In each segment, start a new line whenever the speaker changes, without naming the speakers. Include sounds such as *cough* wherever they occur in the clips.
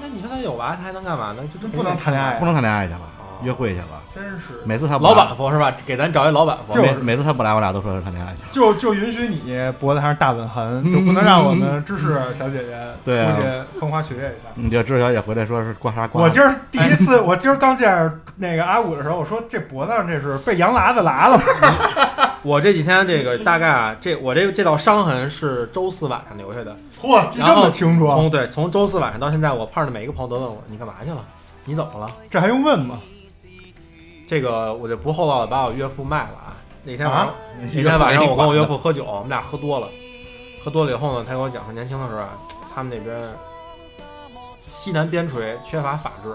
那你说他有娃，他还能干嘛呢？就真不
不
能
能
谈恋
谈恋
爱
爱
啊。
不
不能谈恋爱去了，
哦
约会去了。
真是
每次他不来
老板夫是吧？给咱找一老板夫，
每每次他不来，我俩都说是谈恋爱去了。
就就允许你脖子上是大吻痕，
嗯
就不能让我们芝士小姐姐
对啊
出去风花雪月一下。
嗯你就知道小姐回来说是刮痧刮，
我今儿第一
*laughs*
次，我今儿刚见着那个阿五的时候，我说这脖子上这是被羊剌子剌了
*laughs*
吧，
我这几天这个大概啊，这我这这道伤痕是周四晚上留下的。
嚯，记这么清楚，啊
从对从周四晚上到现在，我胖的每一个朋友都问我你干嘛去了，你怎么了？
这还用问吗？
这个我就不厚道的把我岳父卖了啊！那天晚上、
啊
那天晚上我跟我岳父喝酒，我们俩喝多了，喝多了以后呢，他跟我讲说年轻的时候啊，他们那边西南边陲缺乏法治，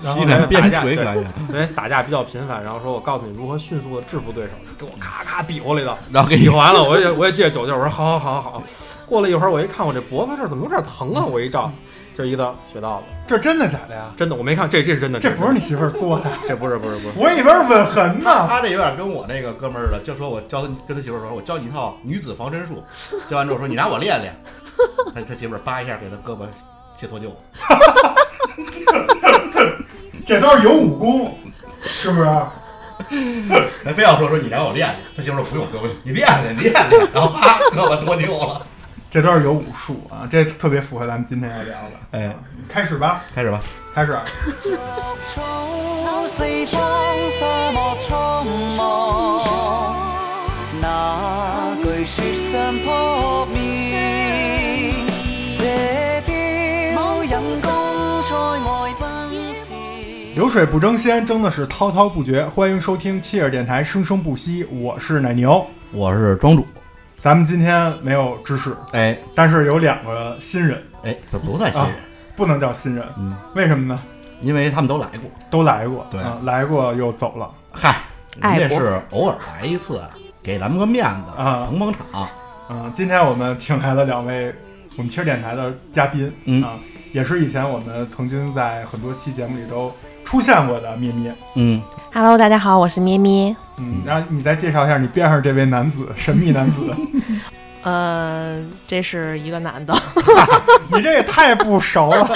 然后
西南边
打架
陲
对
可以，
所以打架比较频繁。然后说我告诉你如何迅速的制服对手，给我咔咔比划了一道，
然后给
比
你
划完了，我也我也借酒劲儿，我说好好好好好。过了一会儿，我一看我这脖子这儿怎么有点疼啊？我一照，就一道血道子，
这真的假的哎呀？
真的我没看，这这是真的，
这不是
你，
你媳妇儿做
*laughs*
的，
这不是不是
*laughs*
不是。
我以为是吻痕呢。
他这有点跟我那个哥们儿似的，就说我教他跟他媳妇儿说，我教你一套女子防身术，教完之后说你拿我练练，他他媳妇儿扒一下给他胳膊切脱臼，
这都是有武功， *laughs* 是不是？
他非要说说你让我练练，他媳妇儿说不用不用，你练练你练练，然后啪胳膊脱臼了。
这都是有武术啊，这特别符合咱们今天要聊的。
哎，
开始吧，
开始吧，
开始。啊
草，四方沙漠苍茫，那句雪上扑面，射雕引弓塞外奔驰。
流水不争先，争的是滔滔不绝。欢迎收听切尔电台，生生不息。我是奶牛，
我是庄主，
咱们今天没有知识，
哎
但是有两个新人，啊
哎，不不算新人，
啊
不能叫新人，
嗯
为什么呢？
因为他们都来过，
都来过，
对
啊来过又走了。
嗨，
爱
人家
国
是偶尔来一次，给咱们个面子
啊
捧捧场，
嗯，今天我们请来了两位我们切尔电台的嘉宾，
嗯
啊，也是以前我们曾经在很多期节目里都出现过的咩咩。
嗯，
Hello，大家好，我是咩咩。
嗯，然后你再介绍一下你边上这位男子，神秘男
*laughs*
子，
呃，这是一个男的，
你这也太不熟了。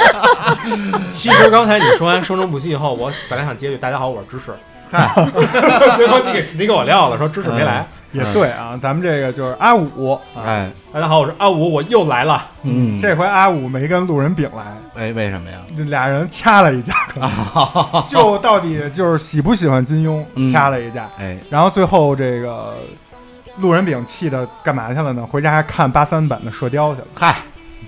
其实刚才你说完生生不息以后，我本来想接一句“大家好，我是芝
*laughs*
士”，
嗨，
结果你给 *laughs* 你给我撂了，说芝士没来。
也对啊，咱们这个就是阿五啊，
*laughs* 嗯哎
大家好，我是阿五，我又来了。
嗯，
这回阿五没跟路人丙来，
哎为什么呀？
这俩人掐了一架，可能 *laughs* 就到底就是喜不喜欢金
啊嗯
庸掐了一架，
哎，
然后最后这个路人丙气的干嘛去了呢？回家还看八三版的《射雕》去了，
嗨，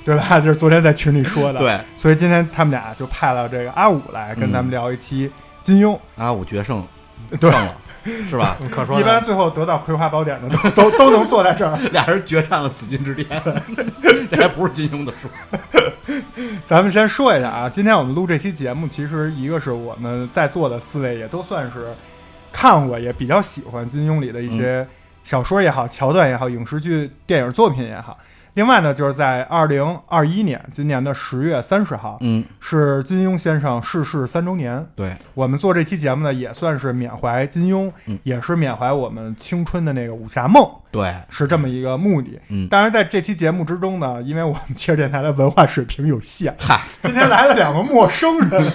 对吧？ *laughs* 就是昨天在群里说的。，
对嗯
所以今天他们俩就派了这个阿五来跟咱们聊一期金庸。
阿武啊决胜
对
胜了，是吧？ *laughs*
可说
嗯一
呢
般，最后得到《葵花宝典》的都都都能坐在这儿。
俩人决战了紫禁之巅， *laughs* 这还不是金庸的书。
咱们先说一下啊，今天我们录这期节目，其实一个是我们在座的四位也都算是看过，也比较喜欢金庸里的一
嗯
些小说也好、桥段也好、影视剧、电影作品也好。另外呢，就是在二零二一年，今年的十月三十号，
嗯，
是金庸先生逝世三周年。
对，
我们做这期节目呢，也算是缅怀金庸，
嗯
也是缅怀我们青春的那个武侠梦。
对，
是这么一个目的。
嗯
当然在这期节目之中呢，因为我们切尔电台的文化水平有限，
嗨，
*laughs* 今天来了两个陌生人，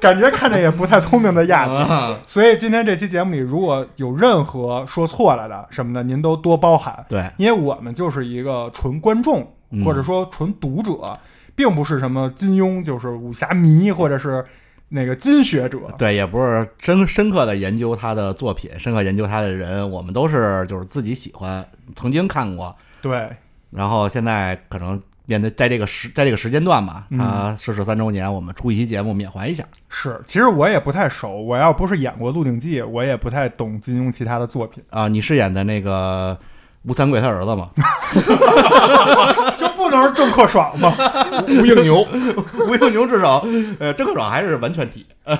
感觉看着也不太聪明的样
*laughs*
子。
啊，
所以今天这期节目里，如果有任何说错了的什么的，您都多包涵，
对，
因为我们就是一个纯观众
嗯
或者说纯读者，并不是什么金庸就是武侠迷或者是那个金学者。
对，也不是深深刻的研究他的作品，深刻研究他的人，我们都是就是自己喜欢，曾经看过，
对，
然后现在可能面对在这个时在这个时间段吧，
嗯
他逝世三周年，我们出一期节目缅怀一下。
是，其实我也不太熟，我要不是演过《鹿鼎记》，我也不太懂金庸其他的作品。
啊，你饰演的那个吴三桂他儿子嘛，
就不能是郑克爽吗？
吴应牛， *laughs* 吴应牛至少，呃，郑克爽还是完全体， *laughs* 呃、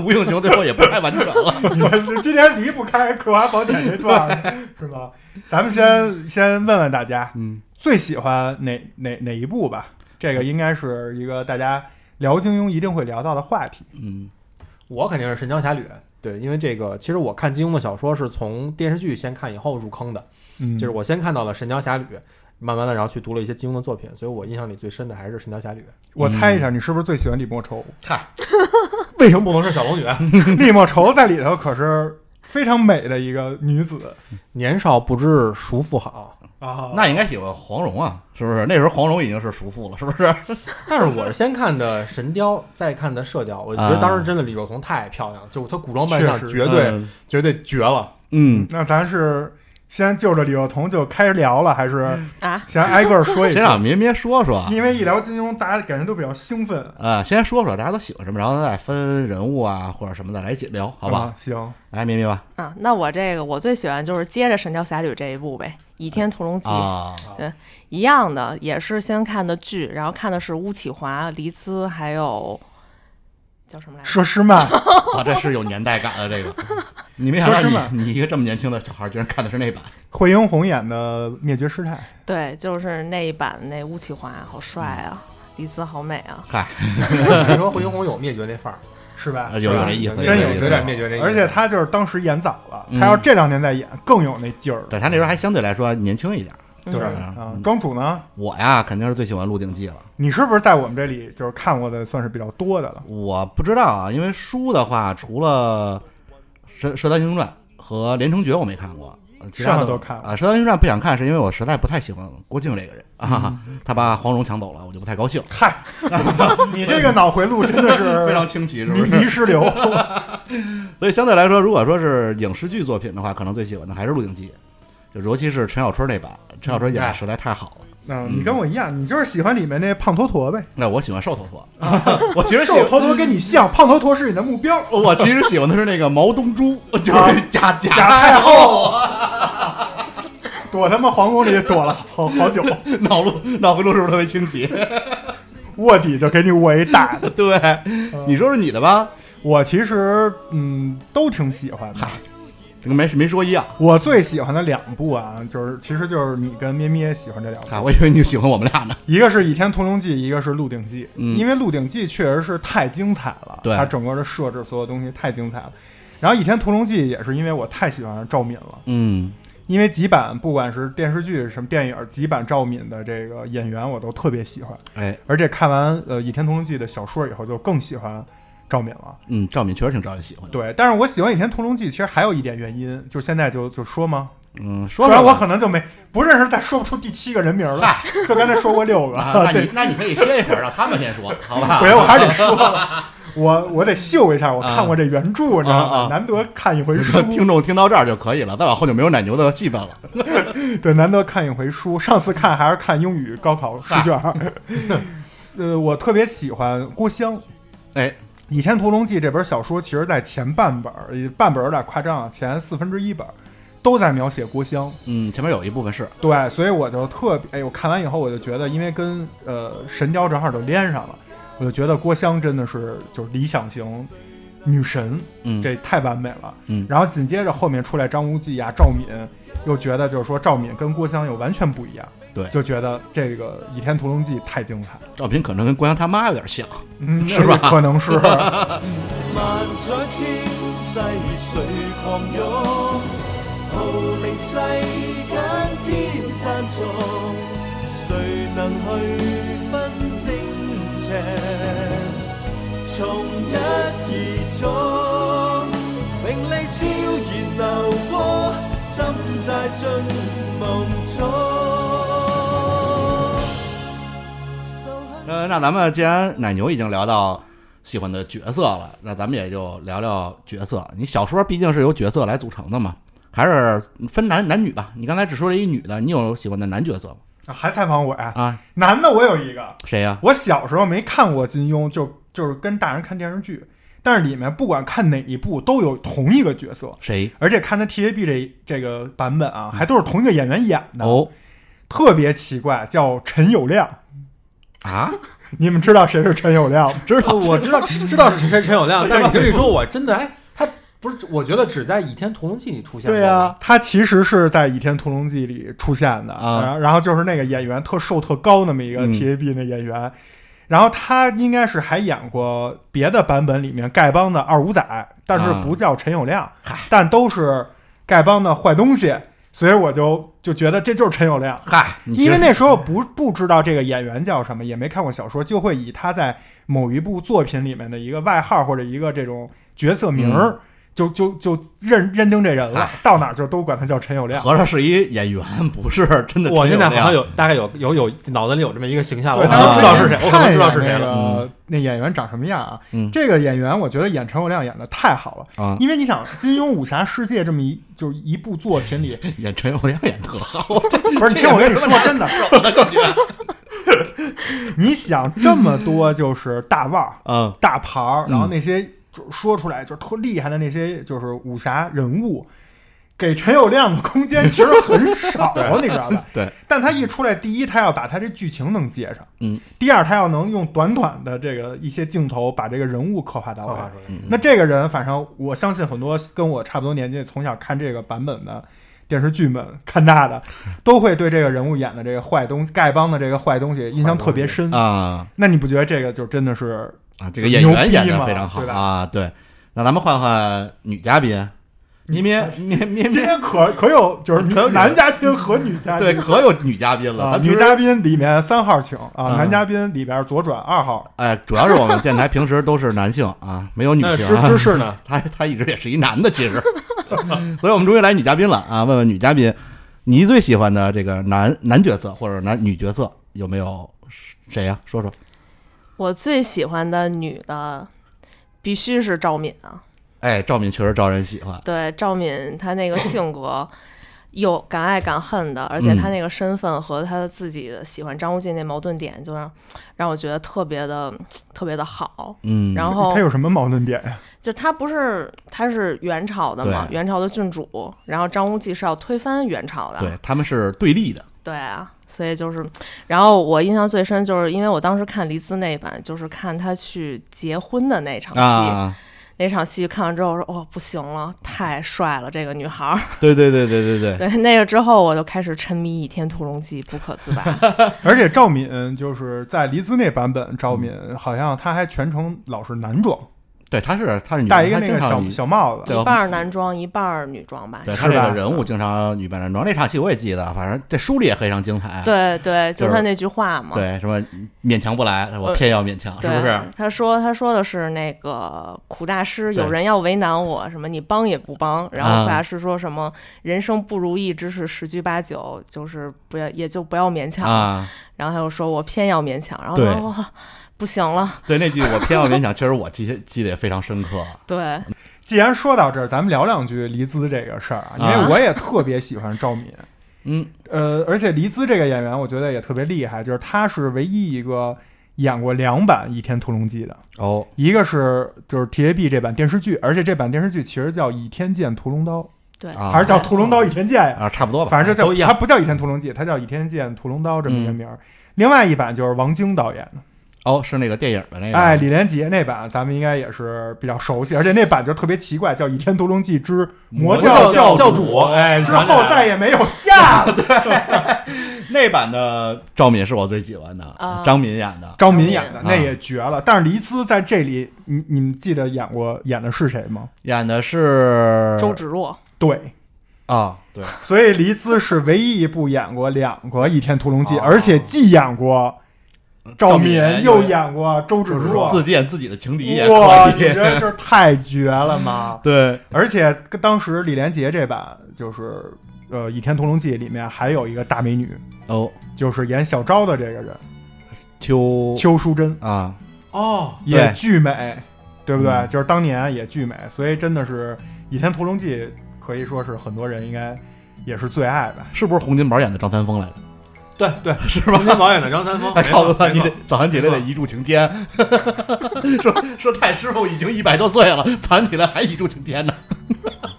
吴应牛最后也不太完全
*laughs*
了。
*laughs* 我今天离不开《葵花宝典》这 *laughs* 段儿，是吧？咱们先先问问大家，
嗯，
最喜欢哪哪哪一部吧？这个应该是一个大家聊金庸一定会聊到的话题。
嗯，
我肯定是《神雕侠侣》，对，因为这个，其实我看金庸的小说是从电视剧先看以后入坑的，
嗯，
就是我先看到了《神雕侠侣》，慢慢的然后去读了一些金庸的作品，所以我印象里最深的还是《神雕侠侣
我猜一下，你是不是最喜欢李莫愁？》。 *laughs*
嗨，
*laughs* 为什么不能是小龙女？啊
李莫愁在里头可是非常美的一个女子
*laughs* 年少不知孰父好，
啊。
那应该喜欢黄蓉啊，是不是？那时候黄蓉已经是熟妇了，是不是？
但是我是先看的《神雕》，再看的《射雕》，我就觉得当时真的李若彤太漂亮了，就她古装扮相
确实
绝对、绝对绝了。 *laughs*
嗯，
那咱是先就着李若彤就开始聊了，还是
*laughs* 啊，
先挨个说
嗯，
一
先
下？
让咩咩说说啊，
因为一聊金庸，大家感觉都比较兴奋，
啊，先说说大家都喜欢什么，然后再分人物啊或者什么的来解聊，好
啊
吧？
行，
嗯
来，咩咩吧
啊，那我这个我最喜欢就是接着《神雕侠侣》这一部呗，《倚天屠龙记》
啊，
一样的，也是先看的剧，然后看的是巫启华、黎姿，还有叫什么来着？
佘诗曼，
*laughs* 啊，这是有年代感的这个。 *laughs* 你没想
说是
到
吗
你你一个这么年轻的小孩，居然看的是那版，
惠英红演的《灭绝师太》，
对，就是那一版那巫启华，好帅啊，黎姿好美啊。
嗨，
你说惠英红有灭绝那范儿，
是吧？
啊有
是
点
吧
那意思，
真
有
有
意思
有点灭绝那意思。
而且她就是当时演早了，
嗯
她要这两年再演更有那劲儿。
对他那时候还相对来说年轻一点。
对
嗯
啊
嗯，
庄主呢？
我呀，肯定是最喜欢《鹿鼎记》了。
你是不是在我们这里就是看过的算是比较多的 *laughs* 了？
我不知道啊，因为书的话，除了射《射雕英雄传》和《连城诀》，我没看过，呃其他
剩
的
下都看了
啊。《射雕英雄传》不想看，是因为我实在不太喜欢郭靖这个人啊，
嗯
他把黄蓉抢走了，我就不太高兴。
*laughs* 嗨，你这个脑回路真的是
*laughs* 非常清奇，是不
泥泥
是？
石
*laughs*
流。啊
所以相对来说，如果说是影视剧作品的话，可能最喜欢的还是《鹿鼎记》，就尤其是陈小春那版，陈小春演的实在太好了。
嗯，你跟我一样，你就是喜欢里面那胖坨坨呗。
那我喜欢瘦头佛， *laughs* 我其实喜
啊瘦坨坨跟你像，胖坨坨是你的目标。
*laughs* 我其实喜欢的是那个毛东珠， *laughs* 就是
啊
贾贾
贾 *laughs*
太
太
*laughs* 后。
躲他妈皇宫里躲了好好久，
脑路脑回路是不是特别清晰？
卧底就给你卧一大的。
*laughs* 对，你说说你的吧，
我其实嗯都挺喜欢的。
没没说一样。
我最喜欢的两部啊，就是其实就是你跟咩咩喜欢这两部，
啊，我以为你喜欢我
*laughs*
们俩呢。
一个是《倚天屠龙记》，一个是《鹿鼎记》
嗯
因为《鹿鼎记》确实是太精彩了，
对
它整个的设置所有东西太精彩了。然后《倚天屠龙记》也是因为我太喜欢赵敏了，
嗯，
因为几版不管是电视剧什么电影，几版赵敏的这个演员我都特别喜欢，
哎，
而且看完呃《倚天屠龙记》的小说以后就更喜欢赵敏了。
嗯，赵敏确实挺招人喜欢的。
对，但是我喜欢《倚天屠龙记》其实还有一点原因，就是现在就就说吗？
嗯，说
说
说
完
吧
我可能就没不认识，再说不出第七个人名了
嗨。
就刚才说过六个，
啊，那
对
你，啊那你可以歇一会儿，让他们
*laughs*
先说，好吧
不？行，我还是得说了，我我得秀一下，我看过这原著，你知道
啊啊
吗？难得看一回
*laughs*
书，
听众听到这儿就可以了，再往后就没有奶牛的戏份了。
对，难得看一回书。上次看还是看英语高考试卷儿。 *laughs* 呃，我特别喜欢郭襄，《
哎，
倚天屠龙记》这本小说，其实在前半本儿，呃半本儿有点夸张啊，前四分之一本儿都在描写郭襄。
嗯，前面有一部分是，
对，所以我就特别，哎，我看完以后我就觉得，因为跟呃《神雕》正好就连上了，我就觉得郭襄真的是就是理想型女神，
嗯，
这太完美了。
嗯
然后紧接着后面出来张无忌啊、赵敏，又觉得就是说赵敏跟郭襄又完全不一样，
对
就觉得这个《倚天屠龙记》太精
*laughs*
彩了，
赵敏可能跟郭襄他妈有点像。
嗯，
是吧
可能
*laughs*
是。
万载千世谁狂涌？号令世间天山颂，谁能去分正邪？從一而終，名利悄然流過，怎帶進夢中？
呃，那咱们既然奶牛已经聊到喜欢的角色了，那咱们也就聊聊角色。你小说毕竟是由角色来组成的嘛，还是分男男女吧？你刚才只说了一女的，你有喜欢的男角色吗？
还采访我呀？
啊，
男的我有一个，
谁呀、
我小时候没看过金庸，就就是跟大人看电视剧，但是里面不管看哪一部都有同一个角色，
谁？
而且看他 TVB 这这个版本啊，还都是同一个演员演的，
嗯哦
特别奇怪，叫陈友谅。 *laughs*
啊，
你们知道谁是陈友谅
*laughs*
吗？
知道我 *laughs* 知道知道是谁陈友 *laughs* 谅，但是你这一说，我真的哎，他不是，我觉得只在《倚天屠龙记》里出现过。
对呀、
他其实是在《倚天屠龙记》里出现的
啊
然后然后就是那个演员特瘦特高那么一个
嗯
TVB 那演员，然后他应该是还演过别的版本里面丐帮的二五仔，但是不叫陈友
啊
谅，但都是丐帮的坏东西，所以我就就觉得这就是陈友谅。
嗨，你
因为
其
那时候不不知道这个演员叫什么，也没看过小说，就会以他在某一部作品里面的一个外号或者一个这种角色名
嗯
儿、就就就认认定这人了
嗨，
到哪儿就都管他叫陈友
实
谅。
合着是一演员，不是真的陈友谅。
我现在好像有大概有有有脑子里有这么一个形象，我
对，
可
大家
能
啊
知道是谁，我可能知道是谁
看一
了。嗯
眼那个那演员长什么样啊？
嗯
这个演员我觉得演陈友谅演的太好了，
嗯
啊，
因为你想金庸武侠世界这么一就是一部作
*laughs*
品里，
演陈友谅演特好，啊
不是你听我跟你说真的， *laughs* 你想这么多就是大腕儿、
嗯
大牌儿，
嗯
然后那些就说出来就是特厉害的那些就是武侠人物。给陈友谅的空间其实很少，你知道吧？
对，
但他一出来，第一，他要把他这剧情能接上，
嗯，
第二，他要能用短短的这个一些镜头把这个人物刻画到
策
位。
划出
嗯
来，
那这个人，反正我相信很多跟我差不多年纪、从小看这个版本的电视剧们看大的，都会对这个人物演的这个坏东西、丐帮的这个坏东西印象特别深。
啊
那你不觉得这个就真的是
啊，这个演员演
牛逼嘛
的非常好
对吧
啊，对。那咱们换换女嘉宾，咩咩咩咩
今
咩，
天可可有就是女
可有
男嘉宾和女嘉
对，
宾？
可有女嘉宾了。
啊，
咱平
女
时
嘉宾里面三号请啊，
嗯
男嘉宾里边左转二号。
哎，主要是我们电台平时都是男性啊，没有女
那
性
知
啊。
知识 *laughs* 呢？
他他一直也是一男的，其实，所以我们终于来女嘉宾了啊！问问女嘉宾，你最喜欢的这个男男角色或者男女角色有没有谁呀、说说
我最喜欢的女的必须是赵敏啊。
哎，赵敏确实招人喜欢，
对赵敏，她那个性格又敢爱敢恨的，而
嗯
且她那个身份和她自己喜欢张无忌那矛盾点，就让让我觉得特别的特别的好。
嗯，
然后
他有什么矛盾点呀？ *laughs*
就她不是她是元朝的嘛，
对
元朝的郡主，然后张无忌是要推翻元朝的，
对他们是对立的，
对啊，所以就是，然后我印象最深就是因为我当时看黎姿那一版，就是看她去结婚的那场戏，
啊，
那场戏看完之后我说哦不行了，太帅了这个女孩儿。
对对对对 *laughs* 对对，
对，那个之后我就开始沉迷《倚天屠龙记》不可自拔。
而且赵敏就是在黎姿那版本，赵敏
嗯
好像她还全程老是男装，
对他是他是女，
戴一个那个
她经
小
常
小帽子
*laughs* 对。
一半儿男装，一半儿女装吧。
对
是
他这
吧
个人物经常女扮男装，那场戏我也记得，反正这书里也非常精彩。
对对，
就
就是他那句话嘛。呃
对，什么勉强不来，我偏要勉强，是
对
不是？
他说他说的是那个苦大师，
对
有人要为难我，什么你帮也不帮。然后
啊
苦大师说什么、人生不如意之事十居八九，就是不要也就不要勉强。
啊，
然后他又说我偏要勉强，然后
对
我说哇不行了。
对那句我偏要勉强，确实我记记得也非常深刻。
对，
嗯
既然说到这儿，咱们聊两句黎姿这个事儿啊，因为我也特别喜欢赵敏。
嗯，
呃，而且黎姿这个演员，我觉得也特别厉害，就是她是唯一一个演过两版《倚天屠龙记》的，
哦，
一个是就是 TAB 这版电视剧，而且这版电视剧其实叫《倚天剑屠龙刀
对，
啊》，
还是叫《屠龙刀倚天剑》呀？
啊，差不多吧，
反正这
都一
叫
样
它不叫《倚天屠龙记》，它叫《倚天剑屠龙刀》这么一个名儿。另外一版就是王晶导演的，
哦，是那个电影的那个，
哎，，李连杰那版咱们应该也是比较熟悉，而且那版就特别奇怪，叫《倚天屠龙记之魔
教
教
教
主
主，》，哎，
之后再也没有下了。
那版的赵敏是我最喜欢的，
啊
张敏演的，
张敏演的
啊
那也绝了，但是黎姿在这里，你你们记得演过演的是谁吗？
演的是
周芷若，
对，
啊，对，
所以黎姿是唯一一部演过两个《倚天屠龙记》，
哦
而且既演过赵
赵
敏，
敏
又演过周芷若。
自荐自己的情敌也
哇，
可
你觉
以，
得这太绝了
*laughs*
吗？
对，
而且跟当时李连杰这版就是呃《倚天屠龙记》里面还有一个大美女，
哦，
就是演小昭的这个人
秋
邱淑贞，
啊，
哦，
也
哦对
巨美，对不对？
嗯
就是当年也巨美，所以真的是《倚天屠龙记》可以说是很多人应该也是最爱吧。
是不是洪金宝演的张三丰来着？ *laughs*
对对，
是吧？
王金导演的张三
*laughs*
丰，
还
没
告诉
错没
他，你
错
得早上起来得一柱擎天， *laughs* 说说太师傅已经一百多岁了，早上起来还一柱擎天呢。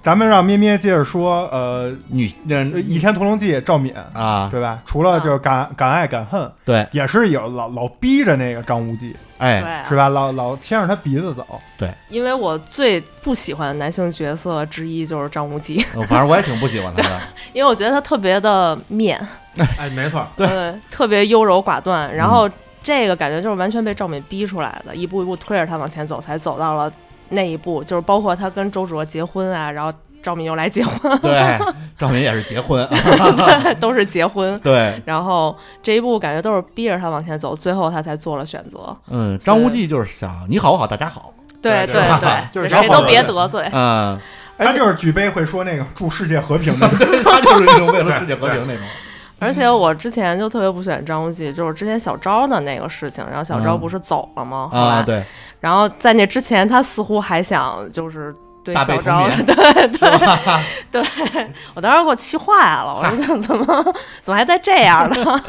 咱们让咩咩接着说，呃，
女那
《倚天屠龙记》赵敏，
啊，
对吧？除了就是敢敢爱敢恨，
对，
也是有老老逼着那个张无忌，
对
哎，
啊，
是吧？老老牵着他鼻子走，
因为我最不喜欢的男性角色之一就是张无忌，
我反正我也挺不喜欢他的，
*laughs* 因为我觉得他特别的面。
哎，没错，
对
呃，特别优柔寡断。然后这个感觉就是完全被赵敏逼出来的，一步一步推着他往前走，才走到了那一步。就是包括他跟周芷若结婚啊，然后赵敏又来结婚，
对，赵敏也是结婚，啊
都是结 *laughs* 婚。
对，
然后这一步感觉都是逼着他往前走，最后他才做了选择。
*laughs* 嗯，张无忌就是想你好我好大家好，
对
对
对
对，
*laughs* 就是
谁
然
都
后
别
*laughs*
得罪，
嗯，
而
他
且
就是举杯会说那个祝世界和平的，
*laughs*
他就是那种为了世界和平那种，
而且我之前就特别不喜欢张无忌，就是之前小昭的那个事情，然后小昭
嗯
不是走了吗？后
啊，
来，
对，
然后在那之前，他似乎还想就是对
大被
小
同
昭，
眠
*laughs* 对对 *laughs* 对，我当时给我气坏了，我
*laughs*
说怎么怎么怎么还在这样呢？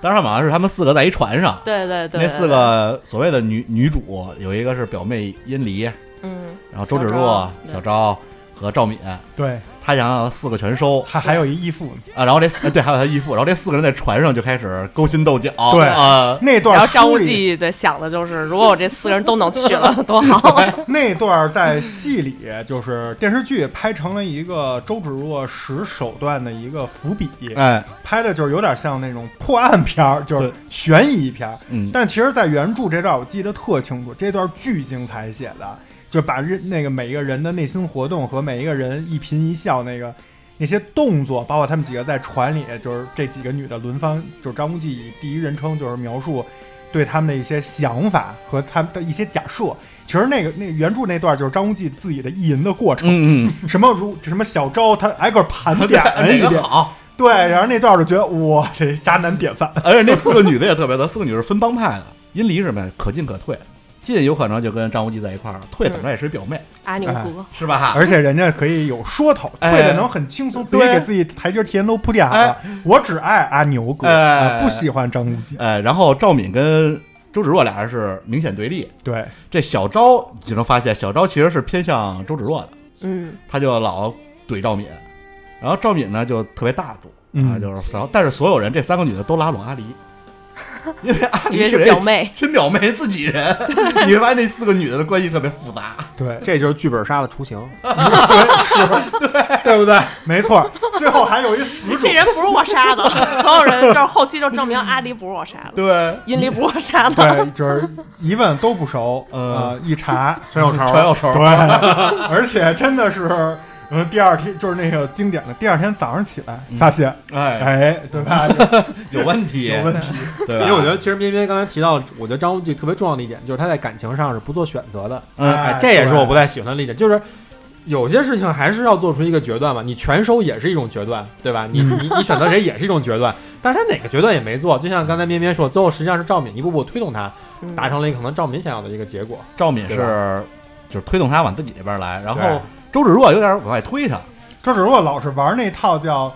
当时好像是他们四个在一船上，
对对对，
那四个所谓的女女主有一个是表妹殷离，
嗯，
然后周芷
小昭
若、
对
小昭和赵敏，
对，
他想要四个全收
还还有一义父呢
啊，然后这呃对还有他义父，然后这四个人在船上就开始勾心斗角，
对
啊，
那
然后
段
张
书
无
里，
忌对想的就是，如果我这四个人都能
*laughs*
去了，多好。啊
那段在戏里就是电视剧拍成了一个周芷若使手段的一个伏笔，
啊
哎，
拍的就是有点像那种破案片儿，就是
对
悬疑片儿。
嗯，
但其实，在原著这段我记得特清楚，这段巨精彩写的，就把人那个每一个人的内心活动和每一个人一颦一笑那个那些动作，包括他们几个在船里，就是这几个女的轮番，就是张无忌以第一人称就是描述对他们的一些想法和他们的一些假设。其实那个那原著那段就是张无忌自己的意淫的过
*laughs*
程，
嗯嗯，
什么如什么小招，他挨个
*laughs*
盘
嗯
点了一
哪
遍
个。好？
对，然后那段就觉得哇，这渣男典范。
而且那四个女的也特别的，四个女是分帮派的，殷离是什么呀？可进可退，进有可能就跟张无忌在一块儿了，退怎么着也是表妹，
阿牛哥，
是吧？
而且人家可以有说头，
啊哎
退的能很轻松，自己
对
给自己台阶提前都铺垫好了。我只爱阿牛哥，
哎
啊不喜欢张无忌。
哎，然后赵敏跟周芷若俩人是明显对立，
对，
这小昭你就能发现，小昭其实是偏向周芷若的，
嗯，
他就老怼赵敏，然后赵敏呢就特别大度啊，
嗯
就是然后但是所有人这三个女的都拉拢
*laughs*
阿离，因为阿
因
离
为是
人 *laughs*
表妹，
亲表妹自己人，你会发现这四个女的的关系特别复杂，
*laughs*
对，
这就是剧本杀的雏形。
对不对？没错，最后还有一死主
这。人不是我杀 *laughs* 的，所有人就是后期就证明阿离不是我杀 *laughs*
*laughs*
的，
对，
殷离不是我杀的，
对，就是一问都不熟，
呃
呃，一查，
全有
传
仇，
小
*laughs*
仇
对，，而且真的是，嗯，第二天就是那个经典的，第二天早上起来发现， *laughs*
哎，
哎，对吧？
有问题，
有问题，
对吧，
因为我觉得其实彬彬刚才提到，我觉得张无忌特别重要的一点就是他在感情上是不做选择的，
嗯
哎
哎，，
这也是我不
对
太喜欢的一点，就是有些事情还是要做出一个决断嘛。你全收也是一种决断，对吧？你
嗯
你你选择谁也是一种决断，但是他哪个决断也没做，就像刚才咩咩说，最后实际上是赵敏一步步推动他，
嗯
达成了一个可能赵敏想要的一个结果。
赵敏
对
是就是推动他往自己这边来，然
对
后周芷若有点往外推他，
周芷若老是玩那套叫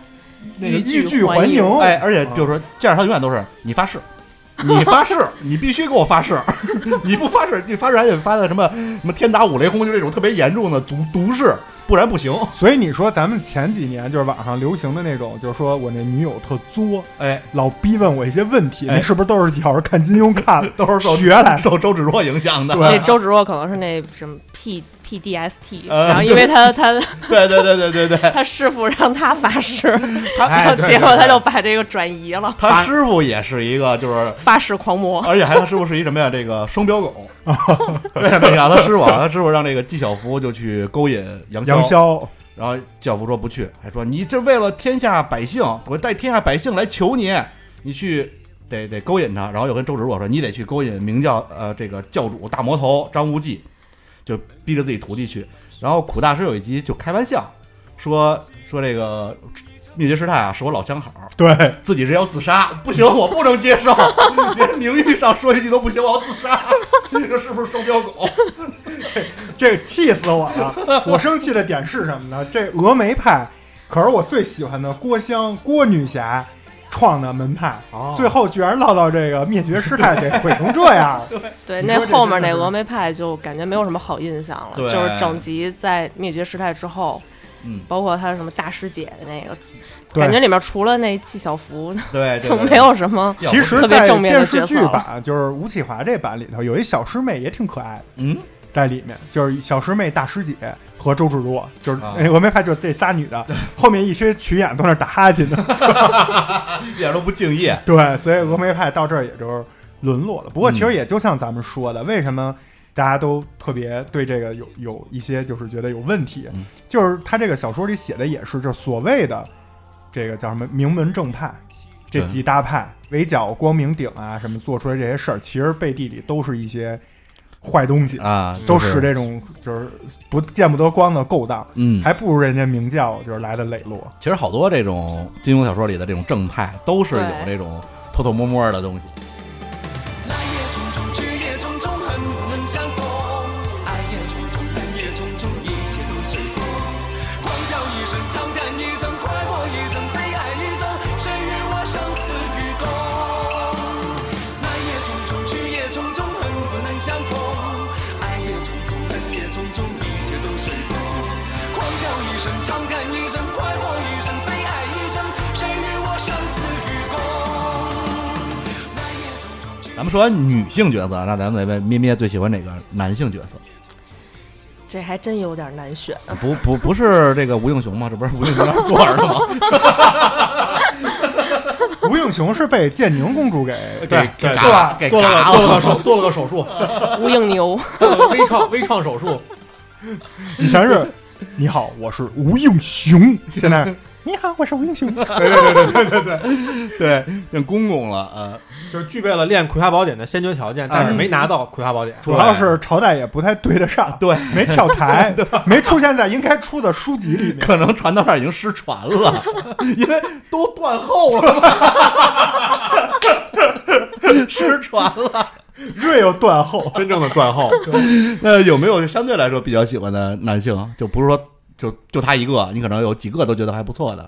那个
欲拒
欲拒
还
还
迎
迎，
哎，而且就是
哦
说这样他永远都是你发誓。你发誓，你必须给我发
*laughs*
誓，你不发誓，你发誓还得发的什么什么天打五雷轰，就这种特别严重的毒毒誓，不然
*laughs*
不行。
所以你说咱们前几年就是网上流行的那种，就是说我那女友特作，
哎，
老逼问我一些问题，
哎？
那是不是都是小时候看金庸看的
都是受
学来
受周芷若影响的。啊
那周芷若可能是那什么 P P D S T，
呃
然后因为他他
对对对对
*laughs*
对对，
他师傅让他发誓，
他
然 *laughs*
哎
后
对
啊结果
对对
他就把这个转移了，
他师傅也是啊一个，就是
发誓狂魔。
而且还他师傅是一什么呀？这个双
*laughs*
标狗。为什么呀？他师傅啊，他师傅让这个纪晓芙就去勾引杨
杨逍，
然后教父说不去，还说你这为了天下百姓，我带天下百姓来求你，你去得得勾引他。然后又跟周芷若说，你得去勾引明教呃这个教主大魔头张无忌，就逼着自己徒弟去。然后苦大师有一集就开玩笑说说这个灭绝师太啊是我老相好，
对，
自己是要自杀，不行，我不能接受，
*laughs*
连名誉上说一句都不行，我要自杀。 *laughs* 你说是不是双标狗？
这气死我了！我生气的点是什么呢？这峨眉派可是我最喜欢的郭襄郭女侠创的门派，
哦
最后居然落到这个灭绝师太给毁成这样了。
对，
你
那
说这
后面那
真的是
峨眉派就感觉没有什么好印象了，
对
就是整集在灭绝师太之后，
嗯
包括他什么大师姐的那个，
对
感觉里面除了那纪晓芙
对，*laughs*
*laughs* 就没。有什么。
其实，
特别
在
正面的
电视
角色啊
剧
了
版就是吴启华这版里头有一小师妹也挺可爱的。
嗯，
在里面，就是小师妹、大师姐和周芷若，就是
啊
哎峨眉派就是这仨
*laughs*
女的，后面一些群演都在那打哈欠呢。
一点都不敬业。
*laughs* 对，所以峨眉派到这儿也就是沦落了。不过其
嗯
实也就像咱们说的，为什么大家都特别对这个有有一些就是觉得有问题，
嗯
就是他这个小说里写的也是，就是所谓的这个叫什么名门正派。这
对
几大派围剿光明顶啊，什么做出来这些事儿，其实背地里都是一些坏东西，
啊，
都
就是
这种就是不见不得光的勾当，
嗯，
还不如人家明教就是来的磊落。
其实好多这种金庸小说里的这种正派，都是有
对
这种偷偷摸摸的东西。
来也匆匆，去也匆匆，恨能相逢。爱也匆匆，恨也匆匆，一切都随风。狂笑一声，长叹一声，快活一生，悲哀一生，谁与我生死与共？来也匆匆，去也匆匆，恨不能相逢。爱也匆匆，恨也匆匆，一切都随风。狂笑一声，长叹一声，快活一生，悲哀一生，谁与我生死与共？来也匆匆。
咱们说完女性角色，那咱们来问咩咩最喜欢哪个男性角色？
这还真有点难选。
不不不是这个吴应熊吗？这不是吴应熊那儿坐着呢吗？
吴应熊是被建宁公主给
对
给
对
嘎了给
做了
嘎
个做了个手做了个手术，
无影牛， *laughs*
做了个微创微创手术，
以前是你好，我是吴应熊，现在
*laughs*
你好，我是吴应熊。
对，变公公了啊！
就是具备了练《葵花宝典》的先决条件，但是
嗯
没拿到《葵花宝典》
主要是朝代也不太对得上，
对，
没跳
*laughs*
台，没出现在应该出的书籍里面。
可能传到这儿已经失传了，因为都断后了嘛， *laughs* 失传了。
瑞又断后，
真正的断后。
那有没有相对来说比较喜欢的男性？就不是说就就他一个，你可能有几个都觉得还不错的。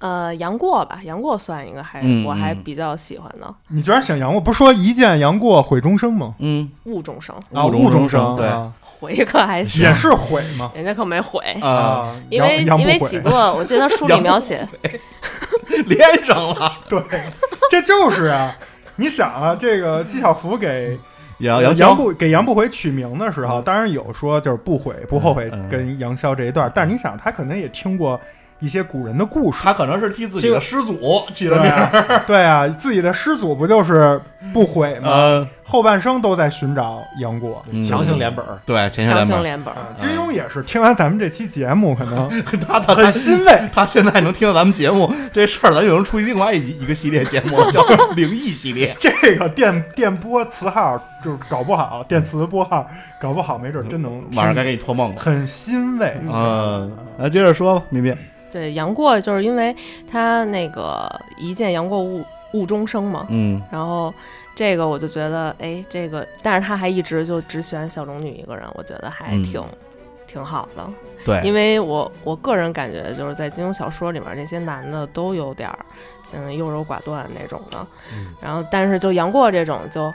呃，杨过吧，杨过算一个还、
嗯
我还
嗯
比较喜欢的
你居然想杨过？不是说一见杨过毁终生吗？
嗯，
误中生，
啊，
误中
误中
生
生，
对
啊
回可还行，
也是毁吗？
人家可没回，
啊，
啊，
因为
杨
因为
杨不
几
悔，
个，我记得书
杨
里
不
描写，
*laughs* 连上了。
这就是啊。你想啊，这个纪晓芙给
杨杨
杨
潇，
不给杨不悔取名的时候，当然有说就是不悔不后悔
嗯嗯
跟杨逍这一段，但是你想，他可能也听过一些古人的故事，
他可能是替自己的师祖起的名儿。
对对啊，自己的师祖不就是不悔吗？
呃，
后半生都在寻找杨过。
嗯
强行连本儿，
*laughs* 对，前些
强
年
行
吧，
连本儿，
啊金庸也是听完咱们这期节目，可能
*laughs* 他他
很
他
欣慰。
*laughs* 他现在能听到咱们节目这事儿，咱有人出另外一一个系列节目，叫《灵异系列》。
这个电电波词号就是搞不好，电磁波号搞不好，没准真能
嗯晚上
听
该给你托梦 *laughs* 了。
很欣慰。
嗯，那接着说吧，咪咪。
对杨过就是因为他那个一见杨过误误终生嘛，
嗯，
然后这个我就觉得，哎，这个，但是他还一直就只选小龙女一个人，我觉得还
嗯哎
挺、挺好的。
对，
因为我我个人感觉就是在金庸小说里面，这些男的都有点儿像优柔寡断那种的，
嗯
然后但是就杨过这种就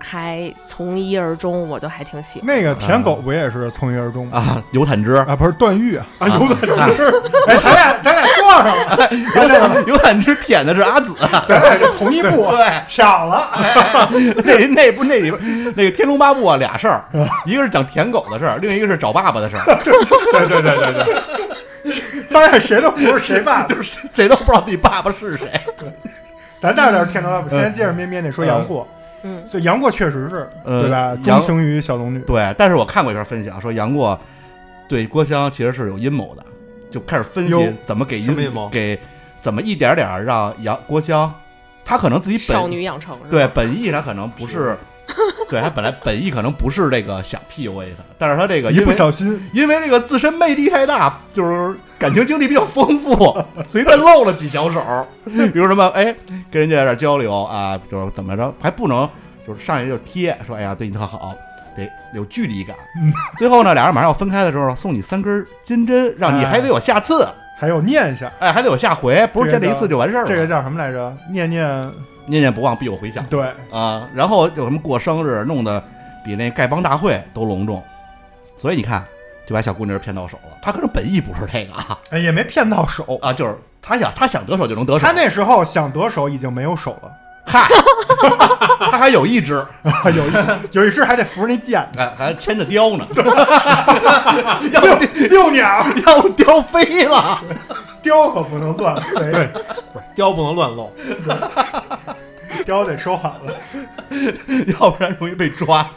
还从一而终，我就还挺喜欢。
那个舔狗不也是从一而终吗？
啊，有坦 *laughs* 之，
啊，不是段誉啊！
啊有坦之，
哎，咱俩咱俩撞上了，
有坦有坦之舔的是阿紫，啊
咱俩是同一步，
*laughs* 对，
巧了。
那那不那里边那个《天龙八部》啊，俩事儿，一个是讲舔狗的事儿，另一个是找爸爸的事 *laughs* 儿，
对对对对对，发现谁都不是谁爸爸，
就是谁都不知道自己爸爸是谁。
咱到这儿天龙八部，
嗯
先接着咩咩那说杨过，
嗯，
所以杨过确实是
呃
对吧？钟
杨
情于小龙女，
对，但是我看过一篇分享，说杨过对郭襄其实是有阴谋的，就开始分
哟
析怎么给
什么
阴
阴谋
给怎么一点点儿让杨郭襄，他可能自己
少
本
女养成是吧
对本意他可能不是，对他本来本意可能不是这个想 PUA 他，但是他这个
一
因
不
为
小心
因为这个自身魅力太大，就是感情经历比较丰
*laughs*
富，随便露了几小手，比如什么哎，跟人家有点交流啊，就是怎么着，还不能就是上来就贴说哎呀对你特好，得有距离感。
嗯
最后呢，俩人马上要分开的时候，送你三根金针，让你
哎
还得有下次，
还有念想，
哎，还得有下回，不是
这个
见这一次就完事儿了。
这个叫什么来着？念念
念念不忘必有回响
对，
啊。然后有什么过生日，弄得比那丐帮大会都隆重，所以你看就把小姑娘骗到手了。她可能本意不是这个啊。
哎也没骗到手。
啊，就是他想他想得手就能得手，
他那时候想得手已经没有手了，
嗨，他还有一只，
有一有一只还得扶着那剑，
哎，还牵着雕呢， *laughs* 要
六鸟
要雕飞了，
雕可不能乱飞，
貂不能乱露，
雕得收好了。
要不然容易被抓，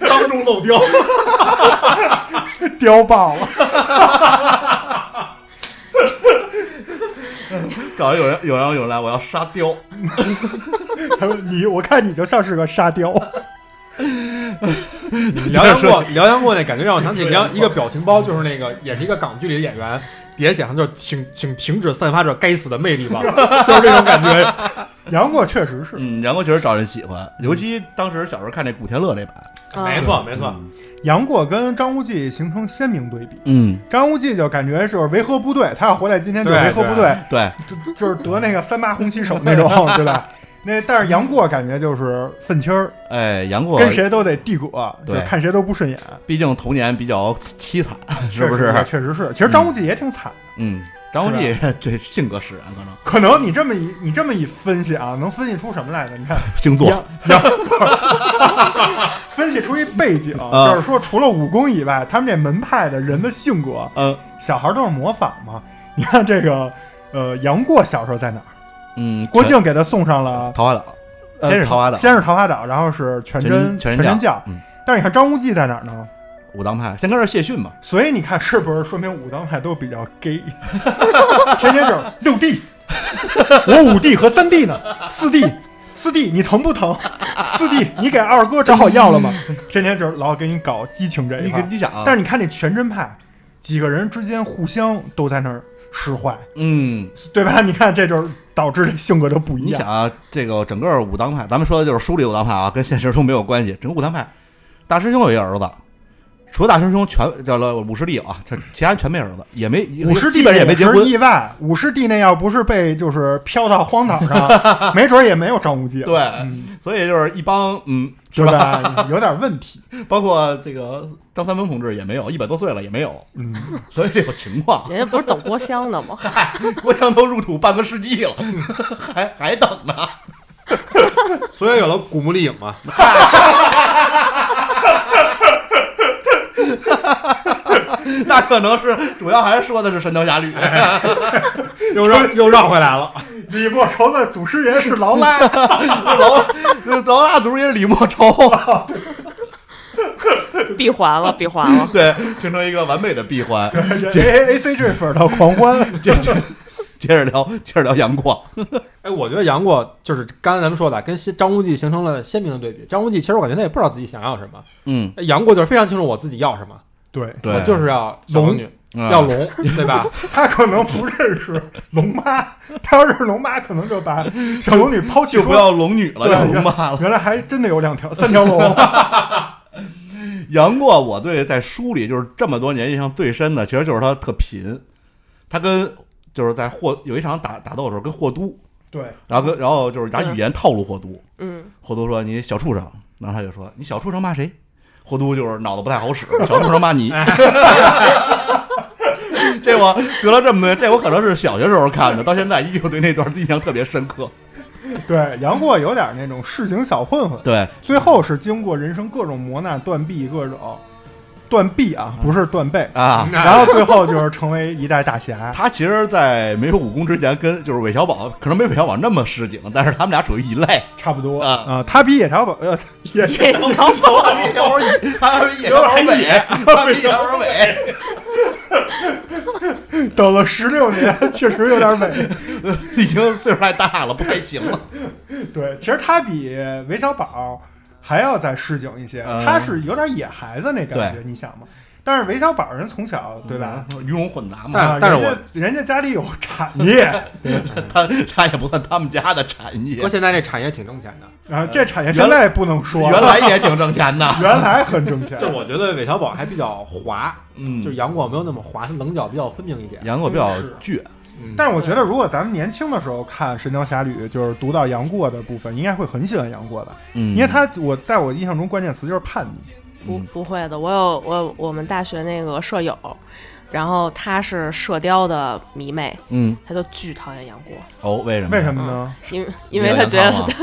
当众漏掉。
碉爆了。 *laughs*
搞得有人有人有人来，我要沙雕。
他说你，我看你就像是个沙雕。
*laughs* 辽阳过，辽阳过那感觉让我想起辽一个表情包，就是那个也是一个港剧里的演员，底下写上就是请请停止散发着该死的魅力 *laughs* 吧，就是这种感觉。
*laughs* 杨过确实是，
嗯，杨过确实招人喜欢，尤其当时小时候看那古天乐那版，
啊
没错没错，
杨过跟张无忌形成鲜明对比。
嗯，
张无忌就感觉就是维和部队，他要回来今天就
对
维和部队，
对，
就就是得那个三八红旗手那
*laughs*
种，对吧？那但是杨过感觉就是愤青儿，
哎，杨过
跟谁都得递葛，就
对
看谁都不顺眼，
毕竟童年比较
*laughs*
凄惨，是
确
不
实
是？
确实是，其实张无忌也挺惨。
嗯，张无忌这性格使然，可能
可能你这么一你这么一分析啊，能分析出什么来呢？你
*laughs*
看，
星座
杨 *laughs* 分析出一背景，
啊
就是说除了武功以外，他们这门派的人的性格，
嗯
小孩都是模仿嘛。你看这个，呃，杨过小时候在哪儿？
嗯，
郭靖给他送上了，
桃花岛，
呃、
先是桃花岛
先是桃花岛，然后是全真
全
真
真
教。
嗯，
但是你看张无忌在哪儿呢？
武当派，先跟着谢逊嘛，
所以你看是不是说明武当派都比较
*laughs*
gay，天天就是六弟，我五弟和三弟呢，四弟。四弟，你疼不
*laughs*
疼？四弟，你给二哥找好药了吗？天天就是老给你搞激情这一
你
块儿。
你想啊，
*laughs* 但是你看那全真派，几个人之间互相都在那儿使坏，
嗯，
对吧？你看这就是导致这性格就不一
你想
样。
啊，这个整个武当派，咱们说的就是书里武当派啊，跟现实中没有关系。整个武当派，大师兄有一个儿子，除了大师兄全叫了武师弟啊，这其他人全没儿子，也没
五师弟
基本上也没结
是
婚。
意外，五师弟那要不是被就是飘到荒岛上， *laughs* 没准儿也没有张无忌了，
对，
嗯
所以就是一帮嗯，
对吧？有点问题，
包括这个张三丰同志也没有，一百多岁了也没有，
嗯，
所以这种情况，
人家不是等郭襄的吗？ *laughs*
郭襄都入土半个世纪了，
嗯
还还等呢。
所以有了古墓丽影嘛，
那可能是主要还是说的是《神雕侠侣》
哎又 *laughs* 绕又绕回来了。
*laughs* 李莫愁的祖师爷是劳
*laughs*
拉，
劳劳拉族也是李莫愁，
*laughs*
闭环了，闭环了。
对，形成一个完美的闭环。
这 A A C G 粉到狂欢，
接着接着聊，接着聊杨过。
哎，我觉得杨过就是刚才咱们说的，跟西张无忌形成了鲜明的对比。张无忌其实我感觉他也不知道自己想要什么，
嗯，
哎杨过就是非常清楚我自己要什么，
对
对
我就是要小龙女，
嗯
要 *laughs* 龙，对吧？
他可能不认识龙妈，他要认识龙妈，可能就把小龙女抛弃
就
说
不要龙女了，
对
要龙妈了。
原来还真的有两条、三条
*laughs*
龙。
杨过，我对在书里就是这么多年印象最深的，其实就是他特贫，他跟就是在霍有一场打打斗的时候跟霍都，
对，
然后跟然后就是拿
嗯
语言套路霍都，
嗯，
霍都说你小畜生，然后他就说你小畜生骂谁？霍都就是脑子不太好使，小畜生骂你。 *laughs* 这我隔了这么多年，这我可能是小学时候看的，到现在依旧对那段印象特别深刻。
对，杨过有点那种市井小混混，
对，
最后是经过人生各种磨难、断臂各种断臂啊，不是断背，
啊，
嗯
*laughs* 然后最后就是成为一代大侠。
他其实，在没有武功之前，跟就是韦小宝可能没韦小宝那么市井，但是他们俩属于一类。
差不多
啊
啊，他比野条宝呃，野
这小宝
他比小伟，他比小伟，他比小伟，
等了十六年， *laughs* 确实有点美。
已经岁数太大了，不太行了。
对，其实他比韦小宝还要再市井一些，
嗯
他是有点野孩子那感觉，你想嘛？但是韦小宝人从
嗯
小对吧？？
鱼龙混杂嘛，
但
啊，
但是
人家人家家里有产业，啊
他他也不算他们家的产业
哥，现在这产业挺挣钱的。
啊，这产业现在不能说了，
原来也挺挣钱的。
原来很挣钱
*laughs* 就。我觉得韦小宝还比较滑，
嗯，
就是杨过没有那么滑，他棱角比较分明一点。
杨过比较倔，
嗯
但是我觉得，如果咱们年轻的时候看《神雕侠侣》，就是读到杨过的部分，应该会很喜欢杨过的，
因
因为他我在我印象中关键词就是叛逆。
不不会的，我有我我们大学那个舍友，然后她是射雕的迷妹，
嗯
她就巨讨厌杨过，
哦，为什么？
为什么呢？
因为因为她觉得
他，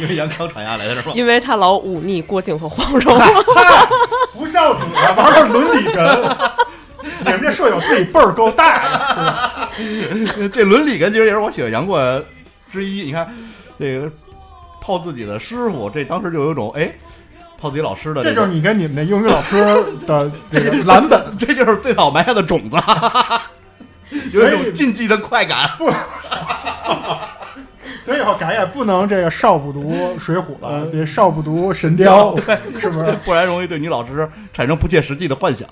因为杨康传下来的是吧？
*laughs* 因为她老忤逆郭靖和黄蓉，
不孝子啊，玩玩伦理根。你们这舍友自己辈儿够大的，
*laughs* 这伦理根其实也是我喜欢杨过之一。你看，这个泡自己的师傅，这当时就有一种哎，泡自己老师的
这就是
种
你跟你们的英语老师的这个
蓝 *laughs* 本，这就是最早埋下的种 *laughs* 子，有
所
一
以
种禁忌的快感。
所以以后改也不能这个少不读《水浒》了，
嗯
得少不读《神雕》，是不是？
不然容易对女老师产生不切实际的幻想。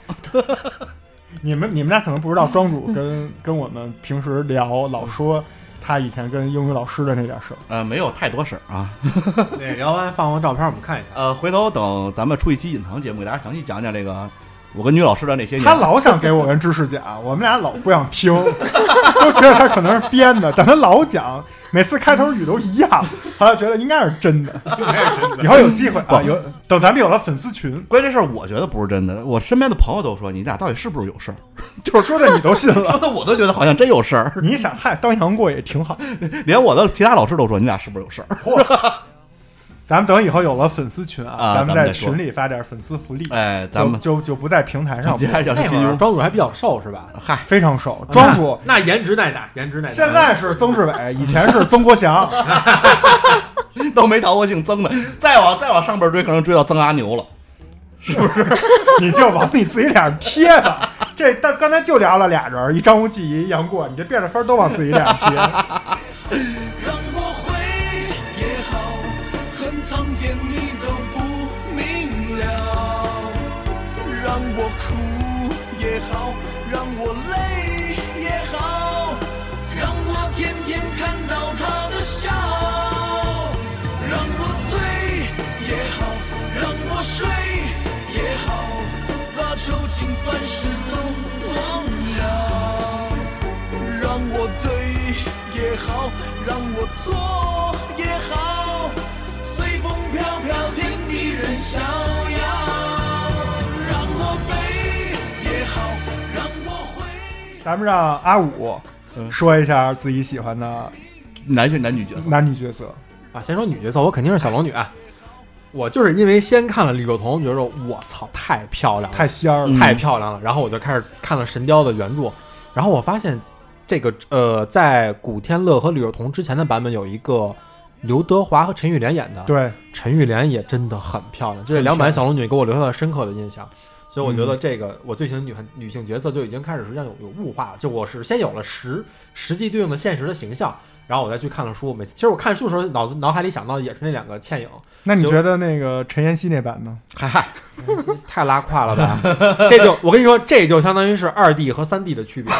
你们你们俩可能不知道，庄主跟跟我们平时聊老说他以前跟英语老师的那点事儿。
呃，没有太多事儿啊。
对，聊完放放照片，我们看一下。
呃，回头等咱们出一期隐藏节目，给大家详细讲讲这个我跟女老师的那些
*laughs*
年。
他老想给我跟知识讲，我们俩老不想听，都觉得他可能是编的，但他老讲，每次开头语都一样，后来觉得应该是真的，应该是真的。以后有机会啊，
不
有等咱们有了粉丝群，
关键这事儿，我觉得不是真的。我身边的朋友都说你俩到底是不是有事儿， *laughs*
就是说这你都信了。
说的我都觉得好像真有事儿， *laughs*
你想，嗨，当杨过也挺好。
连我的其他老师都说你俩是不是有事 *laughs* 儿。
咱们等以后有了粉丝群啊，
啊
咱们
咱们
在
再说
群里发点粉丝福利，
哎，咱们
就就就不在平台上
接
播，
下来哎讲
那
是
会
金
儿
庸，
庄主还比较瘦是吧？
嗨，
非常瘦。庄主
那那颜值耐打，颜值耐打。
现在是曾志伟，以前是曾国祥，
都没逃过姓曾的，再往再往上边追，可能追到曾阿牛了。
你就往你自己脸上贴吧。这但刚才就聊了俩人，一张无忌，一杨过，你这变着法儿都往自己脸上贴。
让我回也好，很苍天你都不明了；让我哭也好，让我累也好，让我天天看到他的笑；让我醉也好，让我睡也好，把愁情烦事都忘了。让我对也好，让我错也好，随风飘飘，天地任逍遥。让我悲也好，让我悔。
咱们让阿五
嗯
说一下自己喜欢的
男性男女角色，
男女角色。
啊，先说女角色，我肯定是小龙女。啊我就是因为先看了李若彤，觉得我操太漂亮了，
太仙儿了，
嗯
太漂亮了。然后我就开始看了《神雕》的原著，然后我发现这个呃，在古天乐和李若彤之前的版本有一个刘德华和陈玉莲演的，
对，
陈玉莲也真的很漂亮，嗯这两版小龙女给我留下了深刻的印象。所以我觉得这个、我最喜欢的女汉女性角色就已经开始实际上有有物化了，就我是先有了实实际对应的现实的形象，然后我再去看了书。每次其实我看书的时候，脑子脑海里想到的也是那两个倩影，
那你
就
觉得那个陈妍希那版呢？
嗨嗨，
太拉胯了吧？ *laughs* 这就我跟你说，这就相当于是二 D 和三 D 的区别。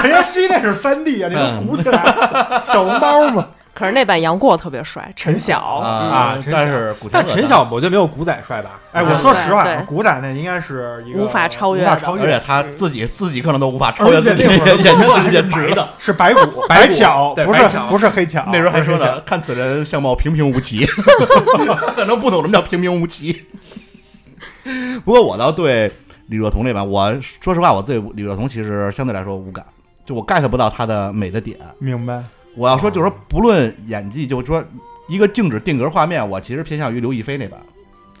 陈妍希那是三 D 啊，那
嗯
个鼓起来，小笼包嘛。
可是那版杨过特别帅，陈晓。
啊
啊
陈晓
但是古天
但
乐
陈晓，我觉得没有古仔帅吧？
哎，
嗯
我说实话
对
啊，
对
古仔那应该是一个
无法超越
无法
的
超
而且
越，
他自己自己可能都无法超越自己
而且那会儿
的颜 *laughs*
我还
值
是
颜值
白的啊
的。
是白骨
白骨
巧，
对
不
白
是
巧
不是黑巧。
那时候还说
不是黑巧
呢，看此人相貌平平
*laughs*
无奇，可能不懂什么叫平平无奇。不过我倒对李若彤这版，我说实话，我对李若彤其实相对来说无感，就我 get 不到她的美的点。
明白。
我
啊
要说就是说，不论演技，就是说一个静止定格画面，我其实偏向于刘亦菲那版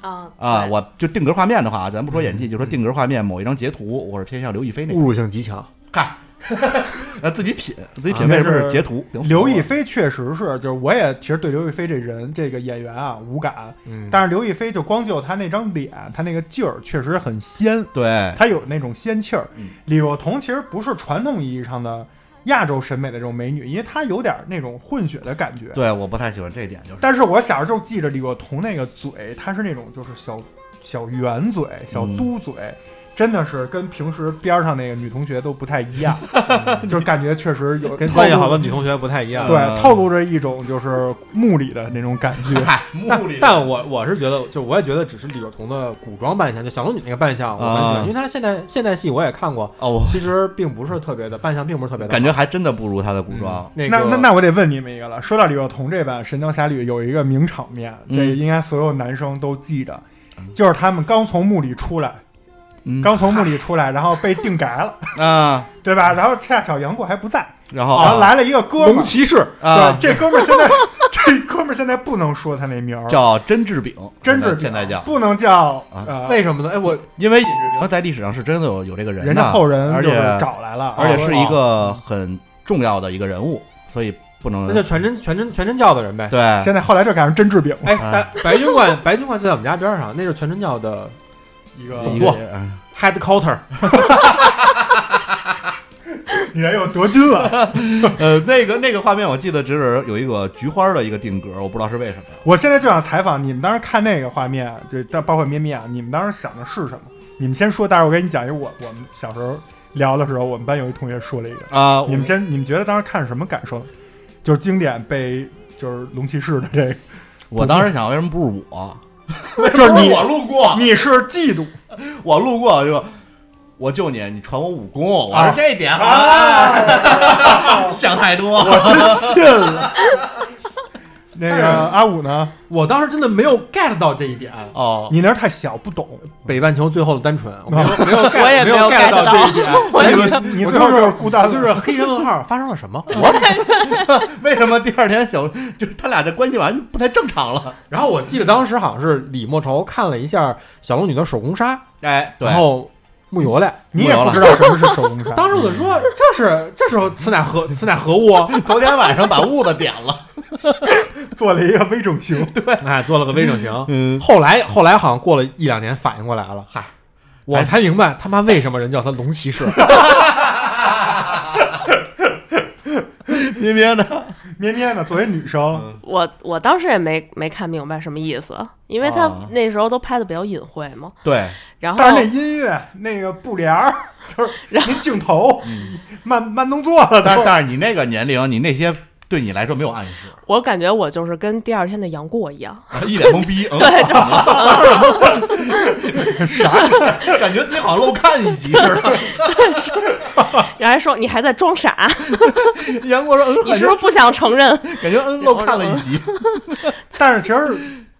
啊
啊。
对
我就定格画面的话，啊咱不
嗯
说演技，就说定格画面某一张截图，我是偏向刘亦菲那
侮
版。
辱性极强。
看， *laughs* 呃，自己品，自己
啊
品为
那
什么
是啊
是截图？
刘亦菲确实是，就是我也其实对刘亦菲这人这个演员啊无感，
嗯，
但是刘亦菲就光就她那张脸，她那个劲儿确实很仙，
对，
她有那种仙气儿
嗯。
李若彤其实不是传统意义上的亚洲审美的这种美女，因为她有点那种混血的感觉。
对，我不太喜欢这一点，就是。
但是我小时候就记着李若彤那个嘴，她是那种就是小小圆嘴、小嘟嘴。真的是跟平时边儿上那个女同学都不太一样，嗯就是感觉确实有
跟关系
透露
好的女同学不太一样。
对，
嗯
透露着一种就是墓里的那种感
*laughs*
觉。
嗨，目
但
的
但我我是觉得，就我也觉得，只是李若彤的古装扮相，就小龙女那个扮相，我很喜欢，
啊
因为她现代现代戏我也看过，
哦，
*laughs*
其实并不是特别的扮相，并不是特别的好
感觉还真的不如他的古装。
那个
那那那我得问你们一个了，说到李若彤这版《神雕侠侣》有一个名场面，
嗯
这应该所有男生都记着，就是他们刚从墓里出来，
嗯
刚从墓里出来，然后被定改了，
啊，
对吧？然后恰巧杨过还不在，
然后
然后啊来了一个哥们
龙
儿，
骑士，
哦啊，
对，这哥们儿现在 *laughs* 这哥们儿现在不能说他那名儿，
叫甄志炳，
真是
现在叫，
不能叫
啊
呃，
为什么呢？哎，我
因为他在历史上是真的有有这个人的，
人家后人
而
就
且
是找来了，啊
而且是一
哦
个很重要的一个人物，所以不能
那就全真全真全真教的人呗。
对嗯
现在后来就改成真治饼了，
哎，白白军馆白军馆就在我们家边上，那是全真教的
一个
一
不
个嗯
headquarter。
你人有多军了。
呃那个那个画面我记得只是有一个菊花的一个定格，我不知道是为什么。
我现在就想采访你们，当时看那个画面，就但包括咩咩啊，你们当时想的是什么？你们先说，待会儿我给你讲一个我我们小时候聊的时候，我们班有一同学说了一个，
啊、
你哦们先你们觉得当时看什么感受？就是经典被就是龙骑士的这个。
我当时想为什么不是
*laughs*
我？
就是你
不我路过，
你是嫉妒 *laughs*
我路过就我救你，你传我武功，我
啊
是这点
啊！
想太多。
真信了。 *laughs* 那个阿五呢？
我当时真的没有 get 到这一点。
哦，
你那儿太小，不懂。
北半球最后的单纯，我没
*laughs*
有没有 get,
我也
没
没
有
有
get
get
到这一点。所以我
哎你
我
最后
就
就是是孤单了，
就是黑人问号发生了什么？
为什么第二天小就是他俩这关系完全不太正常了？
然后我记得当时好像是李莫愁看了一下小龙女的手工纱，
哎，对
然，后木有来。
你也不知道什么是手工 *laughs* 伤。
当时我就说，这是这是此乃何此乃何物？啊
*laughs* 头天晚上把痦子点了。
做了一个微整 *laughs* 形，
哎，做了个微整形。
嗯，
后来后来好像过了一两年反应过来了，
嗨，
我才明白他妈为什么人叫他龙骑士。
咩咩呢？
咩咩呢？作为女生，
我我当时也没没看明白什么意思，因为他
啊
那时候都拍的比较隐晦嘛。
对，
然后
但是那音乐、那个布帘儿，就是
然
那镜头，慢慢动作了
但是
都。
但是你那个年龄，你那些对你来说没有暗示，
我感觉我就是跟第二天的杨过一样，
一脸
*laughs*
懵逼，嗯、
对，
*laughs*
就是
啥？感觉自己好像漏看一集似的。
人还说你还在装傻，
杨过说：“嗯，
你
感
是
觉
不是不想承认？ *laughs*
感觉嗯漏看了一集。
但是其实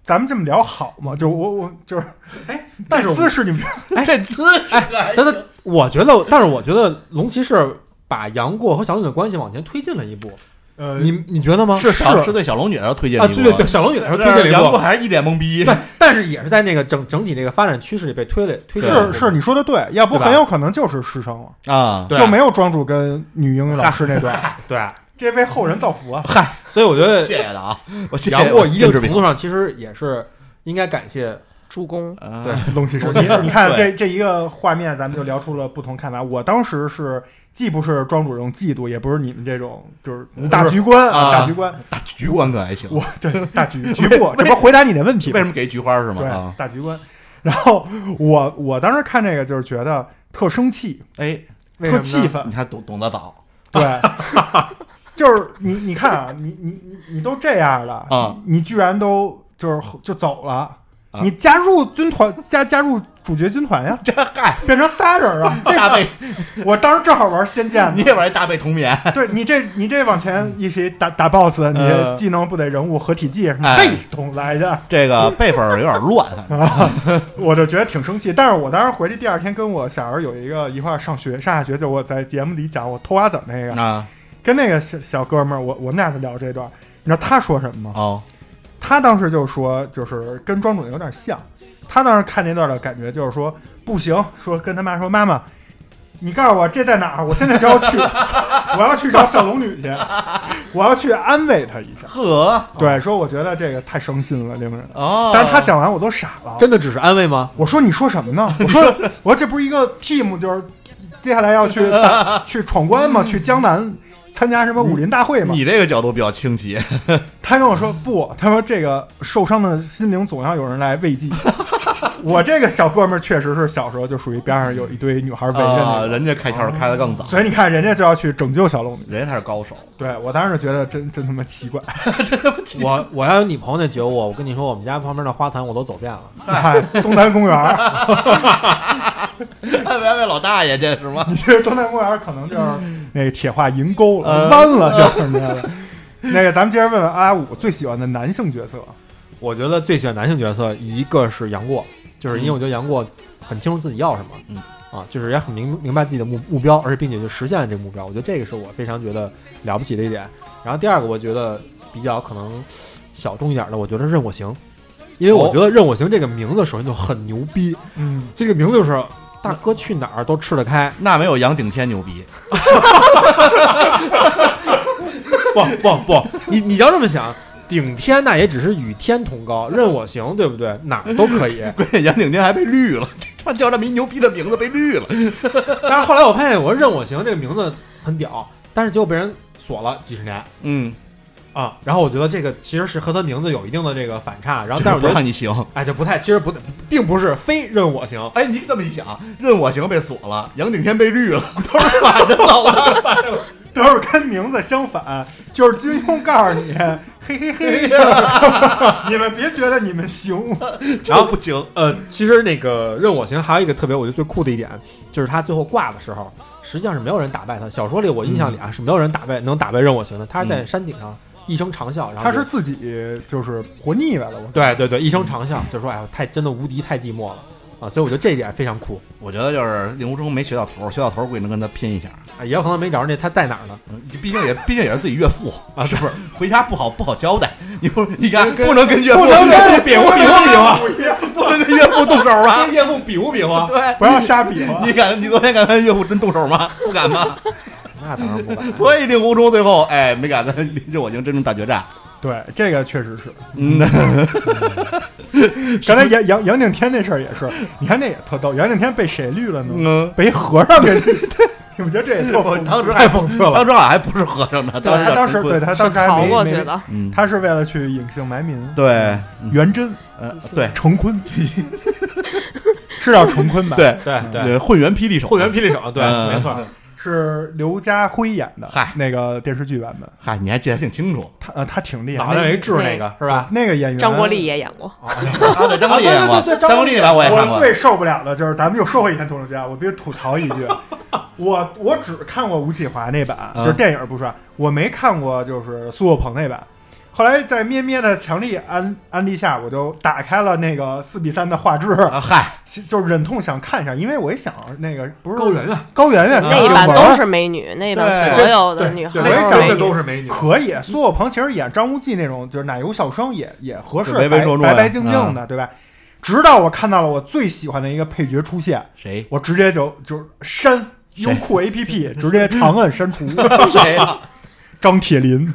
咱们这么聊好吗？就我我就是， *laughs* 哎，
但是我
姿势你们
这姿势，哎
但他我觉得，但是我觉得龙骑士把杨过和小龙女的关系往前推进了一步，
呃，
你你觉得吗？
是
小是对小龙女然后推荐
啊，
礼物
对对对，，小龙女的时候推进了一
杨
步
过，还是一脸懵逼。
对，但是也是在那个整整体那个发展趋势里被推了推进了一
是
步
是，你说的对，要不
对吧
很有可能就是师生了。
啊，
对
就没有庄主跟女英语老师那段，
对，
这为后人造福啊！
所以我觉得
谢谢的啊，我谢谢
杨过一定
政治
程
敏
度上其实也是应该感谢
助攻，
啊
对
龙骑士，你你看这这一个画面，咱们就聊出了不同看法。我当时是既不是庄主这种嫉妒，也不是你们这种就是大局观
啊
大局观。
大局观可还行。 *laughs*
我对大局局部，这不回答你的问题吗
为什么给菊花是吗？
对
啊，
大局观。 *laughs* 然后我我当时看这个就是觉得特生气，
哎，
为
特
什么
气
呢
愤
你，还懂懂得早
对。 *laughs* 就是你，你看啊，你你你你都这样了
啊，
你居然都就是就走了，
啊
你加入军团加加入主角军团呀，
这嗨，
变成仨人
*laughs*
啊！这
大背，
我当时正好玩《仙剑》呢，
你也玩一大背童眠，
对你这你这往前一谁打打 BOSS，你这技能不得人物合体技什么？
呃哎
嘿，懂来的，
这个辈分儿有点乱，反正
我就觉得挺生气。但是我当时回去第二天跟我小时候有一个一块儿上学上下学，就我在节目里讲我偷瓜子儿 *laughs* 那个，
啊
跟那个小小哥们儿，我我们俩就聊这段儿。你知道他说什么吗？
哦，
他当时就说，就是跟庄主有点像。他当时看那段的感觉就是说，不行，说跟他妈说，妈妈，你告诉我这在哪儿，我现在就要去， *laughs* 我要去找小龙女去，我要去安慰她一下。
呵
对，说我觉得这个太伤心了，令人。
哦，
但是他讲完我都傻了，
真的只是安慰吗？
我说你说什么
*laughs*
呢？我说我说这不是一个 team，就是接下来要
*laughs*
去去闯关吗？去江南参加什么武林大会吗？
嗯你这个角度比较清晰，
他跟我说不，他说这个受伤的心灵总要有人来
*laughs*
慰藉。我这个小哥们儿确实是小时候就属于边上有一堆女孩围着那
啊，
种
人家开窍开的更早，
所以你看人家就要去拯救小龙女。
人家才是高手， *laughs*
对我当时觉得真真他妈奇怪，
我我要有你朋友那觉悟，我跟你说，我们家旁边的花坛我都走遍了。
哎、东南公园儿，
安慰安慰老大爷这是吗？
你这东南公园儿可能就是那个铁化银沟了，
嗯
弯了就是那个。 *laughs* 那个，咱们接着问问阿五最喜欢的男性角色，
我觉得最喜欢男性角色，一个是杨过，就是因为我觉得杨过很清楚自己要什么，
嗯
啊，就是也很明明白自己的目目标，而且并且就实现了这个目标。我觉得这个是我非常觉得了不起的一点。然后第二个，我觉得比较可能小众一点的，我觉得任我行，因为我觉得任我行这个名字首先就很牛逼，
嗯，
这个名字就是大哥去哪儿都吃得开。
那没有杨顶天牛逼，
不不不，你你要这么想，顶天那也只是与天同高，任我行，对不对？哪儿都可以。
关键杨顶天还被绿了， *laughs* 他叫这么一牛逼的名字被绿了。嗯
但是后来我发现，我说任我行这个名字很屌，但是结果被人锁了几十年
嗯，
啊。然后我觉得这个其实是和他名字有一定的这个反差，然后但是
不
我觉得
让。你行。
哎，这不太，其实不，并不是非任我行，
哎，你这么一想，任我行被锁了，杨顶天被绿了，都是反着走的。 *laughs*
都是跟名字相反，就是金庸告诉你，嘿嘿 *laughs* 嘿，你们别觉得你们行，
然后
不行，
呃，其实那个任我行还有一个特别，我觉得最酷的一点，就是他最后挂的时候，实际上是没有人打败他。小说里我印象里啊、是没有人打败能打败任我行的，他是在山顶上一声长啸，然后
他
就是
自己就是活腻歪了，我
对对对一声长啸，就说哎呀，太真的无敌，太寂寞了啊！所以我觉得这一点非常酷
我觉得就是令狐冲没学到头儿，学到头儿估计能跟他拼一下。
啊，也有可能没找着那他在哪儿呢
嗯毕竟也毕竟也是自己岳 *laughs* 父，
啊？是不是？
回家不好不好交代。你不你看
跟
不能跟岳父
不能跟
比划比划比
啊
划， *laughs* 不能跟岳父动手 *laughs* 啊！
跟岳父比划比划，
对，
不要瞎比划。
你敢你昨天敢跟岳父真动手吗？不敢吗？ *laughs*
那当然不敢。
所以令狐冲最后哎没 *laughs* 敢跟林我行真正大决战。
对，这个确实是。 *laughs*
嗯，
刚才杨杨杨景天那事儿也是，你看那也特逗，杨景天被谁绿了呢？
嗯，
被一和尚给绿了。 *laughs* 你们觉得这也特
我
讽刺
当时
太讽刺
当
了，
时好像还不是和尚呢，
对他当时
是
对他
是
当时还
逃
没
过
没
去的。
嗯，
他是为了去隐姓埋名。
对，嗯
元真、
呃对
成坤， *laughs* 是叫成坤吧？，
对
对对，
呃混元霹雳手
混元霹雳手，对，
嗯
没错。
是刘家辉演的，
嗨
那个电视剧版本，
嗨，你还记得挺
*laughs*
清楚。
他呃他挺厉害，
脑袋有一痣那个是吧？
那个演员
张国立。也演过，
啊，对，张国立
啊对
演过，
对对张
张
国
国
立
立版我也看
我
过。
最受不了的就是，咱们又说回《倚天屠龙记》啊，我必须吐槽一句，我我只看过吴启华那版，
嗯
就是电影不算，我没看过就是苏有朋那版。后来在咩咩的强力安安利下，我就打开了那个四比三的画质，
啊，嗨，
就是忍痛想看一下，因为我一想那个不是
高圆圆
高圆圆啊
那一版都是美女，那一版
对
所有的女孩
对，
我也
都
想
是
真
美
的
女
都是美女，
可以，苏有朋其实演张无忌那种就是奶油小生也也合适，
就唯唯
白
诺诺
白
呀啊
白净净的，对吧？直到我看到了我最喜欢的一个配角出现，
谁
我直接就就删
谁
优酷 APP，直 *laughs* 接长按删
*laughs*
除。
谁呀？
张铁林，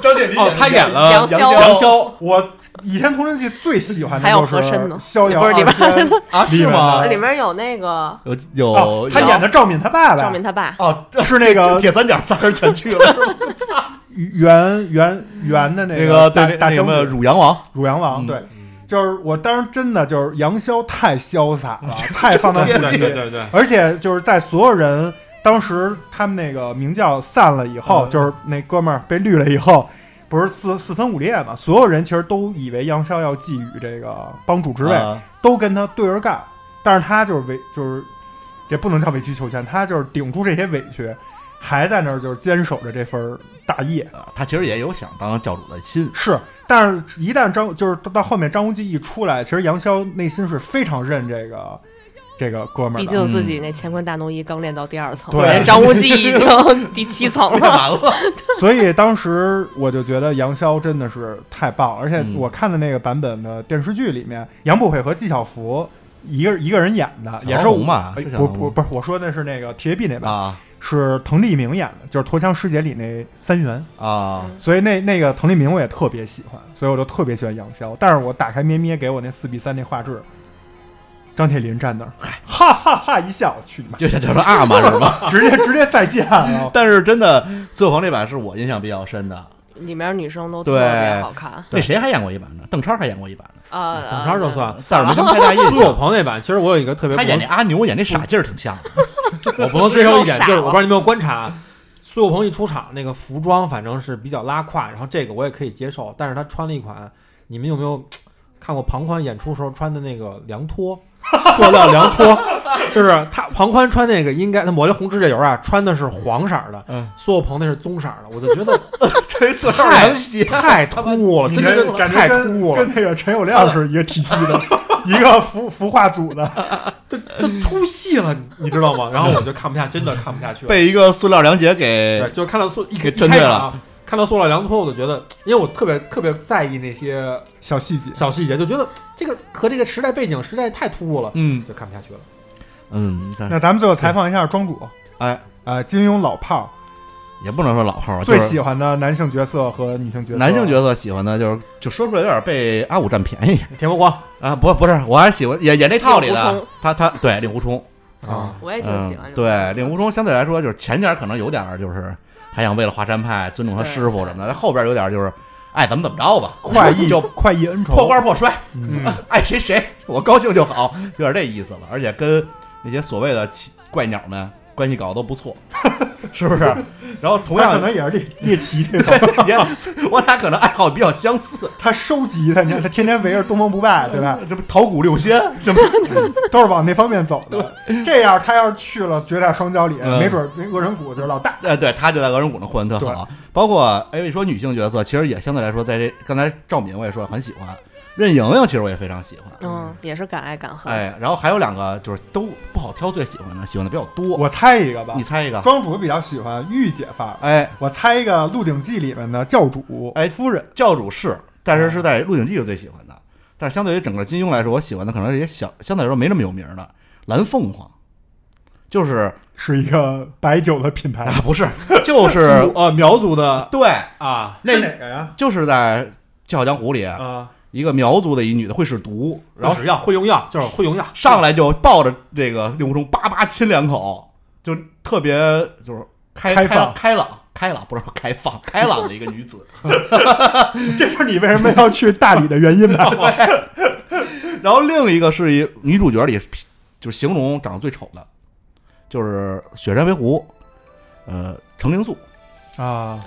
张铁林
哦，他演了
杨逍
杨逍，
我《倚天屠龙记》最喜欢的
还有
就
和珅呢
是逍遥
不是里
二
边
仙，
啊，
里
是
面
吗
的？
里面有那个
有
哦
有，
他
有
演的呃赵敏他爸
赵
爸
敏，他爸，
哦，这
是那个
铁三角仨人全去
*laughs*
了，是吗
袁袁袁的
那
个
个
大
对
大
那什
将
么
军
汝阳王，
汝阳王，
嗯
对。就是我当时真的就是杨逍太潇
*laughs*
洒了，太放荡
对
不
对
羁
对，对对，
而且就是在所有人当时他们那个明教散了以后，
嗯
就是那哥们儿被绿了以后，不是四四分五裂嘛？所有人其实都以为杨逍要觊觎这个帮主之位，
啊
都跟他对着干，但是他就是委就是也不能叫委曲求全，他就是顶住这些委屈，还在那儿就是坚守着这份大业。
啊他其实也有想当教主的心， *laughs*
是，但是一旦张就是到后面张无忌一出来，其实杨逍内心是非常认这个这个哥们儿的，
毕竟自己那乾坤大挪移刚练到第二层，
对
人张无忌已经第七层
练
了。
完了，
所以当时我就觉得杨逍真的是太棒，而且
嗯
我看的那个版本的电视剧里面，杨不悔和纪晓芙一个一个人演的， *laughs* 也
小
是
红
我。
嘛，
哎
是小
不
红
不不是，我说的是那个铁血臂那版，
啊
是滕丽明演的，就是《驼枪师姐》里那三元，
啊，
所以那那个滕丽明我也特别喜欢，所以我就特别喜欢杨逍。但是我打开咩咩给我那四比三那画质，张铁林站那儿，哈哈哈一笑，我去你妈，
就像叫成二嘛是吧？
直接直接再见了。
但是真的，苏有朋这版是我印象比较深的。
里面女生都特别好看，
那谁还演过一版呢？邓超还演过一版呢，
呃，
嗯等超就啊算了。
但是没什么太大印
*laughs* 苏有
象。
朋那版，其实我有一个特别
他
不能
演那阿牛演那傻劲儿挺像的，
我不能接受一点，
傻
就是我
了
不知道你有没有观察，啊苏有朋一出场，那个服装反正是比较拉胯，然后这个我也可以接受，但是他穿了一款，你们有没有看过庞宽演出时候穿的那个凉拖，塑料凉拖， *laughs* 就是他庞宽穿那个应该他抹了红指甲油啊，穿的是黄色儿的，
嗯
苏有朋那是棕色儿的，我就
*laughs*
觉得
这塑料
太
凉鞋，
太突兀了，
你
真的
这
是
感
太
觉
突
跟
兀了，
跟那个陈友谅是一个体系的，一个服服化组的。
这这出戏了，你你知道吗？然后我就看不下，真的看不下去了。
被一个塑料凉鞋给
对，就看到塑一
给
一
针
开
对
场
了
啊看到塑料凉拖，我就觉得，因为我特别特别在意那些
小细节，
小细节，就觉得这个和这个时代背景实在太突兀了，
嗯
就看不下去了。
嗯，但
那咱们最后采访一下庄主，
哎，
呃，金庸老炮儿，
也不能说老炮儿，
最
就是
喜欢的男性角色和女性角色，
男性角色喜欢的就是就说出来有点被阿五占便宜
田伯光
啊，不不是，我还喜欢也也那套里
令狐
的
冲，
他他对令狐冲，
啊，
呃我也挺喜欢
嗯，
这种
对令狐冲相对来说就是前点儿可能有点儿就是还想为了华山派尊重他师傅什么的，但后边儿有点儿就是爱怎么怎么着吧，
快意
就
快意恩仇，
破罐破摔，
嗯，
啊爱谁谁，我高兴就好，有点这意思了。而且跟那些所谓的奇怪鸟们关系搞得都不错， *laughs* 是不是？然后同
他可
样
能也是猎猎奇这种，
*laughs* 对也，我俩可能爱好比较相似，
他收集的，你看他天天围着东方不败，对吧？
这不桃谷六仙，这不
都是往那方面走的。这样他要是去了绝代双骄里，
嗯
没准那恶人谷就是老大。
呃，对，他就在鹅人谷能混得特好。包括哎，说女性角色，其实也相对来说，在这刚才赵敏我也说了很喜欢，任盈盈其实我也非常喜欢。
嗯，也是敢爱敢恨。
哎，然后还有两个就是都不好挑最喜欢的，喜欢的比较多。
我猜一个吧
你，猜一个？
庄主比较喜欢御姐范儿，
哎，
我猜一个《鹿鼎记》里面的教主
哎
夫人，哦
教主是，但是是在《鹿鼎记》是最喜欢的。但是相对于整个金庸来说，我喜欢的可能是一些小，相对来说没那么有名的蓝凤凰，就是
是一个白酒的品牌
啊，，
*laughs*
不是，就是
族呃苗族的
对，
啊，
那
是哪个呀？
就是在《笑傲江湖》里
啊，
一个苗族的一女的会使毒，然
然
后
后药会用药就是会用药，
上来就抱着这个令狐冲叭叭亲两口，就特别就是开
开
开
放
朗开朗开朗，不是开放 *laughs* 开朗的一个女子。
这就是你为什么要去大理的原因 *laughs* 吧？啊
然后另一个是一女主角里，就是形容长得最丑的，就是雪山飞狐，呃，程灵素，
啊，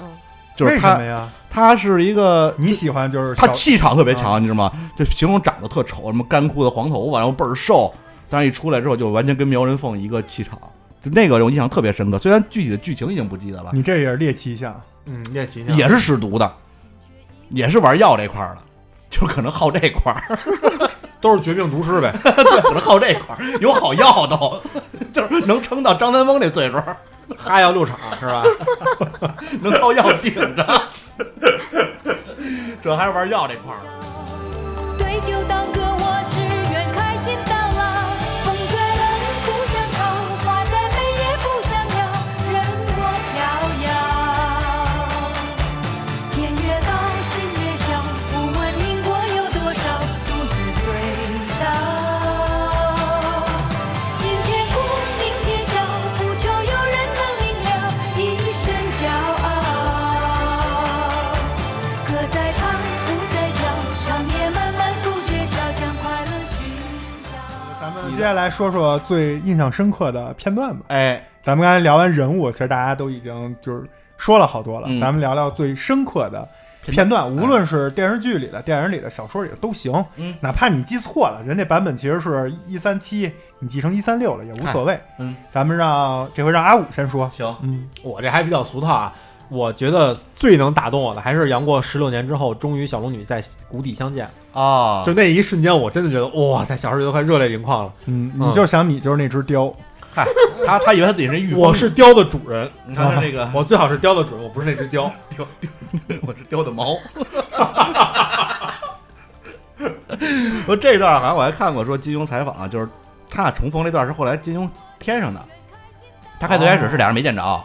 就是
为什
她
么，呀？
她是一个。
你喜欢就是
她
小
气场特别强，你知道吗？就形容长得特丑，什么干枯的黄头发，然后倍儿瘦，但是一出来之后就完全跟苗人凤一个气场，就那个我印象特别深刻。虽然具体的剧情已经不记得了，
你这也是猎奇向，
嗯，练习
也是使毒的，也是玩药这块儿的，就是可能好这块儿，
都是绝命毒师呗， *laughs*
可能好这块儿有好药都，就是能撑到张三丰那岁数，
哈药六厂是吧？ *laughs*
能靠药顶着。主要还是玩药这块儿的。
对酒当歌，我只愿开心到老。风在浪，不想逃；花在飞，也不想要。人若飘摇，天越高，心越小。不问因果有多少，独自醉倒。今天哭，明天笑，不求有人能明了，一身骄傲。歌在唱，舞在跳，长夜漫漫不觉晓，将快乐寻找。
咱们接下来说说最印象深刻的片段吧。
哎，
咱们刚才聊完人物，其实大家都已经就是说了好多了。
嗯
咱们聊聊最深刻的片段，无论是电视剧里的、电影里的、小说里的都行。
嗯
哪怕你记错了，人家版本其实是一三七，你记成一三六了也无所谓。
嗯，
咱们让这回让阿五先说。
行，
嗯，
我这还比较俗套啊。我觉得最能打动我的还是杨过十六年之后，终于小龙女在谷底相见，
啊，
就那一瞬间，我真的觉得哇塞，小时候都快热泪盈眶了。
嗯，
嗯
你就想你就是那只雕，
嗨，他他以为他自己是御风
我是雕的主人，
你看他这个，
我最好是雕的主人，我不是那只雕。
*laughs* 我是雕的毛。我这段好像我还看过，说金庸采访、啊就是他俩重逢那段是后来金庸添上的。他开最开始是俩人没见
*laughs*
着，
啊，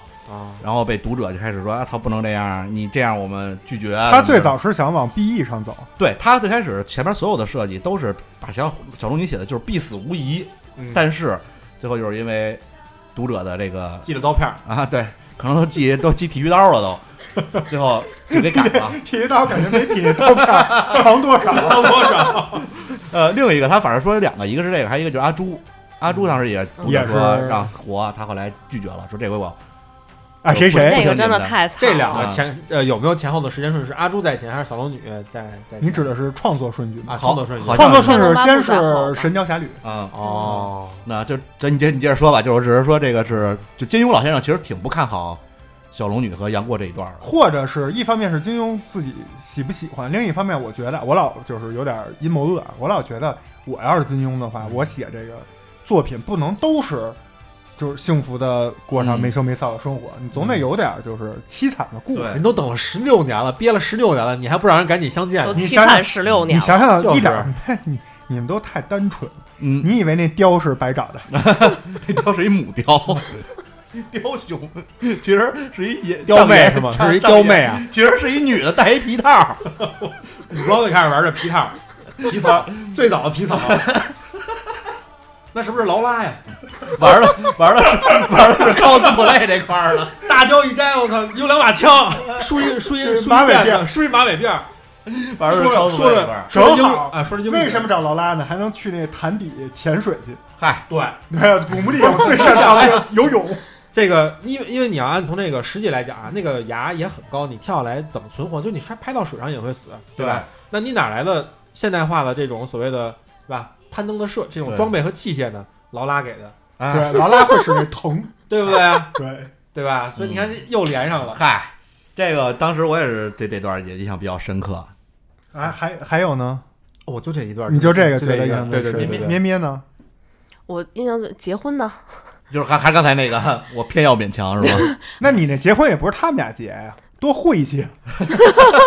然后被读者就开始说：“啊操，不能这样，你这样我们拒绝。”
他最早是想往 BE 上走，
对他最开始前面所有的设计都是把小小龙女写的就是必死无疑，
嗯
但是最后就是因为读者的这个
寄了刀片儿， *laughs*
啊，对，可能都记都记剃须刀了都，最后就给改了。
*laughs* 剃刀感觉没比那刀片儿长多少。
刀多少？
呃，另一个他反正说有两个，一个是这个，还有一个就是阿朱。阿朱当时也读者
也是
说让活，他后来拒绝了，说这回我
啊，谁谁？
那个真的太惨了。
这两个前呃有没有前后的时间顺序？是阿朱在前还是小龙女在在前？
你指的是创作顺序吗？
啊
好
创作顺序
好像
创作顺序先是
天龙八部在后
《神雕侠侣》，
啊、
哦，
那就这你接你接着说吧，就是只是说这个是就金庸老先生其实挺不看好小龙女和杨过这一段儿的。
或者是一方面是金庸自己喜不喜欢，另一方面我觉得我老就是有点阴谋论啊，我老觉得我要是金庸的话，我写这个作品不能都是就是幸福的过上
嗯
没羞没臊的生活，你总得有点就是凄惨的故事。
对
人都等了十六年了，憋了十六年了，你还不让人赶紧相见
都？
你
凄
想想
惨十六年
你
了，
想想
就是
一点儿，你你们都太单纯了，
*laughs*
嗯，
你以为那雕是白长的？
那雕是一母雕， *laughs* 雕熊，其实是一野
雕妹
丈
是吗
丈
是一
丈
雕妹啊
其实是一女的戴一皮套，
古装就开始玩这皮
*laughs*
套，皮草，最早的皮草， *laughs* 那是不是劳拉呀？
*laughs* 玩了玩了玩了是 cosplay 这块儿了，
大雕一摘，我操，有两把
*laughs*
枪，梳一梳一梳一
马尾
辫
辫
子，梳一马尾辫儿，
玩
说
了
着
是 cosplay
说
这块
着
儿，
说着
正
英
好
啊，说着英语
*laughs* 为什么找劳拉呢？还能去那潭底潜水去？
嗨，
对？
对，啊古墓丽影最擅长的游 *laughs* 泳。
这个，因为因为你要按从那个实际来讲啊，那个崖也很高，你跳下来怎么存活？就你摔拍到水上也会死，对吧？那你哪来的现代化的这种所谓的是吧攀登的设这种
对
装备和器械呢？劳拉给的，
啊，
对，劳拉会使那藤。
对不对啊？ *laughs*
对，
对吧？所以你
嗯
看这又连上了。
嗨，这个当时我也是对这段也印象比较深刻，
啊，还还有呢？
我就这一段，
你就这个
就
觉
这
得
一
印
段
象
对
最
对
深
对
咩
对
咩
对。
咩呢？
我印象最结婚呢，
就是还还刚才那个，我偏要勉强是吧？
那你那结婚也不是他们俩结呀，多会一结，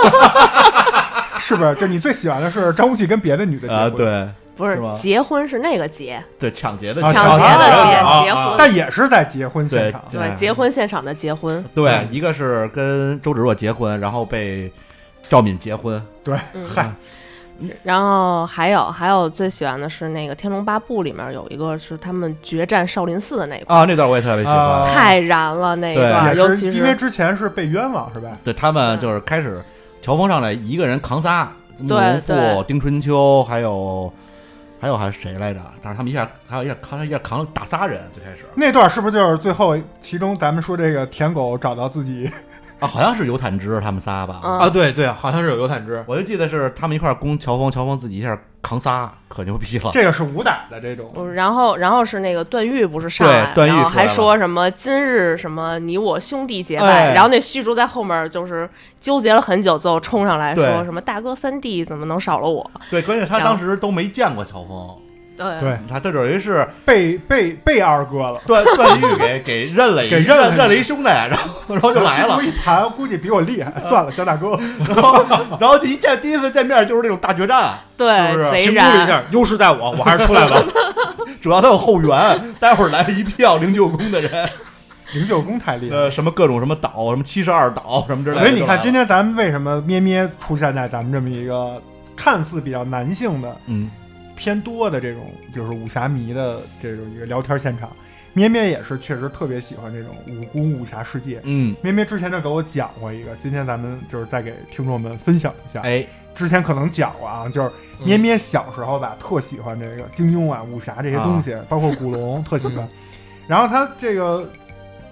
*laughs* 是不是？就你最喜欢的是张无忌跟别的女的结婚，
啊，，对
不是
是吗
结婚是那个结，
对，抢劫的
啊
抢劫
的
的
啊
结，
啊
结
啊
婚
但也是在结婚现
对
场。
对结婚现场的结婚，
对，一个是跟周芷若结婚，然后被赵敏结婚，
对，
嗯
嗨，
然后还有还有最喜欢的是那个《天龙八部》里面有一个是他们决战少林寺的那一块，
啊，那段我也特别喜欢
啊。
太燃了那一
对
段，啊尤
也
其
是因为之前是被冤枉是吧？
对他们就是开始，乔峰上来一个人扛仨，慕容复、
对
丁春秋，还有还有还有谁来着？但是他们一下还有一下扛他一下扛了打仨人，最开始
那段是不是就是最后其中咱们说这个舔狗找到自己
啊，好像是有坦之他们仨吧。
嗯
啊，对对，好像是有游坦之，
我就记得是他们一块儿攻乔峰，乔峰自己一下扛仨，可牛逼了。
这个是武打的这
我
种，
嗯然后，然后是那个段誉不是上来，
对段誉
然后
出来
还
了
说什么今日什么你我兄弟结拜，
哎
然后那虚竹在后面就是纠结了很久，最后冲上来说
对
什么大哥三弟怎么能少了我？
对，关键他
然后
当时都没见过乔峰，
对
对，
他这等于是
被被被二哥了。
段段誉给给认了一
给认了
认了一兄弟，然后然后就来
*laughs*
了啊
我，一盘估计比我厉害，算了，小大哥， *laughs*
然后然后就一见第一次见面就是这种大决战，
对
是不是？
贼
评估一
燃，
下，优势在我，我还是出来吧。
*laughs*
主要他有后援，待会儿来了一票灵鹫宫
*laughs*
的人，
灵鹫宫太厉害了。
呃，什么各种什么岛，什么七十二岛什么之类的。
所以你看，今
天
天咱们为什么咩咩出现在咱们这么一个看似比较男性的、
嗯，
偏多的这种就是武侠迷的这种一个聊天现场？咩咩也是确实特别喜欢这种武功武侠世界。
嗯，
咩咩之前就给我讲过一个，今天咱们就是再给听众们分享一下。
哎，
之前可能讲过啊，就是咩咩小时候吧，特喜欢这个金庸啊、武侠这些东西，包括古龙，特喜欢。然后他这个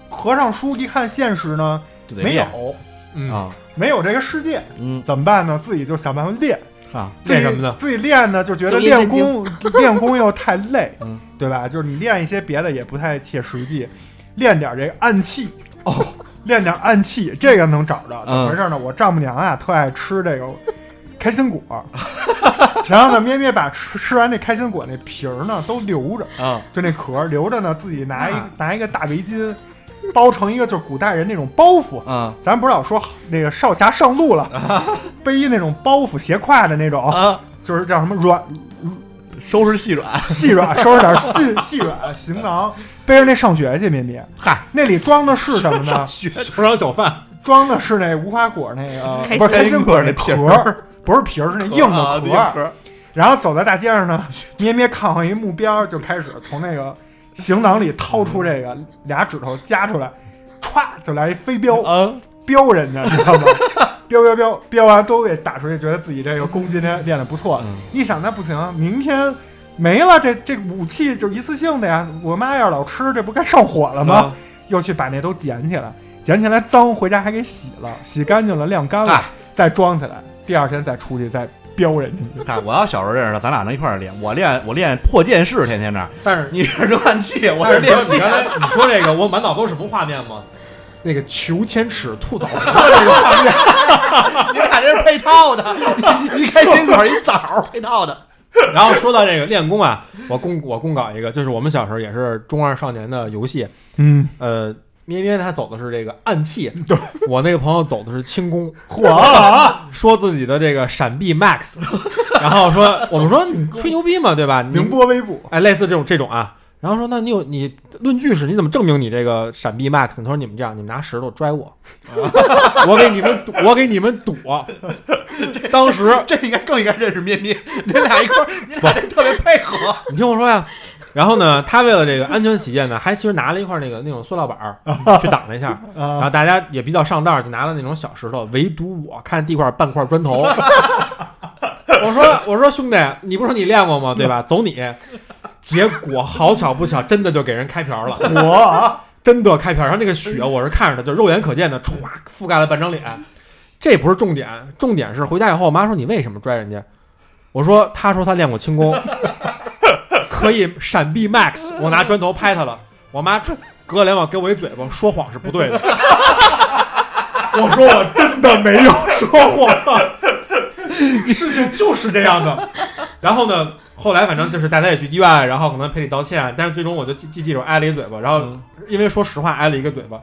合上书一看现实呢，
就得
没
练
有，
*laughs* 嗯，
啊，
没有这个世界，
嗯
怎么办呢？自己就想办法练，
啊，
自己
练什么呢
自己练呢，就觉得
就
练 *laughs*
练
功练功又太累
嗯，
对吧？就是你练一些别的也不太切实际，练点这个暗器哦，嗯练点暗器，这个能找着。怎么回事呢？我丈母娘啊，特爱吃这个开心果， *laughs* 然后呢，咩咩把吃吃完这开心果那皮儿呢都留着，
啊，
就那壳儿留着呢，自己拿一拿一个大围巾包成一个，就是古代人那种包袱。
啊
咱不是老说那个少侠上路 *laughs* 了，背一那种包袱斜挎的那种，
啊，
就是叫什么软
收拾细软，
细软，收拾点细细软行囊，背着那上学去，咩咩。
嗨，
那里装的是什么呢？
收场小贩，
装的是那无花果那 *laughs* 个，
开心
不是
哎
开心果那
开心
壳
果那皮
儿，不是皮儿，是那硬
啊
的
对
壳儿。
儿，
然后走在大街上呢，咩咩看上一目标，就开始从那个行囊里掏出这个俩指头夹出来，歘就来一飞镖。
啊，
彪人家，你知道吗？ *laughs* 彪彪彪彪完都给打出去，觉得自己这个功今天练得不错。
嗯
一想那不行，明天没了这这武器就一次性的呀，我妈要是老吃，这不该上火了
嗯
吗？又去把那都捡起来，捡起来脏，回家还给洗了，洗干净了晾干了，
嗨
再装起来，第二天再出去再彪人家去。
嗨，我要小时候认识他，咱俩能一块儿练，我练我练破剑士，天天这儿， *laughs*
但是
你是扔暗器，我
但
是
是
练
你
剑
刚，才你说这个，我满脑都什么画面吗？那个求千尺，吐草绳的这个画面，
你俩这是配套的， *laughs* 一开心果一枣儿配套的，
然后说到这个练功啊，我供我供稿一个，就是我们小时候也是中二少年的游戏，
*laughs* 嗯，
呃，咩咩他走的是这个暗器，我那个朋友走的是轻功，
火了，
说自己的这个闪避 max，然后说我们说你吹牛逼嘛，对吧？你
宁波微步，
哎，类似这种这种啊。然后说那你有你论据是你怎么证明你这个闪避 max？呢他说你们这样，你们拿石头拽我，我给你们躲，我给你们躲。当时
这应该更应该认识咩咩，你俩一块儿，你俩这特别配合。
你听我说呀。然后呢，他为了这个安全起见呢，还其实拿了一块那个那种塑料板儿去挡了一下，然后大家也比较上道儿，就拿了那种小石头，唯独我看地块半块砖头。 *laughs* 我说我说兄弟，你不是说你练过吗？对吧？走你。结果好巧不巧，真的就给人开瓢了，
我啊
真的开瓢。然后那个血我是看着的，就肉眼可见的，歘覆盖了半张脸。这不是重点，重点是回家以后，我妈说你为什么拽人家？我说她说她练过轻功， *laughs* 可以闪避 max。我拿砖头拍她了，我妈出隔两网给我一嘴巴，说谎是不对的。我说我真的没有说谎，事情就是这样的。然后呢，后来反正就是大家也去医院，然后可能赔礼道歉，但是最终我就记记记住挨了一嘴巴，然后因为说实话挨了一个嘴巴。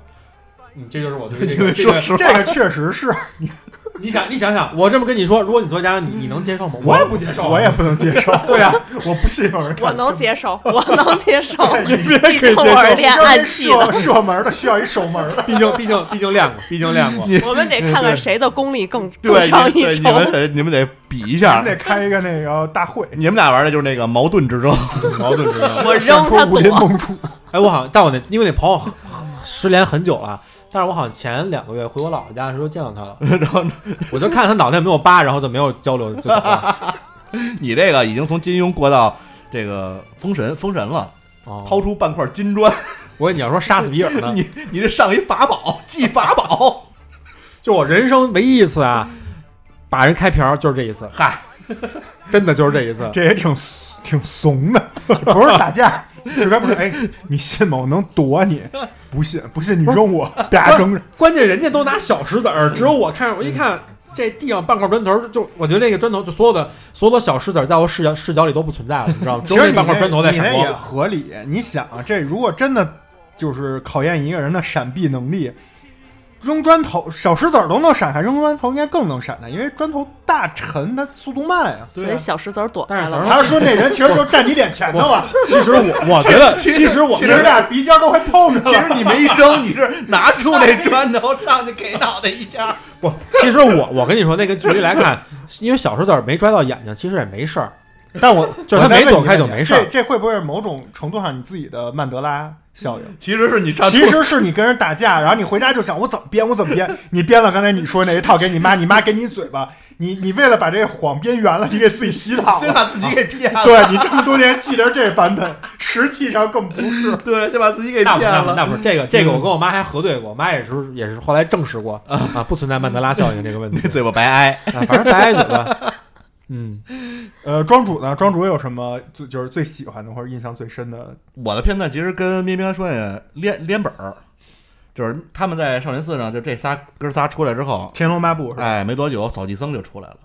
嗯，这 *laughs* 就是我对这个这个
实
这个确实是，
*laughs* 你想，你想想，我这么跟你说，如果你做家长，你你能接受吗？我也不接受啊，
我也不能接
*laughs*
受。对呀，我不信有人看
我能接受，我能接受。
你别
毕竟我是练暗器
射
的，
射门的需要一守门的，
毕竟毕竟毕竟练过，毕竟练过。
*laughs* 我们得看看谁的功力更更
对，
上
你
一
对你
筹。
们得你们得比一
咱
下
啊
们，得开一个那个大会，
你们俩玩的就是那个矛盾之争，
矛盾之争。
我扔
出
他
武林
躲，
盟主，
哎，我好像，但我那因为那朋友很失联很久了，但是我好像前两个月回我姥姥家的时候见到他了，
*laughs* 然后
我就看他脑袋有没有疤，然后就没有交流，就走了。
你这个已经从金庸过到这个封神封神了，
哦，
掏出半块金砖，
我以为你要说杀死比尔呢，
你你这上一法宝，祭法宝，
就我人生唯一一次啊，把人开瓢就是这一次，
嗨，
真的就是这一次。
这也挺挺怂的，不是打架。这边不是哎，你信吗？我能躲你，不信不信你扔我，俩扔着。
关键人家都拿小石子儿，只有我看，我一看这地上半块砖头儿，就我觉得那个砖头就所有的所有的小石子儿在我视角视角里都不存在了，你知 *laughs* 道吗？只
其
有
实
那半
你
块
那
砖头在
你那
闪
也
光。
合理。你想啊，这如果真的就是考验一个人的闪避能力，扔砖头小石子儿都能闪开，扔砖头应该更能闪开，因为砖头大沉，它速度慢呀、
所以小石子儿躲
但
开
是小
了
石。
还是说那人其实就站你脸前头了？
其实我我觉得， *laughs* 其实我
你
觉
们
得，
俩鼻尖都快碰着
*laughs* 其
了。
实你没扔，你是拿出那砖头上去给脑袋一下，
不，其实我我跟你说，那个距离来看，因为小石子儿没抓到眼睛，其实也没事儿。
但我
就是他没躲开就没事儿
这这会不会是某种程度上你自己的曼德拉效应？
*laughs* 其实是你上
其实是你跟人打架，然后你回家就想我怎么编，我怎么编？你编了刚才你说那一套给你妈，你妈给你一嘴巴，你你为了把这个谎编圆了，你给自己洗脑
*laughs* 先
了。
把自己给骗了，
对你这么多年记得这版本，实际上更不是。
对，先把自己给
那
骗
不那不
了。
那不是这个这个，我跟我妈还核对过，我妈也是也是后来证实过嗯啊，不存在曼德拉效应这个问题
*laughs* 那嘴巴白挨，
啊，反正白挨嘴吧。 *laughs* 嗯，
*laughs* 呃，庄主呢？庄主有什么最就是最喜欢的或者印象最深的？
我的片段其实跟咩咩说的连连本儿，就是他们在少林寺上，就这仨哥仨出来之后，
《天龙八部》是吧？
哎，没多久扫地僧就出来了。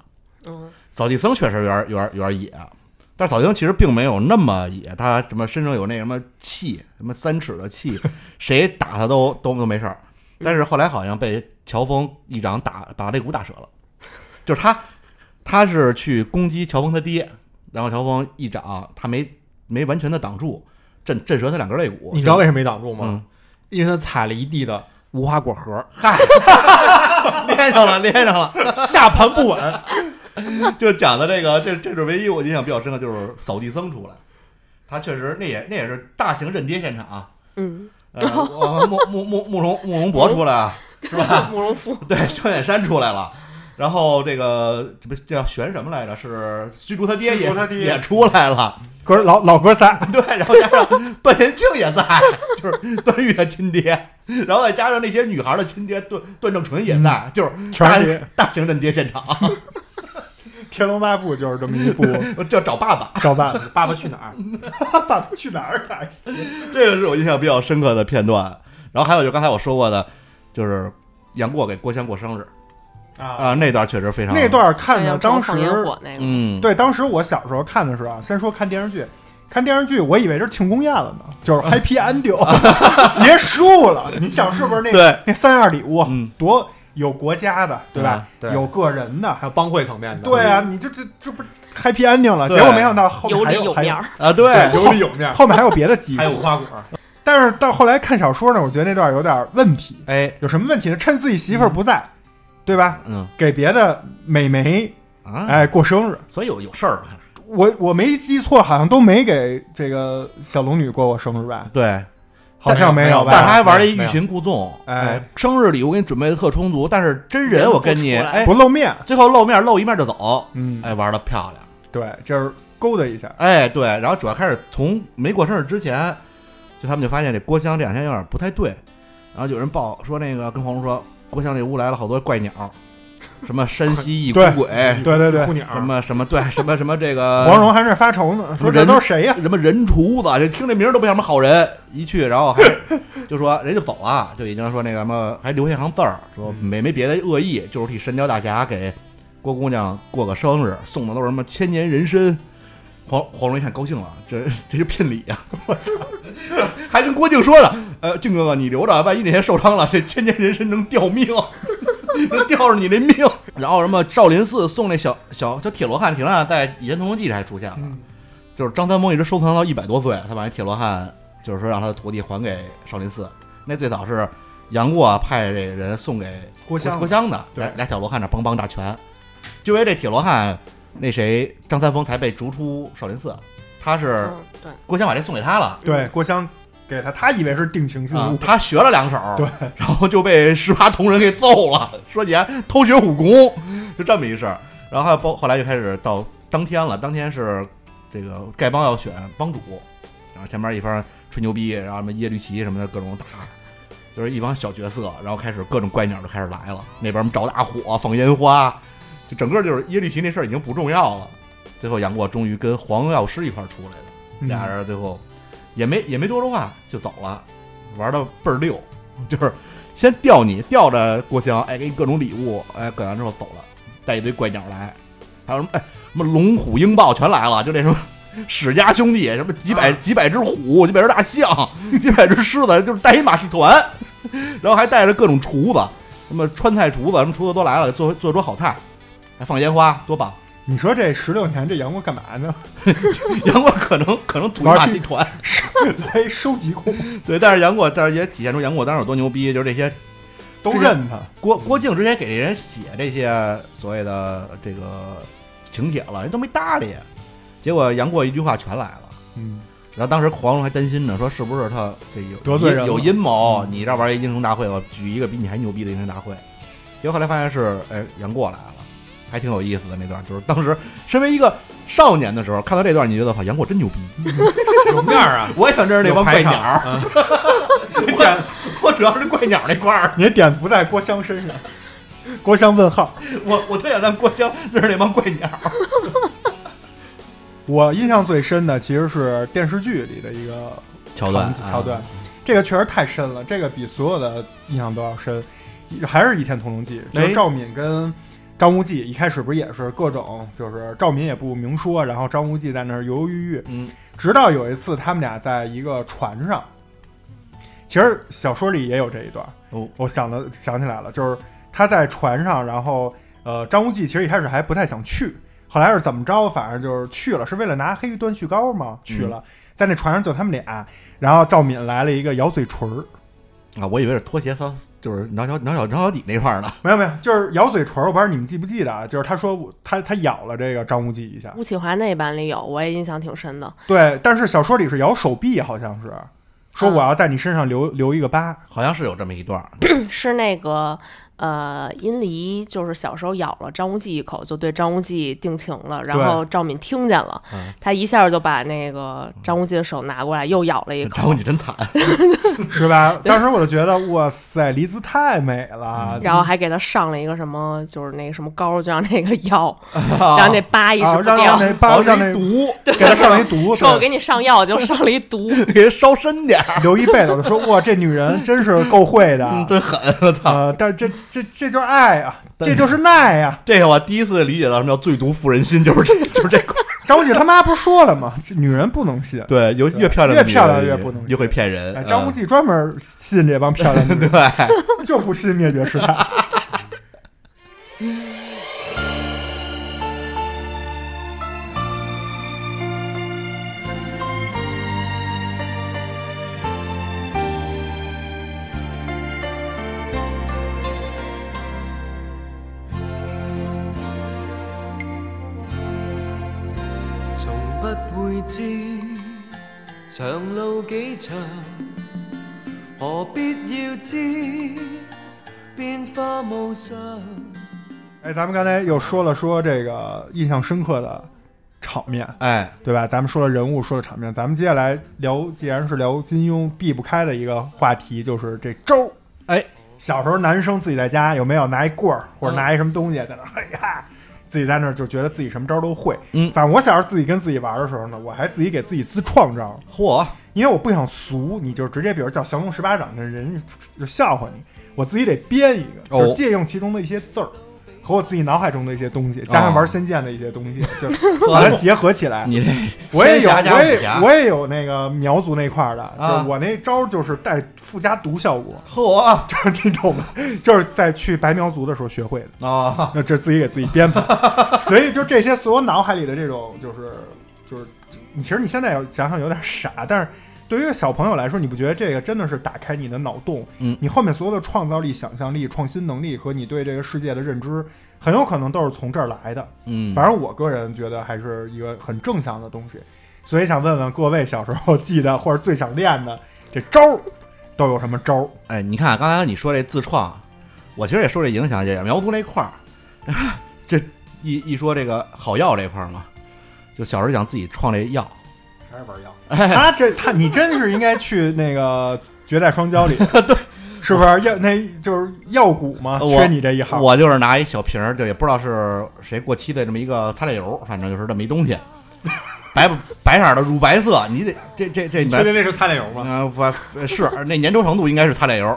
嗯，
扫地僧确实有点有点有点野，啊但是扫地僧其实并没有那么野，他什么身上有那什么气，什么三尺的气，谁打他都都都没事儿。但是后来好像被乔峰一掌打把肋骨打折了，就是他他是去攻击乔峰他爹，然后乔峰一掌他没没完全的挡住，震震折他两根肋骨。
你知道为什么没挡住吗
嗯？
因为她踩了一地的无花果核，
嗨， *laughs* 连上了，连上了。
*laughs* 下盘不稳。
*laughs* 就讲的这个，这这是唯一我印象比较深的，就是扫地僧出来，他确实那也那也是大型认爹现场啊。
嗯，
呃，我慕慕慕慕容慕容博出来啊，是
*laughs*
吧？
慕容复
*laughs* 对，张远山出来了，然后这个这不这叫玄什么来着？是虚竹他爹
虚
也
竹他爹
也出来了， *laughs*
哥老老哥仨，
对，然后加上段延庆也在， *laughs* 就是段誉的亲爹，然后再加上那些女孩的亲爹段段正淳也在，就是
嗯全
大
是爹
大型认爹现场， *laughs*
《天龙八部》就是这么一 *laughs* 部
叫找爸爸。
*laughs* 照办的。
爸爸去哪儿？
嗯爸爸去哪儿啊？
这个是我印象比较深刻的片段。然后还有就是刚才我说过的，就是杨过给郭襄过生日啊、那段确实非常
那段看
哎呀
着当
装放烟
时
火那个，
嗯，
对，当时我小时候看的时候啊，先说看电视剧，看电视剧我以为是庆功宴了呢，就是 Happy Ending，结束了。你想是不是那
对
那三样礼物
嗯
多？有国家的，对吧？
对
有个人的，
还有帮会层面的，
对啊，，你这这这不是 happy ending 了？
对
结果没想到后面
有
还
里
有
有
还
面
有
儿，
啊，对，
有理有面，
后面还有别的机
还有无
制。
花果，
但是到后来看小说呢，我觉得那段有点问题。
哎，
有什么问题呢？趁自己媳妇儿不在，对吧？
嗯
给别的美眉
啊，，
哎过生日，
所以有有事儿嘛，
我我没记错，好像都没给这个小龙女过过生日吧？
对，
好像
没有
有
没有
但是他
吧？
还玩了一
没
欲
有
擒故纵，
哎
哎，生日礼物给你准备的特充足，但是真人我跟你
人不出来
哎，
不露面，
最后露面露一面就走，
嗯，
哎，玩的漂亮，
对，就是勾搭一下，
哎，对，然后主要开始从没过生日之前，就他们就发现这郭襄这两天有点不太对，然后有人报说那个跟黄蓉说郭襄这屋来了好多怪鸟，什么山西一孤
*laughs* 对
鬼，
对对对
姑，娘
什么什么对什么什么这个
黄蓉还在发愁呢，说这
人
都是谁呀？
什么人厨子，这听这名儿都不像什么好人。一去，然后 *laughs* 还就说人就走了，就已经说那个什么，还留下一行字儿，说没没别的恶意，就是替神雕大侠给郭姑娘过个生日，送的都是什么千年人参。黄黄蓉一看高兴了，这这是聘礼呀、 *laughs* 我操，还跟郭靖说呢，呃，靖哥哥你留着，万一哪天受伤了，这千年人参能吊命， *laughs* 能吊着你那命。然后什么少林寺送那小小小铁罗汉，铁罗汉在《倚天屠龙记》里还出现了，
嗯
就是张三丰一直收藏到一百多岁，他把那铁罗汉就是说让他的徒弟还给少林寺。那最早是杨过啊派这个人送给
郭襄
郭襄的，
对
俩俩小罗汉那梆梆大拳，就因为这铁罗汉，那谁张三丰才被逐出少林寺。他是
嗯，对，
郭襄把这送给他了，
对，郭襄给他，他以为是定情信
啊
物，，
他学了两手，
对，
*laughs* 然后就被十八铜人给揍了，说你还偷学武功，就这么一事儿。然后还有包，后来就开始到当天了，当天是这个丐帮要选帮主，然后前面一帮吹牛逼，然后什么耶律齐什么的各种打，就是一帮小角色，然后开始各种怪鸟就开始来了，那边着大火放烟花，就整个就是耶律齐那事儿已经不重要了。最后杨过终于跟黄药师一块儿出来了。
嗯
俩人最后也没也没多说话就走了，玩的倍儿溜， *laughs* 就是先吊你吊着郭襄，哎，给你各种礼物，哎，给完之后走了，带一堆怪鸟来，还有什么哎什么龙虎鹰豹全来了，就那什么。 *laughs* 史家兄弟，什么几百几百只虎，几百只大象，几百只狮子，就是带一马戏团， *laughs* 然后还带着各种厨子，什么川菜厨子，什么厨子都来了，做做一桌好菜，还放烟花，多棒！ *laughs*
你说这十六年这杨过干嘛呢？ *laughs*
杨过可能可能组一马戏团，
来收集控，
对，但是杨过，但是也体现出杨过当时有多牛逼，就是这些
都认他，
郭郭靖之前给这人写这些所谓的这个请帖了，人都没搭理，结果杨过一句话全来了。
嗯，
然后当时黄蓉还担心呢，说是不是他这有
得罪人了
有阴谋？
嗯
你这玩意儿英雄大会，我举一个比你还牛逼的英雄大会。结果后来发现是，哎，杨过来了，还挺有意思的那段，就是当时身为一个少年的时候，看到这段，你觉得操，杨过真牛逼，
有面儿
*laughs*
啊，
我也想认识那帮怪鸟儿，
嗯
*laughs* 我主要是怪鸟那块儿，
你的点不在郭襄身上，郭襄问号。
我我特想让郭襄认识那帮怪鸟。
我印象最深的其实是电视剧里的一个
桥啊
场景桥段，这个确实太深了，这个比所有的印象都要深。还是《倚天屠龙记》，就
哎
是赵敏跟张无忌一开始不是也是各种，就是赵敏也不明说，然后张无忌在那儿犹犹豫豫，
嗯，
直到有一次他们俩在一个船上，其实小说里也有这一段。
哦，
我想了想起来了，就是他在船上，然后呃，张无忌其实一开始还不太想去，后来是怎么着，反正就是去了，是为了拿黑缎絮膏嘛，去了，在那船上就他们俩，然后赵敏来了一个咬嘴唇儿，
啊，我以为是拖鞋骚，就是挠小挠小挠小底那块儿呢。
没有没有，就是咬嘴唇儿，我不知道你们记不记得啊，就是他说我他他咬了这个张无忌一下，
吴启华那版里有，我也印象挺深的。
对，但是小说里是咬手臂，好像是。说我要在你身上留留一个疤，
好像是有这么一段儿，
嗯
是那个呃，殷离就是小时候咬了张无忌一口，就对张无忌定情了。然
对
后赵敏听见了，
嗯
他一下就把那个张无忌的手拿过来，又咬了一
嗯张
口
你，真
*laughs*
惨，
是吧？当时我就觉得，哇塞，梨子太美了。啊
然后还给他上了一个什么，就是那个什么膏，就让那个 *laughs* 药，让那疤一直
啊，
不
让
掉
让。那疤，让
是
那
一毒，
给他上了一毒，
说我
对
给你上药，就上了一
*laughs*
毒。
给烧深点儿，
*laughs* 留一辈子。我就说哇，这女人真是够会的。啊
嗯，真狠，我操！
呃，但是这这这就是爱啊，
但
这就是耐啊！
这个我第一次理解到什么叫最毒妇人心，就是这，就是这块儿。
张无忌他妈不是说了吗？这女人不能信。哎
对，有
对
越漂亮的
越漂亮
女人
越不能
越会骗人
哎。张无忌专门信这帮漂亮的女人，
嗯
*laughs*
嗯对，
就不信灭绝师太。
从不会知长路几长，何必要知变化无常？
哎，咱们刚才又说了说这个印象深刻的场面，
哎，
对吧？咱们说了人物，说了场面，咱们接下来聊，既然是聊金庸，避不开的一个话题就是这粥。
哎，嗯
小时候男生自己在家有没有拿一棍儿或者拿一什么东西在那儿，哎呀，自己在那儿就觉得自己什么招都会。
嗯
反正我小时候自己跟自己玩的时候呢，我还自己给自己自创招，
嚯，
因为我不想俗，你就直接比如叫降龙十八掌，那人就笑话你。我自己得编一个，
哦
就是借用其中的一些字儿。和我自己脑海中的一些东西，加上玩《仙剑》的一些东西，
*laughs*
就把它结合起来。
哦你这
我也有，
仙侠加
我
武
也
侠
我也有那个苗族那块儿的，就
啊
是我那招就是带附加毒效
*laughs*
果，
嚯啊
就是你懂吗？就是在去白苗族的时候学会的，
啊，
那这自己给自己编吧。 *laughs* 所以就这些，所有脑海里的这种，就是就是，你其实你现在有想想有点傻，但是。对于一个小朋友来说，你不觉得这个真的是打开你的脑洞？
嗯
你后面所有的创造力、想象力、创新能力和你对这个世界的认知，很有可能都是从这儿来的。
嗯，
反正我个人觉得还是一个很正向的东西，所以想问问各位小时候记得或者最想练的这招儿都有什么
*laughs*
招儿？
哎，你看刚才你说这自创，我其实也受这影响，也苗族那块儿， *laughs* 这一一说这个好药这块儿嘛，就小时候想自己创这药，
还是玩药？
哎，
他这他你真是应该去那个绝代双
*laughs*
骄里，对，是不是药那就是药蛊嘛？
呃我
缺你这一行。
我就是拿一小瓶儿，就也不知道是谁过期的这么一个擦脸油，反正就是这么一东西，白不白色的乳白色，你得这这这
你确定那是擦脸油吗？
啊，不是那粘稠程度应该是擦脸油， *laughs*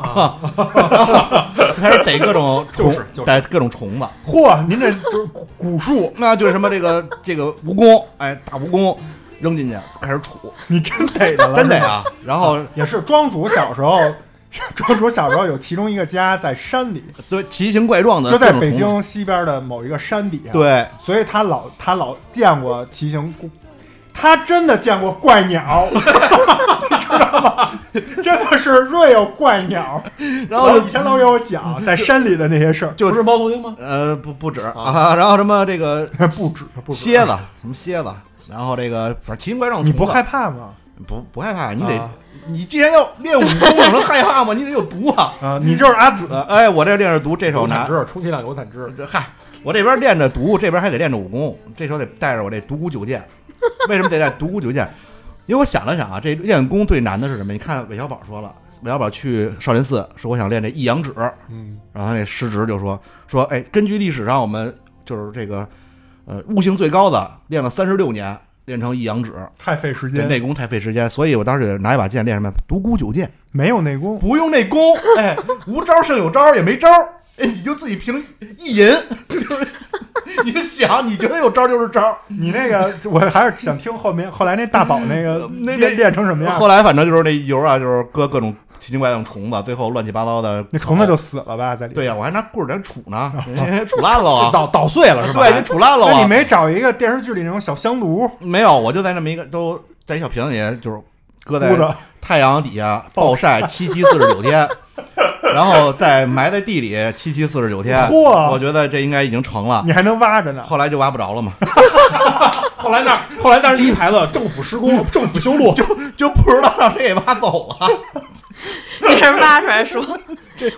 开始逮各种虫
啊就是就，是
逮各种虫子，
嚯，您这就是蛊蛊术，
那就是什么这个这个蜈蚣，哎，大蜈蚣扔进去开始杵，
你真逮
*laughs*
着了，
真的呀。然后
也是庄主小时候。 *laughs* 庄主小时候有其中一个家在山里，
对奇形怪状的
就
各
在
呃种
北
虫子，
京西边的某一个山底下。 *laughs*
对，
所以他老他老见过骑行怪，他真的见过怪鸟， *laughs* 你知道吗？真的是瑞有怪鸟，
然后
我
就
以前老给我讲在山里的那些事儿，
就
不是猫头鹰吗？
呃不不止啊，然后什么这个
不止不止
蝎，子什么蝎子，然后这个反正奇形怪状的
你
虫子，
不害怕吗？
不不害怕，你得
啊
你既然要练武功，怎么能害怕吗？你得有毒啊！
啊，你就是阿紫，
哎，我这练着毒，这手
有
拿
坦汁，充其量有坦汁。
这嗨，我这边练着毒，这边还得练着武功，这时候得带着我这独孤九剑。为什么得带独孤九剑？因为我想了想啊，这练功最难的是什么？你看韦小宝说了，韦小宝去少林寺说我想练这一阳指，
嗯，
然后那师侄就说说，哎，根据历史上我们就是这个呃悟性最高的练了三十六年，练成一阳指，
太费时
这
间，
内功太费时间，所以我当时就拿一把剑练什么独孤九剑，
没有内功，
不用内功，哎，无招胜有招，也没招，哎，你就自己凭意淫， *laughs* 就是你就想你觉得有招就是招。
你那个我还是想听后面后来那大宝那个
呃那
练练成什么样
后。来反正就是那油啊，就是搁各种奇形怪状虫子，最后乱七八糟的。
那虫子就死了吧，在里面
对呀、我还拿棍儿在那杵
*laughs*
呢，人家杵烂了
是
啊！
捣捣碎了是吧？
对，人杵烂了
那你
啊！
没找一个电视剧里那种小香炉
没有，我就在那么一个都在一小瓶子里，就是搁在
箍着？
太阳底下暴晒七七四十九
*laughs*
天，然后再埋在地里七七四十九天。
嚯
我觉得这应该已经成了。
你还能挖着呢。
后来就挖不着了嘛。
后来那儿后来那儿立一牌子，政府施工，政府修路， *laughs* 就
*laughs* 就不知道让谁给挖走了。
那人挖出来说，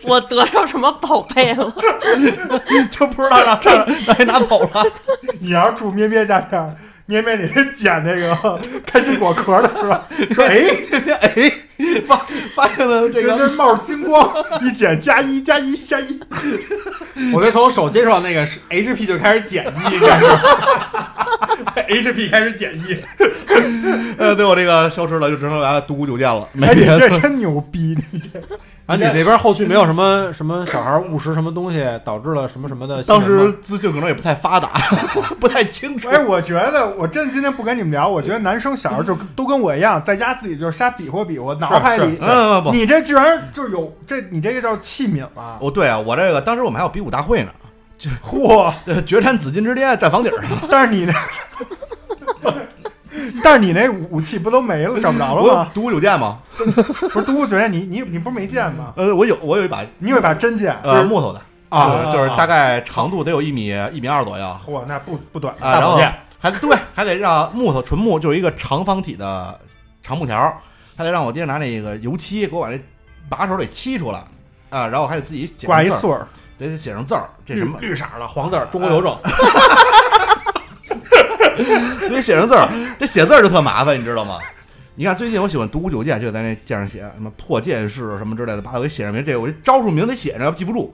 我得着什么宝贝了？
就不知道
*laughs*
让让让谁拿走了。
你要是住咩咩家片儿，咩咩你得捡那 *laughs* 个开心果壳的是吧？说哎，
哎，发发现了这
这
个，
这冒着金光，一捡加一加一加 *laughs* 一，
我就从手接触到那个是 HP 就开始减一， *laughs* 应该是 HP 开始减一。
呃，对我这个消失了，就只能拿独孤九剑了，没
哎，你
别
这
的。
真牛逼！你这
然后啊你那边后续没有什么什么小孩误食什么东西，导致了什么什么的新
当
闻吗。
时资讯可能也不太发达， *laughs* 不太清楚。
哎，我觉得我真的今天不跟你们聊，我觉得男生小时候就都跟我一样，在家自己就是瞎比划比划，脑海里
是。
嗯，不，
你这居然就有这，你这个叫器皿啊！
我对啊，我这个当时我们还有比武大会呢，
嚯！
呃决战紫禁之巅，站房顶上，
但是你那， *laughs* 但是你那武器不都没了，找不着
我
了
有
吗？
独孤九剑吗？
不是独孤九剑，你你你不是没剑吗？
呃，我有，我有一把
你有一把真剑
呃木头的
啊，
就是就是大概长度得有一米一米二左右啊，
嚯，那不不短
大
然
宝
后
剑
还对，还得让木头纯木，就是一个长方体的长木条儿，还得让我爹拿那个油漆给我把那把手给漆出来啊，然后还得自己写
挂
上
一
字儿，
穗儿， *laughs*
得写上字儿，这什么
绿色的黄字儿，中国邮政。
*laughs* 得写上字儿，这写字儿就特麻烦，你知道吗？你看最近我喜欢独孤九剑，就在那剑上写什么破剑士什么之类的，把我给写上名。这个我这招数名得写上，要不记不住。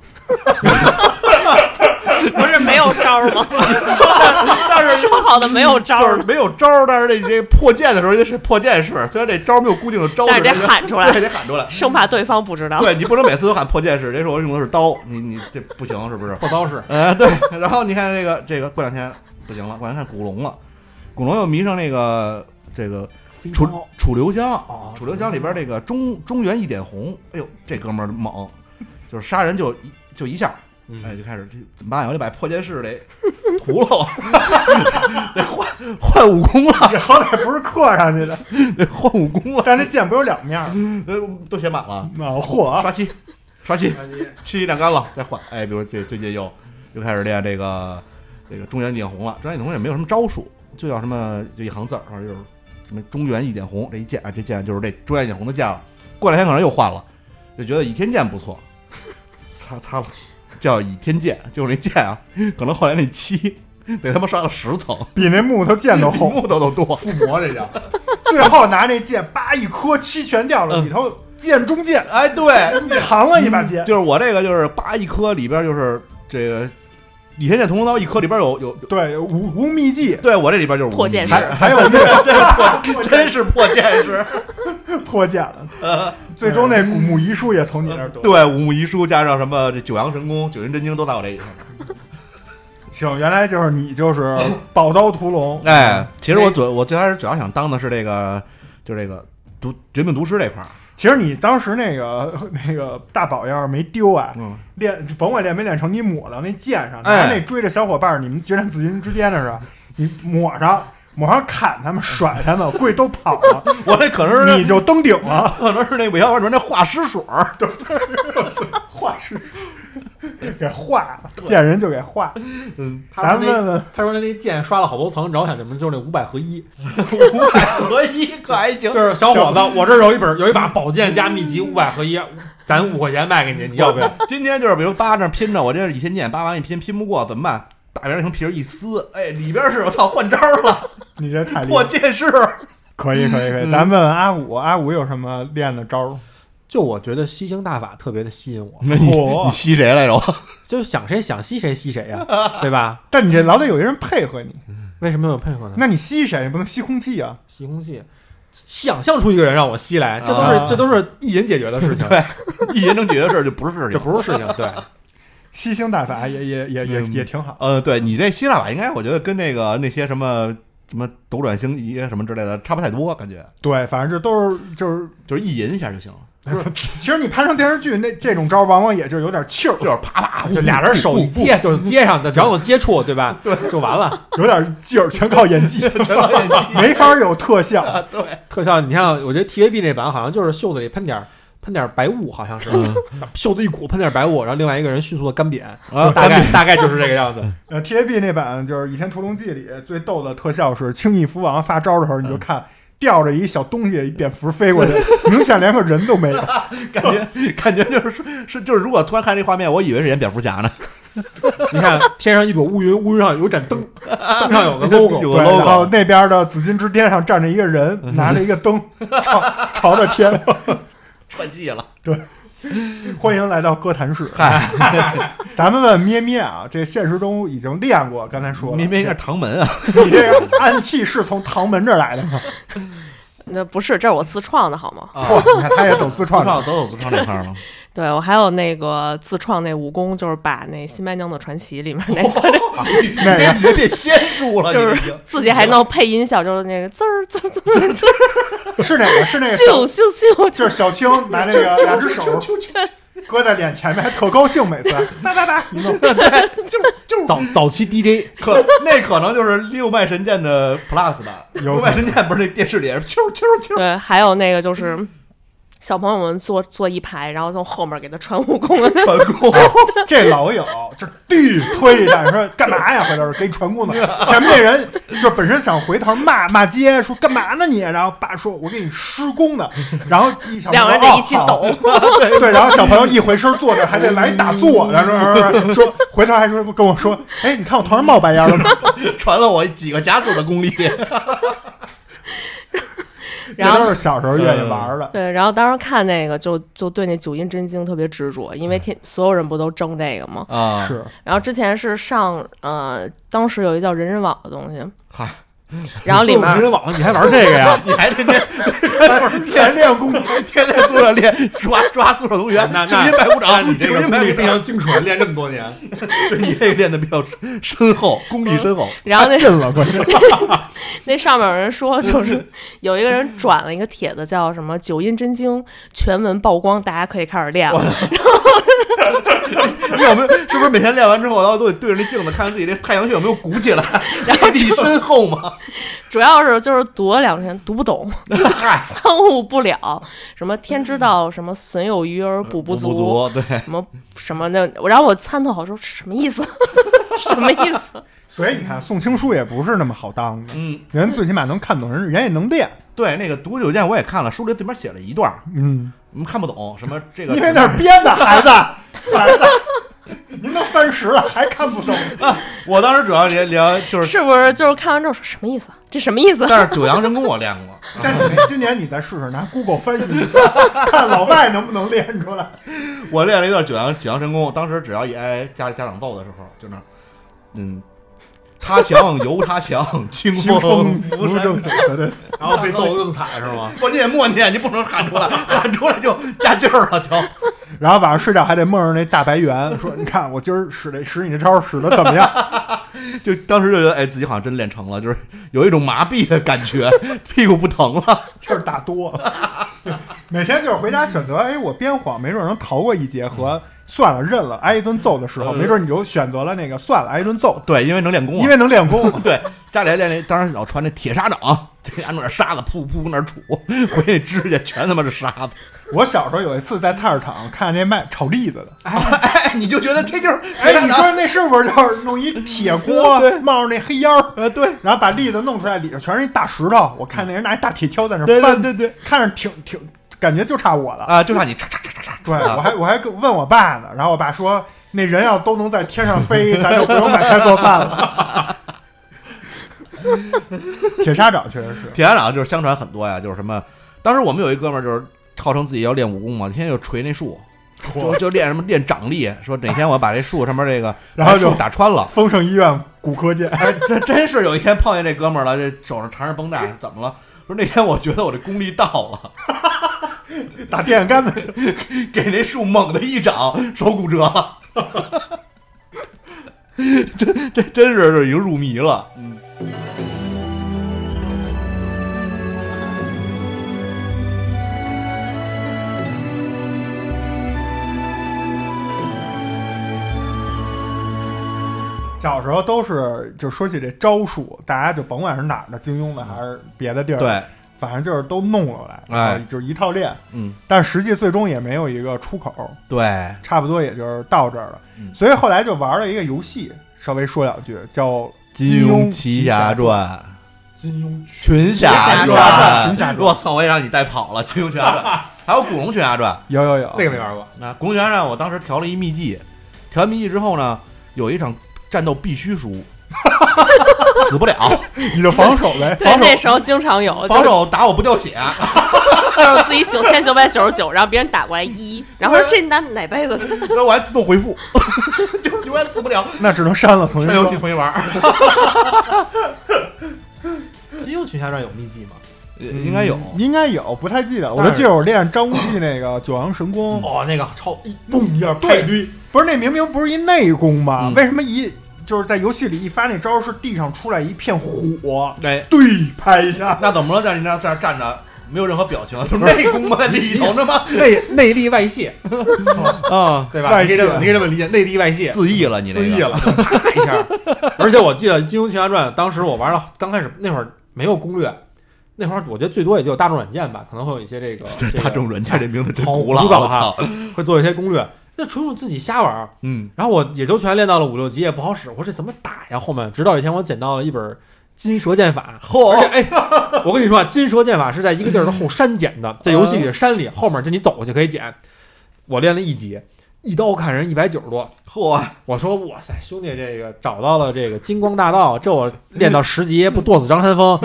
不是没有招儿吗？
*laughs*
说的说好的没有招
就
儿
是
呢，
没有招儿，但是这这破剑的时候也是破剑士，虽然这招儿没有固定的招式，
但是得
个
喊出来
对，得喊出来。
生怕对方不
啊
知道。
对你不能每次都喊破剑士，这时候我用的是刀，你你这不行是
*laughs*
不是？
破刀式，
呃，对。然后你看这个这个，过两天不行了，过两天看古龙了，古龙又迷上那个这个楚楚留香，
哦
楚留香里边这个中中原一点红，哎呦，这哥们儿猛，就是杀人就一就一下，哎，
嗯，
就开始这怎么办呀？我得把破剑士得屠了我， *laughs* 得换换武功了，
你好歹不是刻上
*laughs*
去的，
得换武功了，
但是这剑不是有两面儿吗？
呃都写满了，
啊，嚯，
刷漆，刷漆，漆晾干了再换。哎，比如这最近又又开始练这个这个中原一点红了，中原一点红也没有什么招数，就叫什么就一行字儿，反正就是什么中原一点红这一剑啊，这剑就是这中原一点红的剑了。过两天可能又换了，就觉得倚天剑不错，擦擦了，叫倚天剑，就是那剑啊，可能后来那漆得他妈刷到十层，
比那木头剑都
比
厚。
*laughs* 木头都多。
附魔这叫，
最后拿那剑叭一磕，七拳掉
嗯
了，里头剑中剑，
哎，对，嗯
藏了一把剑，
就是我这个就是叭一颗里边就是这个倚天剑屠龙刀一颗里边有有
对，武功秘籍，
对我这里边就是
破剑士
还
还有那
*laughs*
个
破真是破剑士，
破剑了。最终那古墓遗书也从你那儿得。，
*laughs* 对五木遗书加上什么这九阳神功、九阴真经都在我这里。
行，原来就是你就是宝刀屠龙，
哎，其实我最我最开始主要想当的是这个，就是这个毒绝命毒师这块儿。
其实你当时那个那个大宝要是没丢啊，
嗯，
练甭管练没练成，你抹到那剑上，拿
哎
那追着小伙伴儿，你们决战紫禁之巅的时候，你抹上抹上砍他们，甩他们，跪都跑
*laughs*
了，
*laughs* 我这可能是
你就登顶
*laughs*
了。
可能是那韦小宝里面那画师水儿，对
画师给画了，见人就给画。
嗯，
他
咱
说
们问
那
问
他说那剑刷了好多层，然后想什么就是那五百合一，
五百合一可还 *laughs* 行
就。是小伙子，我这儿有一本有一把宝剑加秘籍五百合一，咱五块钱卖给你，你要不要？
今天就是比如八那拼着，我这倚天剑八完一拼拼不过怎么办？大边那层皮儿一撕，哎，里边是我操换招了，
你这太厉害
破
了，
剑士。
可以可以可以。
嗯
咱问问阿武，阿武有什么练的招儿？
*laughs* 就我觉得吸星大法特别的吸引我，
那
嚯
吸谁来着？ *laughs*
就是想谁想吸谁吸谁呀、对吧？
但你这老得有一人配合你，
嗯
为什么有配合呢？
那你吸谁？你不能吸空气啊！
吸空气，想象出一个人让我吸来，这都是、
啊
这都是一人解决的事情，
对一人能解决的事儿就不是事
这
情。
不是事情，对。
吸星大法也也也也
嗯
也挺好。
呃，对你这希腊法应该，我觉得跟那个那些什么什么斗转星移什么之类的差不太多，感觉
对，反正这都是就是，
就是意淫一下就行了，
其实你拍成电视剧那这种招，往往也就是有点气儿，
就是啪啪，
就俩人手一接，就是接上的，只要有接触，对吧？对，就完了。
有点劲儿， *laughs* 全靠演技，没法有特效。
特效，你看，我觉得 TVB 那版好像就是袖子里喷点儿喷点儿白雾，好像是、 *laughs* 袖子一鼓喷点儿白雾，然后另外一个人迅速的干嗯瘪，
啊，
大概大概就是这个样子。
呃，TAB 那版就是《倚天屠龙记》里最逗的特效是轻易蝠王发招的时候，你就看吊着一小东西，一蝙蝠飞 *laughs* 过去，明显连个人都没 *laughs* 有。
感觉 *laughs* 感觉就是说是就是，如果突然看这画面，我以为是演蝙蝠侠呢，
*laughs* 你看天上一朵乌云，乌云上有一盏灯，灯上有个 logo，
有
对，
个
然后
logo，
那边的紫禁之巅上站着一个人，拿着一个 *laughs* 灯，朝朝着 *laughs* 天。
串戏了，
欢迎来到歌坛室。
嗨，
*laughs* 咱们问咩咩啊，这现实中已经练过，刚才说了，
明明是唐门啊，
你这个暗器是从唐门这儿来的吗？
那不是，这是我自创的好吗？
*laughs*
嚯，啊你看他也走自
自
创的， *laughs*
创走走自创这啊块儿吗？
对我还有那个自创那武功，就是把那《新白娘子传奇》里面那个，
那个
啊你这变仙术 *laughs* 了，
就
你这已
是
经
自己还能配音效，就是那个滋儿滋儿滋儿滋儿， *laughs*
是哪个？是那个小
咻咻咻，
就是小青拿那个两只手搁在脸前面还特高兴，每 *laughs* 次叭叭叭一 *laughs* 弄，
早早期 DJ
可那可能就是六脉神剑的 Plus 吧。
有
六脉神剑不是那电视里也是嗯啾啾啾，
对，还有那个就是小朋友们坐坐一排，然后从后面给他穿武功的
传功，
*laughs* 这老有，这地推一下，你说干嘛呀？回头说给你传 *laughs* 功呢。前面那人就本身想回头骂骂街，说干嘛呢你？然后爸说，我给你施功呢。然后一小朋友
两个人得一起
哦好
抖。
*laughs* 对，然后小朋友一回身坐着，还得来打 *laughs* 坐，然后说说回头还说跟我说，哎，你看我头上冒白烟了吗？
传了我几个甲子的功力。
*laughs* 然后
这都是小时候愿意玩的。
对，然后当时看那个就就对那九阴真经特别执着，因为天所有人不都争那个吗？
*laughs* 啊，
是，
然后之前是上呃，当时有一个叫人人网的东西，
嗨，
*laughs* 然后里
人
面
人网，你还玩这个 *laughs* 呀？
你还天天
练练功，
*laughs* 天天宿舍练抓抓宿舍同学，
那
九阴白骨掌，九阴白骨掌，
精纯，练这么多年，
对你这个练的比较深厚，功力深厚。
然后
他
那
信了，关键
*laughs* 那上面有人说，就是有一个人转了一个帖子，叫什么“九阴真经全文曝光”，大家可以开始练了。
你有没有？是不是每天练完之后，然后都得对着那镜子看看自己这太阳穴有没有鼓起来？
然后
功力深厚吗？
主要是就是读了两天，读不懂，
嗨，
*laughs* 参悟不了。什么天之道，什么损有余而补不足，
足，对，
什么什么的。然后我参透好说什么意思， *laughs* 什么意思？
所以你看，宋青书也不是那么好当的，
嗯，
人最起码能看懂，人人也能练，
对，那个《独九剑》我也看了，书里这边写了一段儿，
嗯，
我们看不懂什么这个，
因为那是编的，孩
*laughs*
子，孩子，您都三十了还看不懂，
我当时主要聊聊就是，
是不是？就是看完之后说什么意思？这什么意思？。
但是九阳神功我练过，
但是你今年你再试试拿 Google 翻译一
*laughs*
下，看老外能不能练出来。
我练了一段九阳九阳神功，当时只要一挨家家长揍的时候，就那儿，嗯，他强由他强， *laughs* 清
清风
拂
*laughs* 拂正
山。
对对，
然后被揍得更惨是吗？
关键也默念，你不能喊出来，喊出来就加劲儿了，就
然后晚上睡觉还得梦着那大白猿，说你看我今儿使这使你这招使的怎么样？
*laughs* 就当时就觉得，哎，自己好像真练成了，就是有一种麻痹的感觉， *laughs* 屁股不疼了。
就是打多 *laughs* 了。每天就是回家选择，哎，我编谎，没准能逃过一劫
嗯
和算了认了挨一顿揍的时候，没准你就选择了那个算了挨一顿揍，
对，因为能练功啊，
因为能练功。 *laughs*
对，家里还练那，当时老穿那铁砂掌， *laughs* 在家弄点沙子，噗噗那儿杵，回去指甲全他妈是沙子。
我小时候有一次在菜市场看见那卖炒栗
*laughs*
子的，
*laughs* 哎，你就觉得这就是
哎，你说那是不是就是弄一铁锅
*laughs* 对
冒着那黑烟儿，
呃，对
然后把栗子弄出来，里头全是一大石头。我看那人拿一大铁锹在那
对对
翻，
对对
看着挺挺，感觉就差我了。
啊，就让你叉叉叉叉
*laughs* 对，我还我还跟问我爸呢，然后我爸说，那人要都能在天上飞，咱就不用买菜做饭了。 *laughs* 铁砂掌确实
*laughs*
是，
铁砂掌就是相传很多呀，就是什么，当时我们有一哥们儿就是号称自己要练武功嘛，天天就捶那树，就就练什么练掌力，说哪天我把这树上面这个
*laughs* 然后
把
就
树打穿了。
丰盛医院骨科见，
哎，这真是有一天碰见这哥们儿了，这手上缠着绷带，怎么了？说那天我觉得我这功力到了，
打电线杆子。
给那树猛的一掌，手骨折 *laughs* 了。这这真是已经入迷了，嗯，
小时候都是，就说起这招数，大家就甭管是哪儿的，金庸的还是别的地儿，
对，
反正就是都弄了来，
哎
然后就是一套练，
嗯，
但实际最终也没有一个出口，
对，
差不多也就是到这儿了。
嗯
所以后来就玩了一个游戏，稍微说两句，叫《
庸
庸
奇
侠
侠》。传》。
金庸
群
侠
传，
传群侠传
*laughs* 我操！我也让你带跑了。群雄群侠传，还有古龙群侠传。
有有有，
那个没玩过，
那古龙群侠传，我当时调了一秘技，调完秘技之后呢，有一场战斗必须输， *laughs* 死不了，
你就防守呗
对，那时候经常有，就
防
是
守打我不掉血。 *laughs*
就是自己九千九百九十九，然后别人打过来一，然后说这拿哪辈子去？
那我还自动回复， *laughs* 就是永远死不了。
那只能删了，重新
删游戏
说。
重新玩儿，
金庸群侠传有秘籍吗？
嗯
应该有。
应该有，不太记得，我
但
就是记得我练张无忌那个九阳神功，
哦，那个超一嘣一下派堆，
不是那明明不是一内功吗？
嗯
为什么一就是在游戏里一发那招是地上出来一片火，
对，
对拍一下，
那怎么了？在你那在那站着，没有任何表情，就是内功嘛，在里头
*laughs*
呢嘛，
内内力外泄，
啊，
对吧？
外
你可以这么
泄
你可以这么理解，内力外泄，
自缢了你这
自
个，
缢了，啪一下。而且我记得《金庸群侠传》，当时我玩了，刚开始那会儿没有攻略，那会儿我觉得最多也就有大众软件吧，可能会有一些
*laughs*
这个
这
这个
大众软件这名字真
好
古老，
古早
我
哈
操，
会做一些攻略。那纯属自己瞎玩儿，
嗯，
然后我也就全练到了五六级，也不好使。我说这怎么打呀？后面直到有一天我捡到了一本《金蛇剑法》，而且
嚯，
哎，我跟你说啊，《金蛇剑法》是在一个地儿的后山捡的，在游戏里的山里，后面就你走过去可以捡。我练了一级，一刀砍人一百九十多，
嚯，
我说哇塞，兄弟，这个找到了这个金光大道，这我练到十级不剁死张三丰。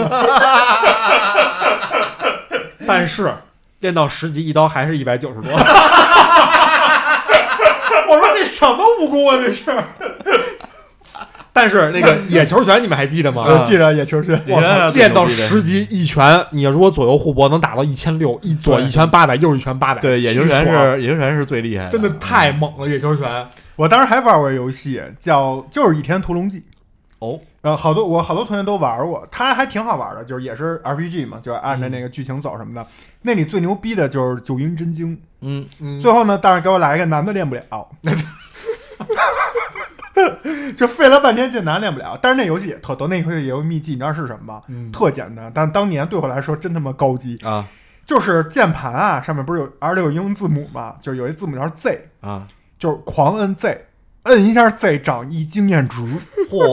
但是练到十级一刀还是一百九十多。我说这什么武功啊，这是。但是那个野球拳你们还记得吗？
*laughs* 我记着野球拳，
你看看
练到
这牛逼的
十级一拳，你如果左右互搏能打到一千六，一左
对
一拳八百，右一拳八百，
对，野球
巨
拳
爽
是野球拳是最厉害的，
真的太猛了，野球拳。
我当时还玩过游戏，叫就是《倚天屠龙记》。
哦，
然后好多我好多同学都玩过，它还挺好玩的，就是也是 RPG 嘛，就是按照
嗯
那个剧情走什么的。那里最牛逼的就是九阴真经，
嗯，
嗯，
最后呢，但是给我来一个男的练不了， *laughs* 就费了半天劲男练不了。但是那游戏也特逗，那游戏也有秘籍，你知道是什么吗？
嗯
特简单，但当年对我来说真他妈高级。
啊
就是键盘啊，上面不是有二十六英文字母吗？就是有一字母叫 Z，
*laughs* 啊，
就是狂摁 Z，摁一下 Z 涨一经验值。
嚯，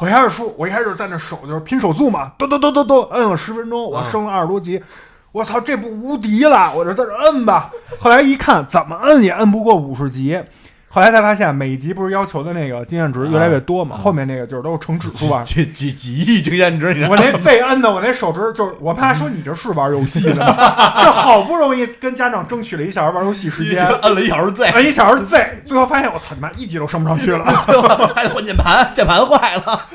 我一开始说，我一开始在那手就是拼手速嘛，咚咚咚咚咚，摁了十分钟，我升了二十多级，我操，这不无敌了，我就在这摁吧。后来一看，怎么摁也摁不过五十级。后来才发现，每级不是要求的那个经验值越来越多嘛？
啊
后面那个就是都是成指数啊。
几几几亿经验值，你知道
我那 Z 摁的，我那手指就是我妈说你这是玩游戏呢吗？ *laughs* 这好不容易跟家长争取了一小时玩游戏时
*laughs*
间，
摁了一小时哎 Z，
摁一小时 Z，最后发现我操你妈一级都升不上去了。
最后 *laughs* 还得换键盘，键盘坏了。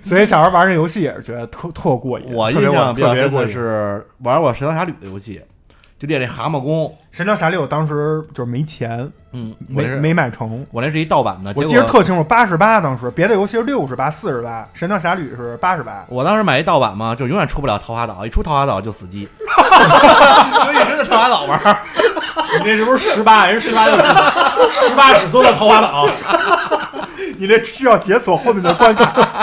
所以小时候玩这游戏也是觉得特特过瘾。
我
特
印
别
象比较
特别
深
过
的
瘾。
是玩过《神雕侠侣》的游戏，就练那蛤蟆功，
神雕侠侣，我当时就是没钱，
嗯，我
没
那是
没买成。
我那是一盗版的，
我记
结
得
果
特清楚，八十八当时，别的游戏是六十八、四十八，神雕侠侣是八十八。
我当时买一盗版嘛，就永远出不了桃花岛，一出桃花岛就死机， *laughs* 我一直在桃花岛玩儿。
你那是不是十八？人十八就十八只做到桃花岛。
*laughs* 你这需要解锁后面的关卡。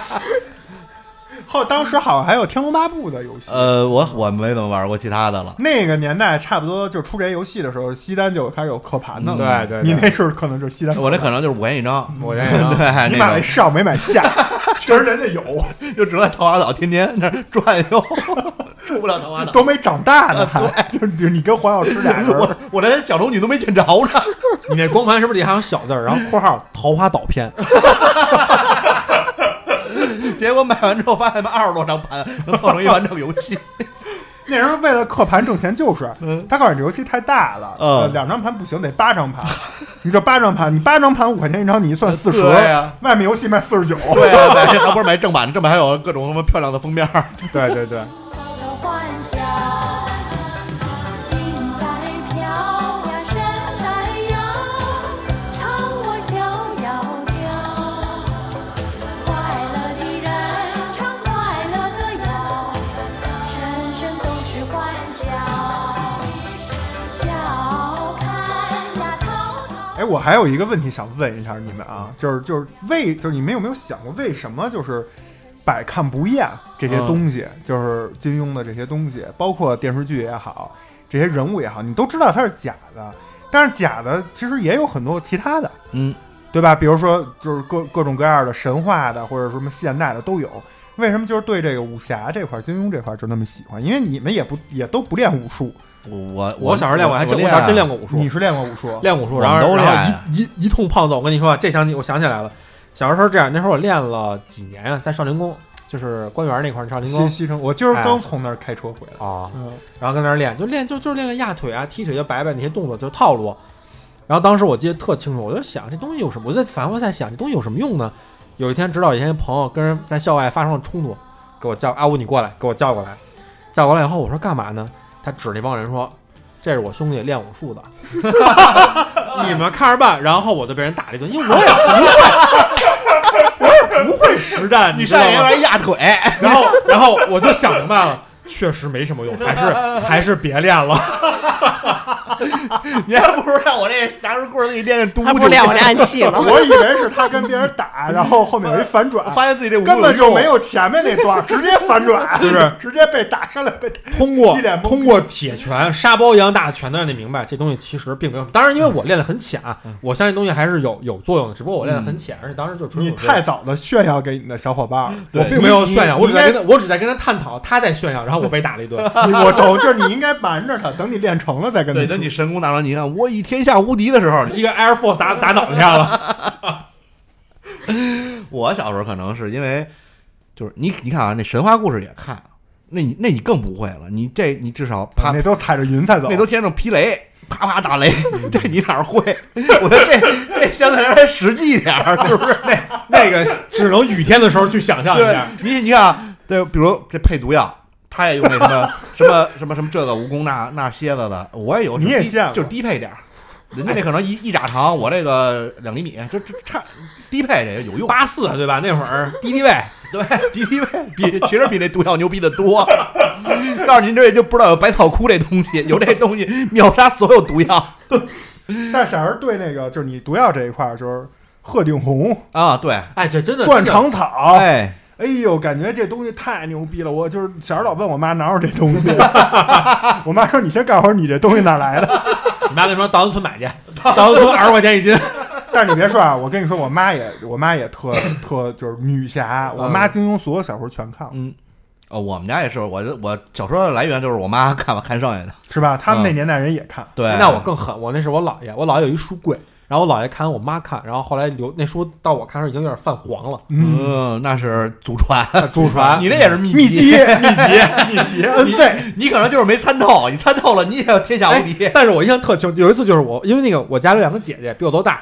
后当时好像还有《天龙八部》的游戏，
*laughs* 呃，我我没怎么玩过其他的了。
那个年代差不多就出这些游戏的时候，西单就开始有刻盘的了。
对对对
你那时候可能就是西单，
我那可能就是五块钱一张，
我想想
*laughs* 对，
啊，
你
那
买了
种
上没买下，其实人家有，
*laughs* 就只能在桃花岛天天那儿转悠， *laughs* 出不了桃花岛。
都没长大呢，还就是你跟黄小吃俩人儿，
我我连小龙女都没见着呢，
*laughs*
*laughs*
你那光盘是不是里还有小字儿？然后括号桃花岛篇，
结果买完之后发现他妈二十多张盘能凑成一完整游
*laughs*
戏。
*laughs* 那时候为了刻盘挣钱，就是他告诉你这游戏太大了，
嗯
呃两张盘不行，得八张盘，你就八张盘，你八张盘五块钱一张，你一算四十，
呃对呀
外面游戏卖四十九，
对
*laughs*
啊，买还不是买正版的，正版还有各种什么漂亮的封面儿。
对对对，
的幻想，心在飘呀，身在摇，唱我逍遥调。快乐的人唱快乐的谣，声声都是欢笑。笑看呀，滔滔。
哎，我还有一个问题想问一下你们啊，就是就是为就是你们有没有想过为什么就是百看不厌这
嗯
些东西，就是金庸的这些东西，包括电视剧也好，这些人物也好，你都知道它是假的，但是假的其实也有很多其他的，
嗯，
对吧？比如说就是各各种各样的神话的或者什么现代的都有。为什么就是对这个武侠这块、金庸这块就那么喜欢？因为你们也不也都不练武术，
*laughs* 我我
我小时候练过，还真我
练
小时候真练
过。
过武术，
你是练过武术，
练武术，
我
然
们
后
都
然
练
后一一一通胖揍。我跟你说啊，这想起我想起来了，小时候这样，那时候我练了几年啊，在少林宫，就是官园那块儿少林
西
宫
西城，我今儿
哎
刚从那儿开车回来。
啊，
嗯，
然后跟那儿练，就练就就是练练压腿啊、踢腿就摆摆那些动作，就套路。然后当时我记得特清楚，我就想这东西有什么？我就在反复在想这东西有什么用呢？有一天，直到有一天朋友跟人在校外发生了冲突，给我叫阿五你过来，给我叫过来，叫过来以后我说干嘛呢？他指那帮人说。这是我兄弟练武术的， *laughs* 你们看着办。然后我就被人打了一顿，因为我也不会，我也不会实战，
你
知道
上
吗
来玩压腿，
*laughs* 然后，然后我就想明白了，确实没什么用，还是还是别练了。
你还不如让我这拿着棍儿自己练练嘟
他不练我这暗器了。
我以为是他跟别人打，然后后面有一反转，
发现自己这武
根本
功
就
用
没有前面那段，直接反 *laughs* 转，
就是
直接被打上来被打。
通过
一脸懵逼
通过铁拳、沙包一样大的拳头，让你明白这东西其实并没有什么。当然，因为我练得很浅啊，
嗯
我相信东西还是有有作用的，只不过我练得很浅，而且当时就纯
你
属是
太早的炫耀给你的小伙伴了，
我并没有炫耀，
你
我只在
你
跟他我只在跟他探讨，他在炫耀，然后我被打了一顿。
你我懂，就是你应该瞒着他，等你练成了再跟他
对，
说。
等你神功大成，你看我以天下无敌的时候，
一个 Air Force 打打脑袋上了，
我小时候可能是因为就是你你看啊，那神话故事也看，那你那你更不会了，你这你至少啪
那都踩着云彩走，
那都天上劈雷，啪啪打雷，
嗯
这你哪儿会？ *laughs* 我觉得这这相对来说还实际一点儿，
*laughs*
是不是？
那个只能雨天的时候去想象一
对
下。，
你你看啊，对，比如这配毒药，他也用那什么什么什么什么这个蜈蚣那那蝎子的，我也有，
你也
就是低
见过
就是低配点儿。人家那可能一一拃长，我这个两厘米，这这这差低配这个有用，
八四啊对吧？那会儿敌敌畏，
对， *laughs* 敌敌畏比其实比那毒药牛逼的多。 *laughs* 告诉您，这就不知道有百草枯这东西， *laughs* 有这东西秒杀所有毒药
但是小时候对那个就是你毒药这一块儿，就是鹤顶红、
啊！对，
哎，这真的
断肠草，哎
哎，
呦，感觉这东西太牛逼了。我就是小时候老问我妈哪有这东 *laughs* 西，我妈说你先告诉我你这东西哪来的。
真的你妈跟你说稻香村买去，稻香村二十块钱一斤。
*laughs* 但是你别说啊，我跟你说，我妈也我妈也特特就是女侠，我妈金庸所有小说全看了，
嗯，哦，我们家也是，我我小说的来源就是我妈看看剩下的，
是吧？他们那年代人也看，
对，
那我更狠，我那是我姥爷，我姥爷有一书柜，然后我姥爷看，我妈看，然后后来留那书到我看时候已经有点泛黄了，
嗯，
嗯，那是祖传，
祖传
*laughs* 你这也是秘
秘籍呃
籍，
*laughs* 秘籍秘籍 NZ，
你可能就是没参透，你参透了，你也要天下无敌。
哎但是我印象特清，有一次就是我，因为那个我家里有两个姐姐比我都大，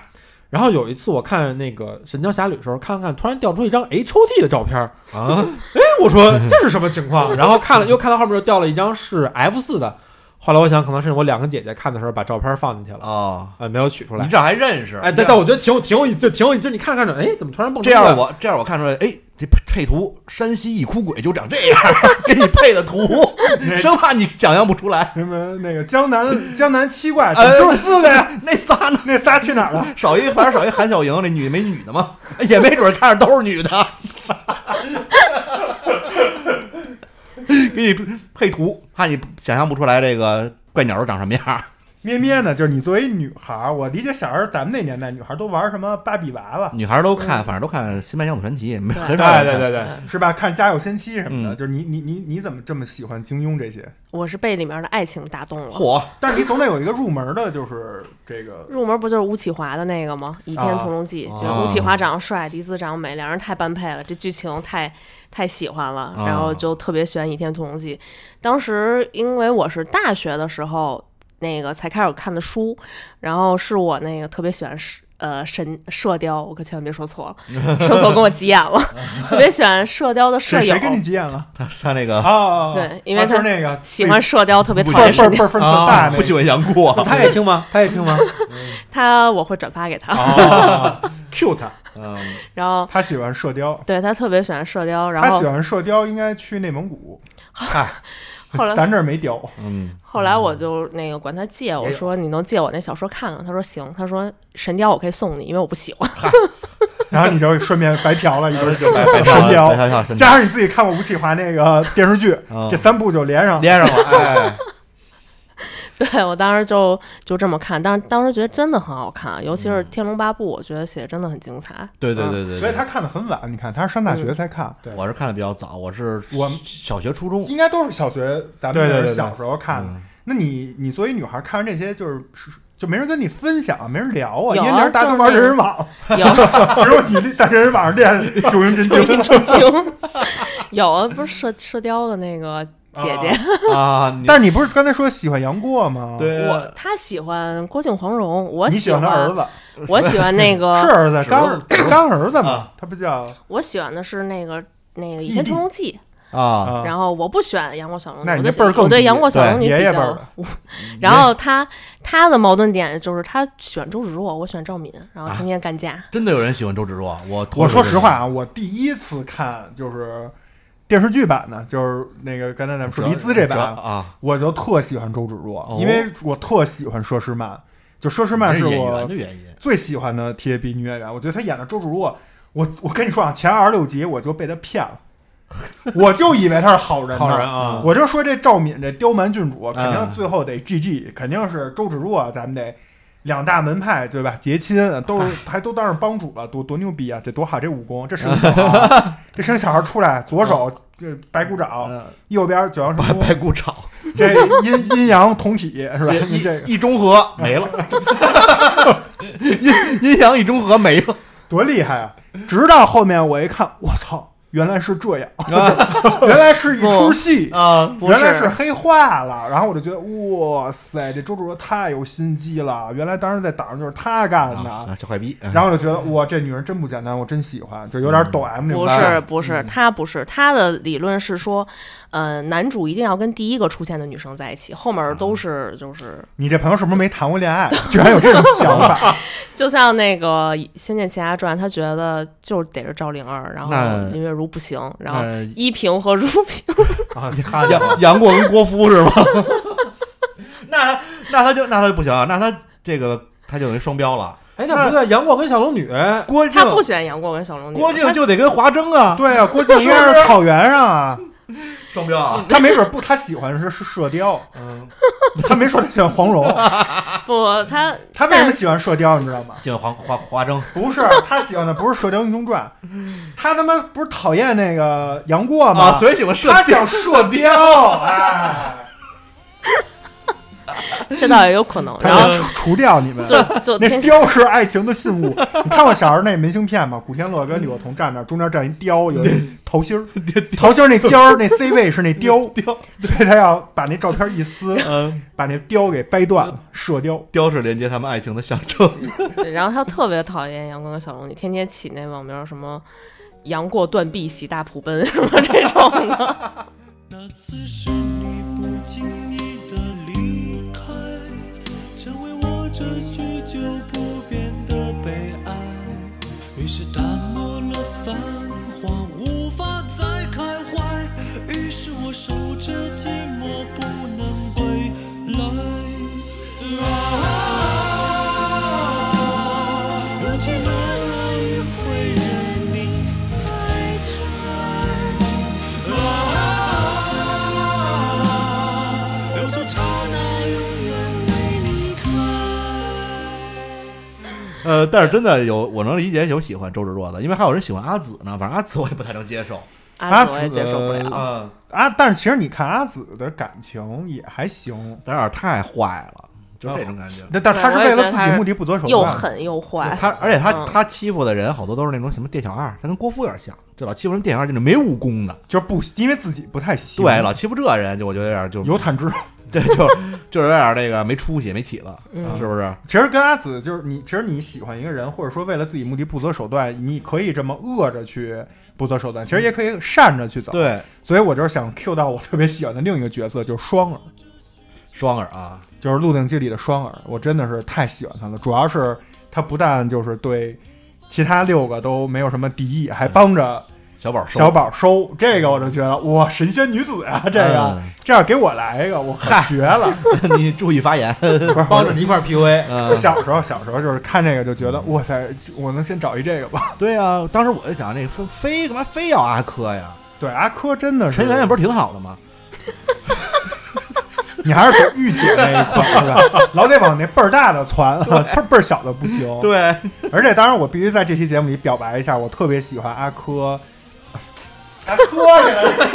然后有一次我看那个《神雕侠侣》的时候，看看突然掉出一张 H O T 的照片儿，
啊，
*laughs* 哎，我说这是什么情况？然后看了又看到后面又掉了一张是 F 四的，后来我想可能是我两个姐姐看的时候把照片放进去了，
哦，
呃，没有取出
你
来。
这还认识？
哎，但但我觉得挺有挺有意，就挺有意思，就是你看着看着，哎，怎么突然蹦出
这
来
样
了
我这样我看出来，哎，这配图山西一哭鬼就长这样， *laughs* 给你配
*laughs*
的图，
哎
生怕你想象不出来。
什么那个江南江南七怪，怎
呃
么就是四个呀？，
*laughs* 那仨呢？
那仨去哪儿了？
少一反正少一韩小莹，那女没女的吗？也没准看着都是女的。 *laughs* 给你配图，怕你想象不出来这个怪鸟长什么样。
咩咩呢？就是你作为女孩儿，我理解小时候咱们那年代女孩儿都玩什么芭比娃娃，
女孩都看，反正都看《新白娘子传奇》，没很少。
哎对对对对，
是吧？看《家有仙妻》什么的，
嗯
就是你你你你怎么这么喜欢金庸这些？
*laughs* 我是被里面的爱情打动了。
嚯，
但是你总得有一个入门的，就是这个
入门不就是吴启华的那个吗？《倚天
啊
屠龙记》就是吴启华长得帅，狄斯长得美，两人太般配了，这剧情太太喜欢了，
啊
然后就特别喜欢《倚天屠龙记》。当时因为我是大学的时候那个才开始看的书，然后是我那个特别喜欢是。呃，神射雕，我可千万别说错
*laughs*
了，说错跟我急眼了。特别喜欢射雕的舍
是
友
谁，跟你急眼了？
他他那 *laughs* 个
啊，
对因为
啊就
他
是那个
喜欢射雕，特别
自己 *laughs* 辈
讨
儿
厌
辈
射
儿辈。
雕
儿分特大啊那
啊不喜
个。
欢杨过，
他也听吗？他也
*laughs*
听吗？
他我会转发给他，
啊
哦，Q *laughs* 他，
嗯，
然后
他喜欢射雕，
对他特别喜欢射雕，然
他
后
喜欢射雕，应该去内蒙古。
后来
咱这儿没雕，
嗯，
后来我就那个管他借，我说你能借我那小说看看？他说行，他说《神雕》我可以送你，因为我不喜欢。 *laughs*
然后你就顺便白嫖了
*laughs*
一个
哎白
*laughs*
白
神雕
白嫖神雕
加上你自己看过吴启华那
*laughs*
个电视剧，
嗯
这三部就连上了。
连上了，
*laughs*
哎，
对我当时就就这么看，但是当时觉得真的很好看，尤其
嗯
是《天龙八部》，我觉得写的真的很精
*laughs*
彩。
对对对对，对
啊
嗯
所以他看的很晚。你看，他是上大学才看，对
我是看的比较早，我是
我
小学
*laughs*
初中，
应该都是小学，咱们
对对
那
对对
是小时候看的。
嗯
那你你作为女孩看完这些，就是是就没人跟你分享，没人聊啊，
有
因为那
啊
时候大家都玩
就是那
人人
*laughs*
网，
有
只有你在人人网上练九阴真
有
经。
一种经， *laughs* 有不是射射雕的那个姐姐，
啊，你
但是你不是刚才说喜欢杨过吗？，
对
我她喜欢郭靖黄蓉，我
呃
呃
你喜欢他儿子，
我喜欢那个
*laughs* 是儿子，
是
干
儿子 *coughs*
儿干儿子嘛
啊，
他不叫
我喜欢的是那个那个《倚
异
天
地
屠龙记》，
啊，
啊
然后我不喜欢杨过小龙女，
那
我
你
对
这辈儿更
我对
低
杨过小龙女
对
比
爷爷辈儿
较
了。
我然后他他的矛盾点就是他喜欢周芷若，我喜欢赵敏，然
啊
后天天干架。
真的有人喜欢周芷若，我
我说实话，啊，我第一次看就是。电视剧版呢，就是那个刚才咱们说黎姿这版啊，
啊，
我就特喜欢周芷若，
哦
因为我特喜欢佘诗曼，就佘诗曼
这
是
是演员啊
我
的原因。
最喜欢的 TVB 女演员。我觉得她演的周芷若，我我跟你说啊，前二十六集我就被她骗了， *laughs* 我就以为她是好人，
好人。啊，
我就说这赵敏这刁蛮郡主，肯定
嗯
最后得 GG，肯定是周芷若，咱们得两大门派对吧？结亲
*laughs*
都是还都当上帮主了，多多牛逼啊！这多好，这武功，这生小孩
*laughs*
儿，这生小孩儿出来，左手这白骨爪，
嗯
右边九阳神
白
功，
白骨爪，
这阴阴阳同体是吧？
一
这个嗯
一中和没了，
*laughs*
阴阴阳一中和没了，
多厉害啊！直到后面我一看，我操，原来是这样， *laughs* 原来是一出戏。
啊，
原来是黑化了，然后我就觉得哇塞，这周芷若太有心机了。原来当时在岛上就是她干的，
啊，小坏逼，嗯
然后我就觉得哇，这女人真不简单，我真喜欢，就有点抖
嗯
M 那种
不
感觉。
是不
嗯
是，他不是他的理论是说，呃，男主一定要跟第一个出现的女生在一起，后面
啊
都是就是
你这朋友是不是没谈过恋爱？居然有这种想法？
就像那个《仙剑奇侠传》，他觉得就是得是赵灵儿，然后
那
林月如不行，然后
呃
依萍和如萍，
啊，他
杨杨过跟郭芙是吗？ *laughs* 那那他就那他就不行，啊那他这个他就等于双标了。
哎，那不对，杨过跟小龙女，
郭靖
他不喜欢杨过跟小龙女，
郭靖就得跟华筝啊，
对啊，郭靖应该是草原上啊，
双标啊。
他嗯没准不，他喜欢的是是射雕，
嗯，
他没说他喜欢黄蓉，
他不他
他为什么喜欢射雕？你知道吗？
就华华华筝，
不是，他喜欢的不是《射雕英雄传》，
*laughs*
他他妈不是讨厌那个杨过吗？
啊，所以喜欢射
他
箭
想
*laughs*
射雕，哎，
这倒也有可能，
他
然后
想除除掉你们。
就
*laughs*
就
那
天
雕是爱情的信物。 *laughs* 你看过小时候那明信片吗？古天乐跟李若彤站那儿，中间站一雕，有一桃心儿，桃心儿那尖儿，那 C 位是那雕，
雕，
所以他要把那照片一撕， *laughs*
嗯，
把那雕给掰断了，射雕。
雕是连接他们爱情的象征。 *laughs*
对然后他特别讨厌杨过跟小龙女，天天起那网名儿什么“杨过断臂喜大普奔”什么这种
*laughs*
的。
那次是你不经意的离开，成为我这许久不变的悲哀。于是淡漠了繁华，无法再开怀。于是我守着寂寞，不能归来。啊，又见了一回有你在这。啊，留住刹那，永远没离开。
呃，但是真的有，我能理解有喜欢周芷若的，因为还有人喜欢阿紫呢。反正阿紫我也不太能接受。
阿紫我也接受不了。
嗯，
啊，但是其实你看阿紫的感情也还行，
但是有点太坏了，就是这种感觉。
但但是呃他是
对我
为
也
了
觉得
自
他
己
是
目的不择手
又
段。
狠又坏，
他而且他
嗯
他欺负的人好多都是那种什么店小二，他跟郭芙有点像，就老欺负人店小二，就是没武功的，
就是不，因为自己不太行，
对，老欺负这人，就我觉得有点就
有坦之 *laughs*
对，就就是有点那个没出息、没起子，
嗯
是不是？
其实跟阿紫就是你，其实你喜欢一个人，或者说为了自己目的不择手段，你可以这么恶着去不择手段，其实也可以善着去走。，
对，
所以我就是想 Q 到我特别喜欢的另一个角色，就是双儿，
双儿啊，
就是《鹿鼎记》里的双儿，我真的是太喜欢她了。主要是她不但就是对其他六个都没有什么敌意，还帮着
小宝嗯收
小宝收，这个我就觉得哇，神仙女子呀、这个、这样给我来一个，我可绝了！
嗯你注意发言，
不是
帮着你一块儿
*laughs*
PUA，
嗯，
小时候，小时候就是看这个就觉得，哇塞，我能先找一这个吧。 *laughs*
对啊，当时我就想，那非非干嘛非要阿珂呀？
对，阿珂真的是
陈圆圆不是挺好的吗？
你还是走御姐那一块儿吧， *laughs* 老得往那倍儿大的窜，倍儿倍儿小的不行。，
对，
而且当然我必须在这期节目里表白一下，我特别喜欢阿珂。阿珂这个，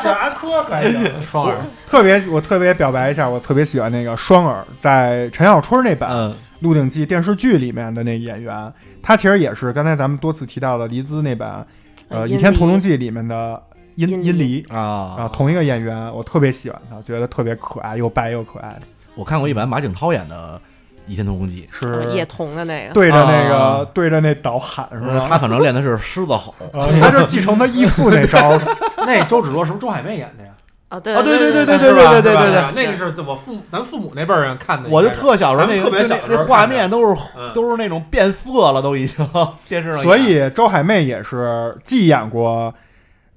喜欢阿珂可以。
双儿，
*laughs* 特别，我特别表白一下，我特别喜欢那个双儿，在陈小春那版《
嗯，
鹿鼎记》电视剧里面的那演员，他其实也是刚才咱们多次提到的黎姿那版，呃，《
呃
倚
殷
天屠
离
龙记》里面的殷
殷
殷
离哦
离啊，
啊，
同一个演员，我特别喜欢他，觉得特别可爱，又白又可爱的，
我看过一版马景涛演的《倚天屠龙记》，
呃
是
叶童的那个，哦
对着那个、
啊
对着那岛喊是
呃
吧？
他可能练的是狮子吼，
啊他就继承他义父那招
*laughs*
儿，
*laughs* 那周芷若是不是周海媚演的呀？
啊，
哦
对
哦
啊对
对
对对
是吧
对对对
是吧那个是我父母咱父母那辈儿人看的，
我就
应该是
特小时候
咱
那
们
个
特别小的
那
时候
那画
看的
面都是
嗯
都是那种变色了，都已经电视上一看。
所以周海媚也是既演过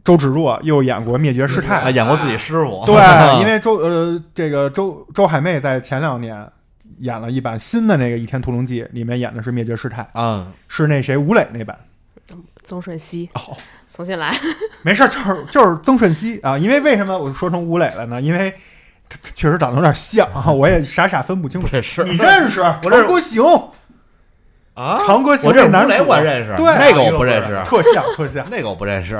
周芷若又演过《灭绝师太
哎
啊，》，演过自己师
*laughs*
傅， *laughs*
对，因为周呃这个周周海媚在前两年演了一版新的那个《倚天屠龙记》，里面演的是灭绝师太，
嗯，
是那谁吴磊那版。
曾舜晞，
哦，
*laughs* 重新来，
没事儿，就是就是曾舜晞啊，因为为什么我说成吴磊了呢？因为他他确实长得有点像啊，我也傻傻分不清楚。
这是
你认识我
认识
常国行，
啊？
常国行
我这
那男
吴磊
主
我认识，
对
那个我不认识，
特像特像
那个我不认识，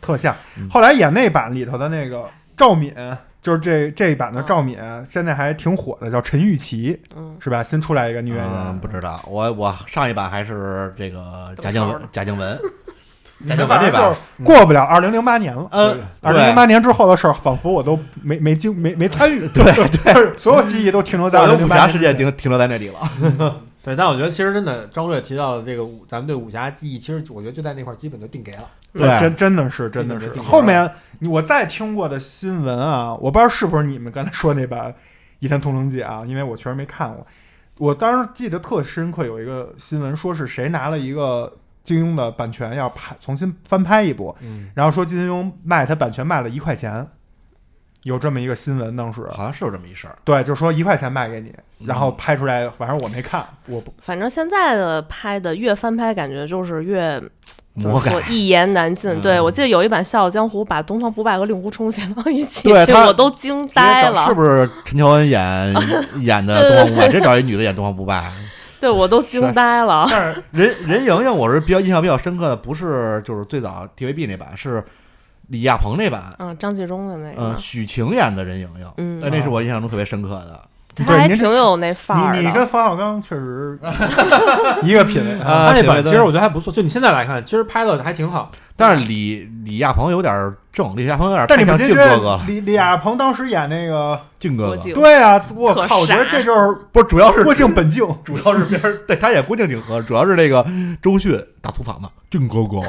特像
嗯。
后来演那版里头的那个赵敏，就是这这一版的赵敏，现在还挺火的，叫陈玉琪，
嗯，
是吧？新出来一个女演
嗯，
员，
不知道，我我上一版还是这个贾静雯，贾静雯，
反正
贾静雯这
就
版嗯
是，过不了二零零八年了。
呃，
二零零
对
八年之后的事儿，仿佛我都没没经没没参与，
对
*laughs* 对，所有记忆都停留在
我
二
的
零
武
零
侠
八
世界停停留在那里了，
对，但我觉得其实真的，张璐也提到了这个武，咱们对武侠记忆，其实我觉得就在那块儿基本就定格了。
对，
真真的是真的
这
是
个没。定格
后面你我再听过的新闻啊，我不知道是不是你们刚才说那版《倚天屠龙记》啊，因为我确实没看过。我当时记得特深刻，有一个新闻说是谁拿了一个金庸的版权要拍重新翻拍一部，
嗯，
然后说金庸卖他版权卖了一块钱，有这么一个新闻当时。
好像是有这么一事儿，
对，就说一块钱卖给你，然后
嗯
拍出来，反正我没看，我不
反正现在的拍的越翻拍，感觉就是越怎
魔
么
改
说一言难尽。对
嗯
我记得有一版《笑傲江湖》，把东方不败和令狐冲写到一起
对
去，
他
我都惊呆了。
是不是陈乔恩演演的东方不败？直接找一女的演东方不败。
对我都惊呆了。
但是
任任盈盈，我是比较印象比较深刻的，不是就是最早 TVB 那版，是李亚鹏那版，
嗯，张纪中的那
呃，
个，
许晴演的任盈盈，
嗯
呃那是我印象中特别深刻的。
他
对
还
您
挺有那范儿
你
的。
你跟方小刚确实一个品位啊。
啊
他那版
对对
其实我觉得还不错，就你现在来看，其实拍的还挺好。
但是李李亚鹏有点正，李亚鹏有点
但
太
你
像
们
靖哥哥了，
李李亚鹏当时演那个，
靖哥
郭
哥
靖
对啊，我
特
靠，我觉得
傻
这就是
不是主要是
郭靖本靖，
主要是别人 *laughs* 对他演郭靖挺合适，主要是那个周迅大土嗓子，靖哥哥，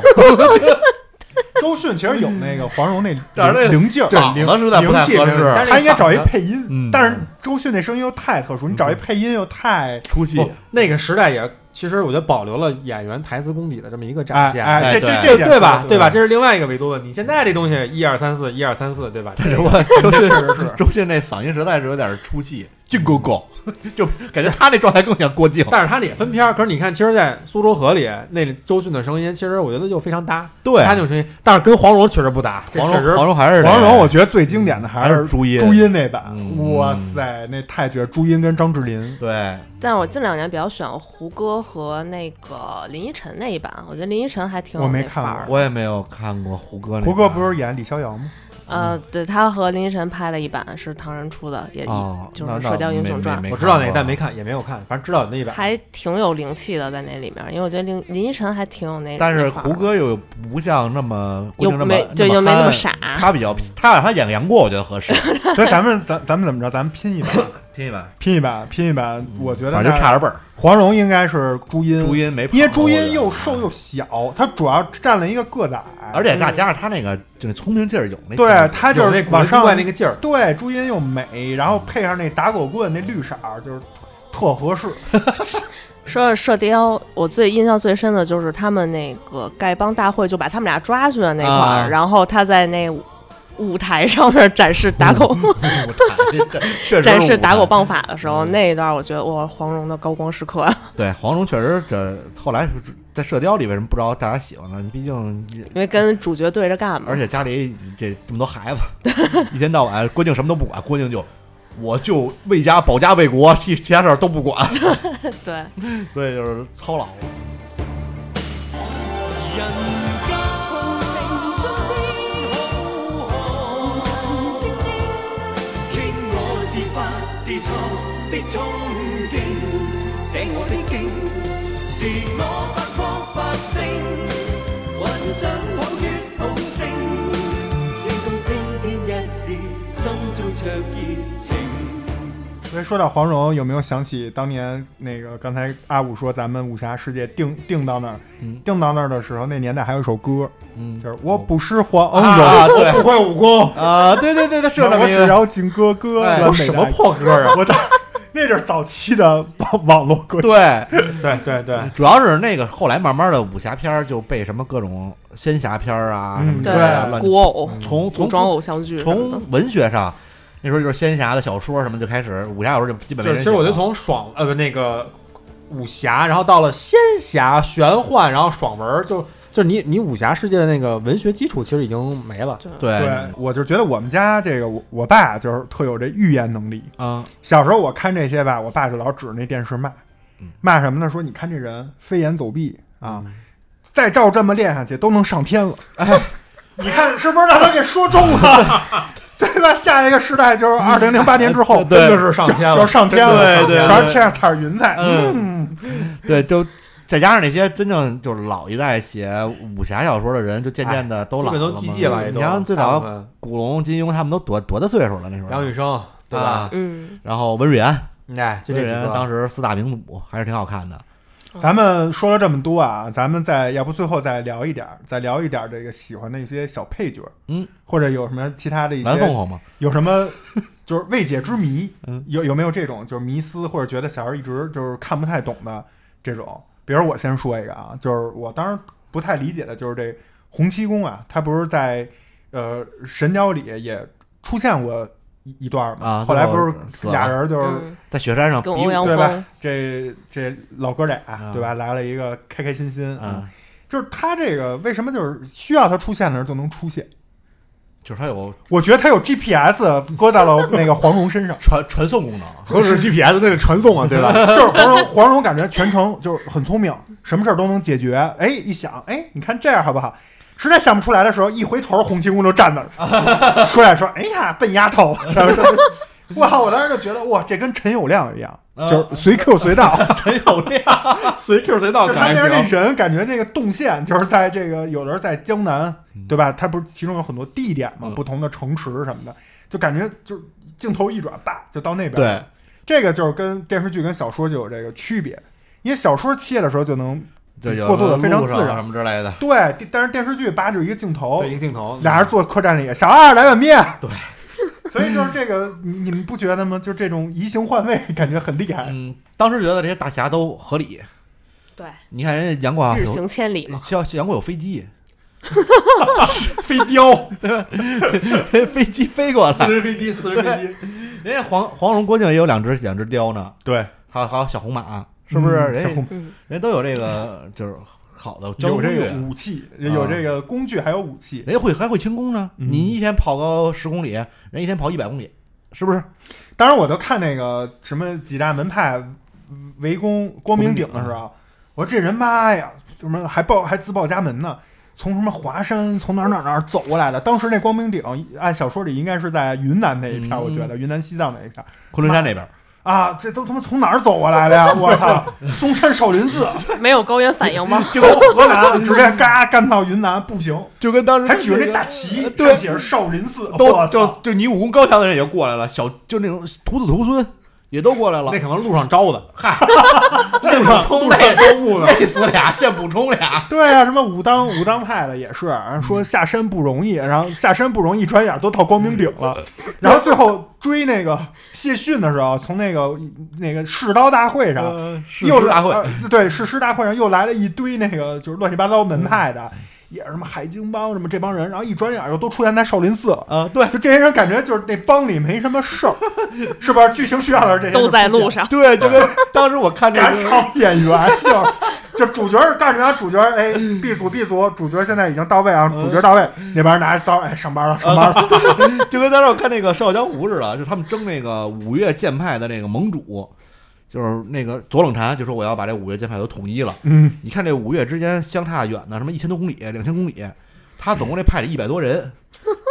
周迅其实有那个黄蓉那
但是那
灵劲儿，啊
嗓子实在啊不
灵
太合
气没
适
有，
他应该找一配音，
嗯
但是周迅那声音又太特殊，你找一配音又太。
出戏
不，那个时代也，其实我觉得保留了演员台词功底的这么一个
哎
展现，
哎，这
哎
这
对
这一点
对吧？
说得
对吧？这是另外一个维度问题。现在这东西一二三四，一二三四，对吧？
*laughs* 但是我周迅
确实是
*laughs* 周迅那嗓音实在是有点出戏，靖哥哥，就感觉他那状态更像郭靖。
但是它也分片儿，可是你看，其实，在《苏州河》里，那里周迅的声音，其实我觉得就非常搭，
对
他那种声音，但是跟黄蓉确实不搭，这
黄
确
蓉，
实
黄蓉还是
黄蓉，我
觉
觉得最经典的还
是
是
朱茵，
朱茵那版
嗯，
哇塞，那太绝！朱茵跟张智霖，
对，
但是我近两年比较喜欢胡歌和那个林依晨那一版，我觉得林依晨还挺有
我没
那范
看过
儿的。
我也没有看过胡歌那版。
胡歌不是演李逍遥吗？
呃，
嗯
对他和林依晨拍了一版是唐人出的，也、
哦，
就是
那
《射雕英雄传》，
我知道那个，
那没啊
但没。看，也没有看，反正知道有那一版。
还挺有灵气的在那里面，因为我觉得林林依晨还挺有那，
但是
那范儿
胡歌又不像那么
又
郭靖那么
没对又没那么
憨
傻
他比较他让他演杨过，我觉得合适。
所以咱们咱咱们怎么着？咱们拼一版，
拼一版，
拼一版，拼一版。我觉得
嗯反正就
那
差点本儿。
黄蓉应该是朱茵，
朱茵没跑，
因为朱茵又
我
瘦
觉
又小，她主要占了一个个子矮，
得，而且再加上他那个就是聪明劲儿有那劲
嗯对
儿。
她就
有那
是
古
往
灵精
上
怪那个劲儿，
对朱茵又美，然后配上那打狗棍那绿色儿，就是特合适。
说到射雕，我最印象最深的就是他们那个丐帮大会就把他们俩抓去的那块儿，
啊
然后他在那舞台上面展示打狗、
舞台
*laughs*
确实
展
是
示
舞
打
台
狗棒法的时候，那一段我觉得哇，黄蓉的高光时刻，啊
对黄蓉确实这后来在《射雕》里为什么不招大家喜欢呢？毕竟
*laughs* 因为跟主角对着干嘛
而。且家里这这么多孩子，一天到晚郭靖什么都不管，郭靖就我就为家保家卫国，其其他事儿都不管，
对，
所以就是操劳了。
人间倾我自發自創的衝勁，寫我的經，自我發光發聲，幻想往月好星，聽到青天一線，心中灼熱情。
所以说到黄蓉，有没有想起当年那个刚才阿五说咱们武侠世界定定到那儿，
嗯
定到那儿的时候，那年代还有一首歌，
嗯
就是我不是黄
哦
蓉，
啊对
我不会武功，
*laughs*
啊，对对对，他是有这
我
么一
只
个。
要靖哥哥。
哎
完美的
什么破歌啊？
*laughs* 我当那阵儿早期的网网络歌曲，
对，
对对对，
主要是那个后来慢慢的武侠片儿就被什么各种仙侠片儿啊
嗯
什么之类
对嗯
的乱
古偶、
从
古
从
装偶像剧什么的，
从文学上，那时候就是仙侠的小说什么就开始，武侠小说就基本没
就是
人
其
写
实
了。
我觉得从爽呃不那个武侠，然后到了仙侠、玄幻，然后爽文儿，就就是你你武侠世界的那个文学基础其实已经没了。
对
对，，
我就觉得我们家这个我我爸就是特有这预言能力。
嗯，
小时候我看这些吧，我爸就老指着那电视骂
嗯，
骂什么呢？说你看这人飞檐走壁啊，再照这么练下去都能上天了。
哎
*laughs* 你看是不是让他给说中了？
*laughs*
对吧？下一个时代就是二零零八年之后，
对
真的是上天了，
就是上天了，
对对对
全是天上彩儿云彩。
嗯
嗯，
对，就再加上那些真正就是老一代写武侠小说的人，就渐渐的都
哎基
老
本
了
都
嘛
寂寂了，也都。
你像最
大
早啊
部分
古龙、金庸他们都多多大岁数了那时候？
杨宇生对吧
啊？
嗯，
然后温瑞安，
哎，就
温
这
瑞
几
安
个。
当时四大名捕还是挺好看的。
咱们说了这么多啊，咱们再要不最后再聊一点儿，再聊一点儿这个喜欢的一些小配角，
嗯，
或者有什么其他的一
蓝凤
些，
凰嘛，
有什么 *laughs* 就是未解之谜，
嗯
有有没有这种就是迷思或者觉得小时候一直就是看不太懂的这种？比如我先说一个啊，就是我当时不太理解的就是这洪七公啊，他不是在呃《神雕》里也出现过一一段儿嘛，
啊
后来
最
不
后
是
死了
俩人就是、啊
嗯
在雪山上
跟
比武
欧阳
对吧
锋，
这这老哥俩、啊
啊
对吧？来了一个开开心心啊
嗯，
就是他这个为什么就是需要他出现的时候就能出现？
就是它有，
我觉得他有 GPS 搁到了那个黄蓉身上
传传送功能。
*laughs*
*laughs*
何止 GPS 那个传送啊，对吧？
就是黄蓉黄蓉感觉全程就是很聪明，什么事儿都能解决。哎，一想，哎，你看这样好不好？实在想不出来的时候，一回头，洪七公就站那
*laughs*
儿，出来说：“哎呀，笨丫头！” *laughs* 哇，我当时就觉得哇，这跟陈友谅一样，
啊
就是随 Q 随到。
陈友 *laughs* 谅随 Q 随
哦
到
就他那边那人感觉那个动线，就是在这个有的时候在江南，对吧？它不是其中有很多地点嘛，
嗯
不同的城池什么的，就感觉就镜头一转，叭就到那边。
对，
这个就是跟电视剧跟小说就有这个区别，因为小说切的时候就能
就有
过渡的非常自
路上
然
什么之类的。
对，地但是电视剧叭就一个镜头
对，一，个镜头，
俩人坐客栈里，小二来碗面。对。 *laughs* 所以就是这个，你你们不觉得吗？就这种移形换位，感觉很厉害。
嗯，当时觉得这些大侠都合理。
对，
你看人家杨过啊
日
有
行千里嘛，
*laughs*
像杨过有飞机，飞镖对吧？ *laughs* 飞机飞过来，
人飞机，私人飞机，
人家黄黄蓉、郭靖也有两只两只雕呢，
对，
还有还有小红马，是不是？哎
嗯
人
小
家
红
人家都有这个就是好的交
有
通工
这
具，
个武器，有这个工具，还有武器。
人家会还会轻功呢。
嗯
你一天跑个十公里，人家一天跑一百公里，是不是？
当然，我都看那个什么几大门派围攻光明顶的时
嗯
候，我说这人妈呀，什么还报还自报家门呢，从什么华山从哪儿哪儿哪儿走过来的。当时那光明顶按小说里应该是在云南那一片儿，
嗯
我觉得云南西藏那一片儿
昆仑山那边，
啊，这都他妈从哪儿走过来的
*laughs*
呀？我操，嵩山少林寺啊
没有高原反应
*laughs*
吗？
就从河南
嗯
直接嘎干到云南，不行，
就跟当时
还举着那大旗，
对
上写着少林寺，
都
我
就
操
就你武功高强的人也过来了，小就那种徒子徒孙也都过来了
那，可能路上招的，
现补充累招募的，累死俩，现补充俩。
对啊，什么武当武当派的也是，然后
嗯
说下山不容易，然后下山不容易，一转眼都到光明顶了，
嗯
*laughs* 然后最后追那个谢逊的时候，从那个那个世刀大会上。
呃誓
又
师大会
呃对誓师大会上又来了一堆那个就是乱七八糟门派
嗯
的，也是什么海晶帮什么这帮人，然后一转眼又都出现在少林寺了。
啊，对
就这些人感觉就是那帮里没什么事
*laughs*
儿，是不是？剧情需要的是这些人
都在
出现
路上，
对，就跟当时我看这
赶
个，
场演员就就主角告诉你啊，主角哎，B 组 B 组，主角现在已经到位啊，主角到位，那边拿着刀哎，上班了上班了，
*laughs* 就跟当时我看那个《笑傲江湖》似的，就他们争那个五岳剑派的那个盟主，就是那个左冷禅，就说我要把这五岳剑派都统一了。
嗯，
你看这五岳之间相差远的，什么一千多公里、两千公里，他总共这派里一百多人，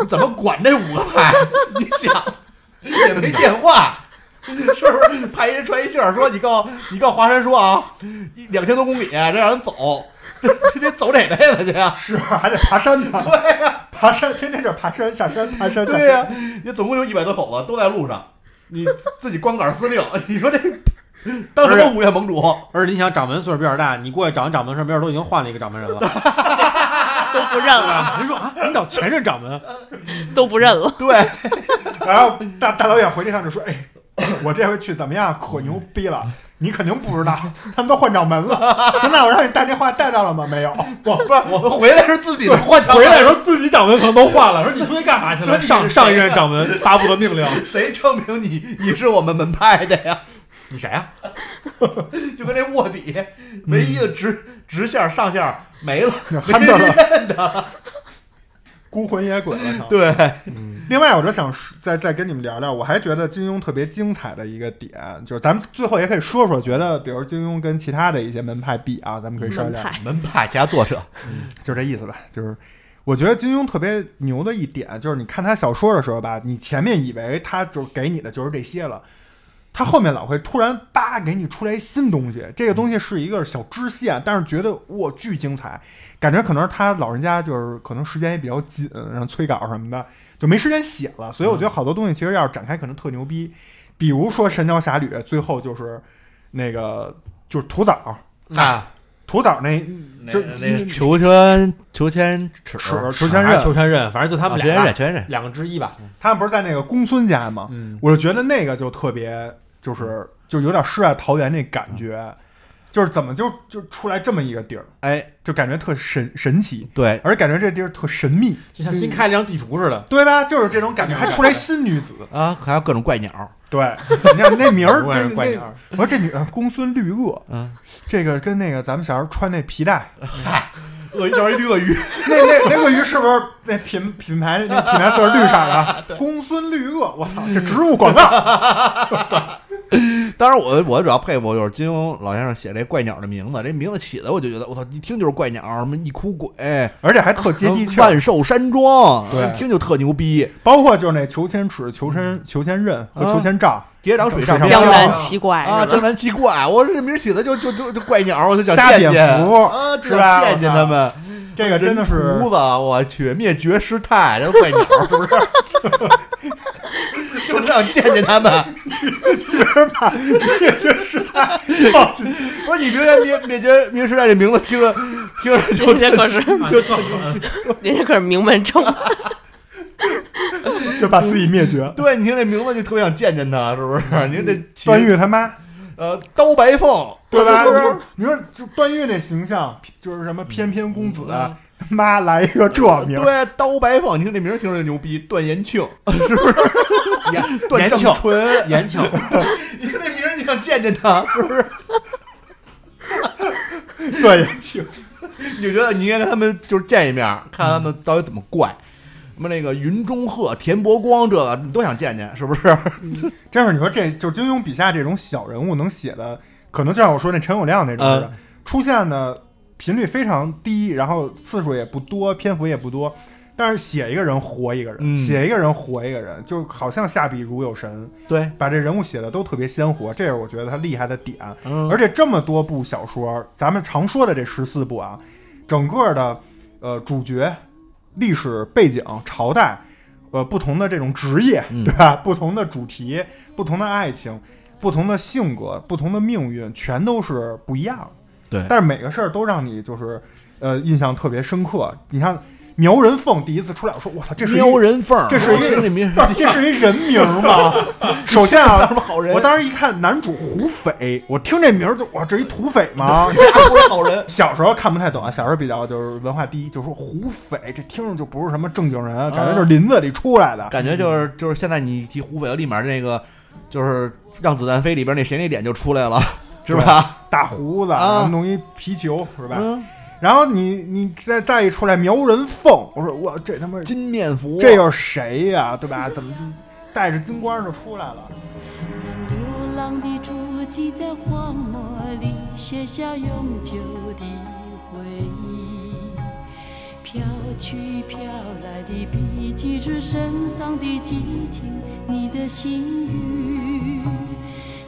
你怎么管这五个派？ *laughs* 你想也没电话，是不是？派一人传一信儿说你告你告华山说啊，一两千多公里，这让人走， *laughs* 这得走哪辈子去啊？
是还得爬山 *laughs* 呢，爬山天天就是爬山下山爬
*laughs*
山下
对呀、
山，
你总共有一百多口子都在路上，你自己光杆司令，你说这当
而
什
且
么五岳盟主？
而且你想，掌门岁数比较大，你过去找掌门时候，没准都已经换了一个掌门人了，对
都不认了，
吧？人说啊，你找前任掌门，
都不认了。
对，
然后大大老远回去上就说哎。我这回去怎么样？可牛逼了！你肯定不知道，他们都换掌门了。真的，我让你带这话带到了吗？没有。
我不是我回来是自己的换
回来的时候自己掌门可能都换了，说你出去干嘛去
说
了？
你
上
是
上一
谁
任掌门发布的命令，
谁证明你你是我们门派的呀？
你谁啊？
就跟那卧底，唯一的直直线上线没嗯了，
憨豆了， *laughs* 孤魂野鬼了。成
对，
另外，我就想说再再跟你们聊聊，我还觉得金庸特别精彩的一个点，就是咱们最后也可以说说，觉得比如金庸跟其他的一些门派比啊，咱们可以商量，
门派加作者，
就这意思吧。就是我觉得金庸特别牛的一点，就是你看他小说的时候吧，你前面以为他就给你的就是这些了。他后面老会突然叭给你出来一新东西，这个东西是一个小支线，但是觉得哇巨精彩，感觉可能是他老人家就是可能时间也比较紧，然后催稿什么的就没时间写了，所以我觉得好多东西其实要是展开可能特牛逼，比如说《神雕侠侣》最后就是那个就是土枣，
啊，
土枣嗯那就
裘千裘千尺，
尺裘千
还是
仞，
裘千仞，反正就他
啊
们
裘
俩吧
千仞，裘千仞，
两个之一吧。
他们不是在那个公孙家吗？
嗯，
我就觉得那个就特别，就是就有点世外桃源那感觉，就是怎么就就出来这么一个地儿，
哎，
就感觉特神神奇，
对，
而且感觉这地儿特神秘，
就像新开了一张地图似的。
对吧？就是这种
*laughs*
感觉，还出来新女子，
啊，还有各种怪鸟，
对，你看那名儿，
我也
这
是怪
那
鸟，
我说这女的公孙绿萼，
嗯，
这个跟那个咱们小时候穿那皮带，
鳄鱼叫一鳄鱼，
那那那鳄鱼是不是那品品牌那品牌色是绿色
*laughs*
的啊？公孙绿萼，我操，这植入广告，
当然我我主要佩服就是金庸老先生写这怪鸟的名字，这名字起的我就觉得我操，一听就是怪鸟，什么一哭鬼，
而且还特接地气儿。
万寿山庄，
对
一听就特牛逼，
包括就是那裘千尺、裘千
嗯
裘千仞和裘千丈，
叠掌水上
水上
江
漂
南
亮
七怪
啊，
是吧
江南七怪，我这名儿起的就就就就怪鸟，我就想
瞎
见见
蝙蝠
啊，就是
吧
想见见
我操
他们。
这个真的
人
是
厨子，啊我去灭绝师太，这怪鸟是 *laughs* 不是？就特想见见他们。
灭绝师太，
不是你别看灭灭绝灭绝师太这名字听着听着就
人家可是， *laughs* 人家可是名
*laughs*
门正派，
就把自己灭绝。
对，你听这名字就特别想见见他，是不是？您这起
段誉他妈，
呃刀白凤，
嗯对吧？
是
你
不
说
是？
你说就段誉那形象，就是什么翩翩公子，他妈来一个这名儿，
嗯对，刀白凤，你听这名儿听着就牛逼，段延庆 *laughs* 是不是？
延
*laughs* 段
延
正
庆，
淳，
延庆，
你听这名儿你想见见他，是不是？
段延庆，
你就觉得你应该跟他们就是见一面，看他们到底怎么怪。什么那个云中鹤、田伯光，这个你都想见见，是不是？ *laughs*
真是你说这就是金庸笔下这种小人物能写的，可能就像我说那陈友谅那种似的，
嗯
出现的频率非常低，然后次数也不多，篇幅也不多，但是写一个人活一个人，
嗯
写一个人活一个人，就好像下笔如有神，
对，
把这人物写的都特别鲜活，这是我觉得他厉害的点。
嗯
而且这么多部小说，咱们常说的这十四部啊，整个的呃主角、历史背景、朝代，呃不同的这种职业，
嗯
对吧？不同的主题、不同的爱情、不同的性格、不同的命运，全都是不一样的。
对
但是每个事儿都让你就是呃印象特别深刻。你看苗人凤第一次出来，我说我操，这是一
喵人凤儿，
这是一
我听这名 *laughs* 儿，
不 *laughs* 是这是一人名
*laughs*
吗？首先啊
什么，好人
我当时一看男主胡斐，我听这名儿就哇，这一土匪
*laughs*
吗？，
他不是好人
小时候看不太懂啊，小时候比较就是文化低，就说胡斐这听着就不是什么正经人，啊感觉就是林子里出来的。
啊感觉就是就是现在你提胡斐，立马那个就是《让子弹飞》里边那谁那脸就出来了，是吧？
大胡子，
啊
然后弄一皮球是吧？
*laughs* 嗯，
然后你你再再一出来苗人凤，我说我这他妈
金面蝠，
这又是谁呀、对吧？怎么带着金冠就出来了？
流浪的足迹在荒漠里写下永久的回忆，飘去飘来的笔迹是深藏的激情，你的心语。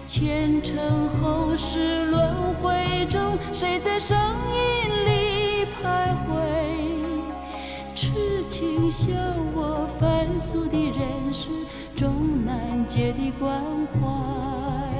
前尘后世轮回中，谁在声音里徘徊？痴情笑我凡俗的人世，终难解的关怀。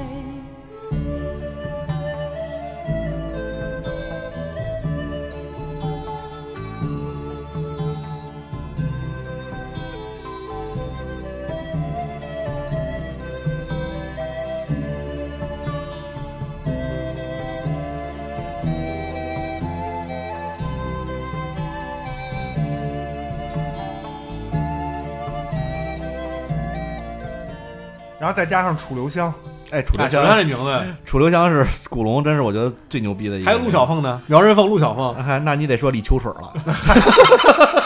然后再加上楚留香，
哎，楚留
哎，想想
香，
这名字，
楚留香是古龙，真是我觉得最牛逼的一个。
还有陆小，凤呢，苗人凤、陆小凤，
啊，那你得说李秋水了。 *laughs*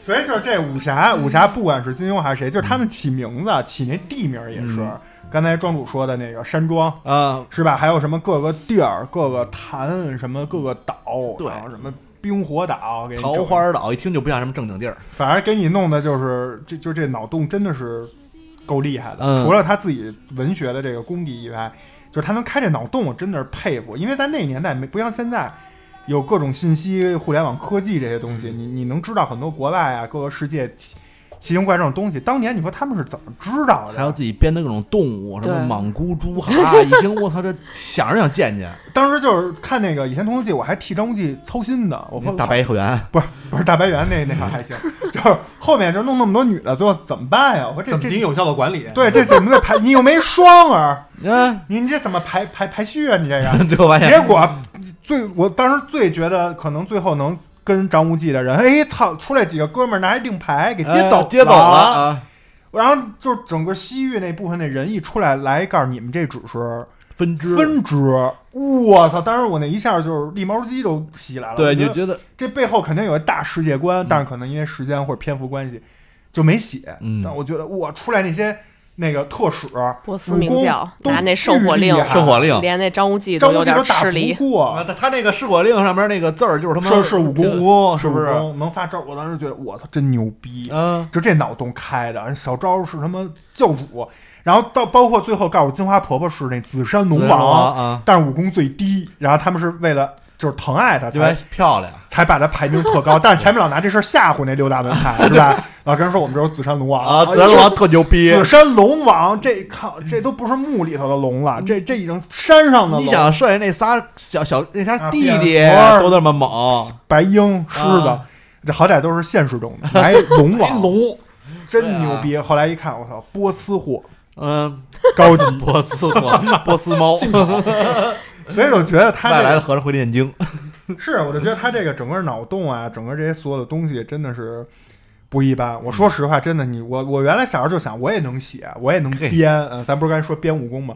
所以就是这武侠，武侠不管是金庸还是谁，就是他们起名字、起那地名也是。
嗯
刚才庄主说的那个山庄
啊，
是吧？还有什么各个地儿、各个潭、什么各个岛，
对
然后什么冰火岛，给你整
桃花岛一听就不像什么正经地儿。
反而给你弄的就是这就这脑洞真的是够厉害的。
嗯
除了他自己文学的这个功底以外，就是他能开这脑洞，我真的是佩服。因为在那个年代没不像现在。有各种信息、互联网科技这些东
嗯
西，你你能知道很多国外啊、各个世界奇奇形怪状的东西。当年你说他们是怎么知道
还有
的？
自己编的各种动物，什么
对
莽古猪哈，一听我操，这想着想见见。
当时就是看那个《倚天屠龙记》，我还替张无忌操心呢。我说
大白猿，
不是不是大白猿那那会儿
*laughs*
还行，就是后面就弄那么多女的，最后怎么办呀？我说这
怎么
这
进行有效的管理？
*laughs* 对，这怎么得排？你又没双儿，
嗯，
你你这怎么排排排序啊？你这个
最后发现
结果最，我当时最觉得可能最后能跟张无忌的人，哎操，出来几个哥们儿拿一令牌给接走、
哎接走了。啊，
然后就是整个西域那部分那人一出来，来一告诉你们这只是
分支
分支。我操！当时我那一下就是立毛鸡都起来了。
对，
我
你
觉得
就觉得
这背后肯定有一大世界观，但是可能因为时间或者篇幅关系就没写。
嗯
但我觉得我出来那些那个特使
波斯
武
名
功
将
都
拿那
巨
圣火
厉
令
害
圣火令。
连那张无忌
张
都
无
有
忌
点
都打
吃
不
力。
过
啊，，他他那个《试火令》上面那个字儿就是他妈
是是武功
武功，是不
武
是？
功能发招？我当时觉得我操，真牛逼！
嗯，
就这脑洞开的，小招是他妈教主，然后到包括最后告诉金花婆婆是那紫山龙
龙
王，
啊，
但是武功最低，然后他们是为了就是疼爱他
因为
才
漂亮，
才把他排名特高，但是前面老拿这事儿吓唬那六大门派是
*laughs*
吧？老跟人说我们这有紫山龙王
啊，
哎
紫山龙王特牛逼。
紫山龙王，这靠这都不是墓里头的龙了，这这已经山上的龙。
嗯你想剩下那仨小小那仨
啊
弟
变
弟
猴儿
都那么猛，
白鹰、狮子，
啊
这好歹都是现实
*laughs*
中的，来龙王，龙
对
真
啊
牛逼。后来一看，我操，波斯货
嗯，
高级，
波斯猫，波
*laughs*
斯猫，
所以我觉得他
*laughs* 外来的
这
和尚会念经，
个 *laughs* 是，我就觉得他这个整个脑洞啊，整个这些所有的东西真的是。不一般，我说实话，真的，你我我原来小时候就想，我也能写，我也能
嘿嗯
编，嗯，咱不是刚才说编武功吗？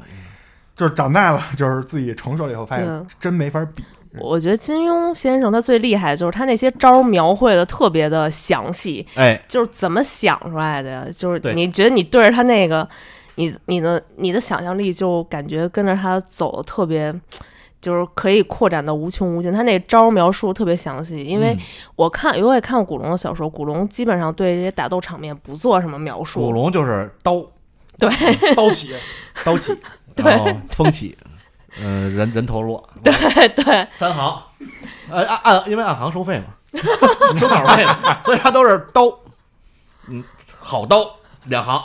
就是长大了，就是自己成熟了以后，发现
啊
对
真没法比。
嗯
我觉得金庸先生他最厉害就是他那些招儿描绘的特别的详细，
哎，
就是怎么想出来的呀？就是
对
你觉得你对着他那个，你你的你的想象力就感觉跟着他走的特别，就是可以扩展到无穷无尽。他那招描述特别详细，因为
嗯
我看因为我也看过古龙的小说，古龙基本上对这些打斗场面不做什么描述。
古
*laughs*
龙就是刀
对，
刀起，
刀
*laughs*
起，然后风起，嗯，人人头落，对对，三行，呃，按按因为按行收
*laughs*
费嘛，收稿费嘛，所以他都是刀，嗯，好刀两行，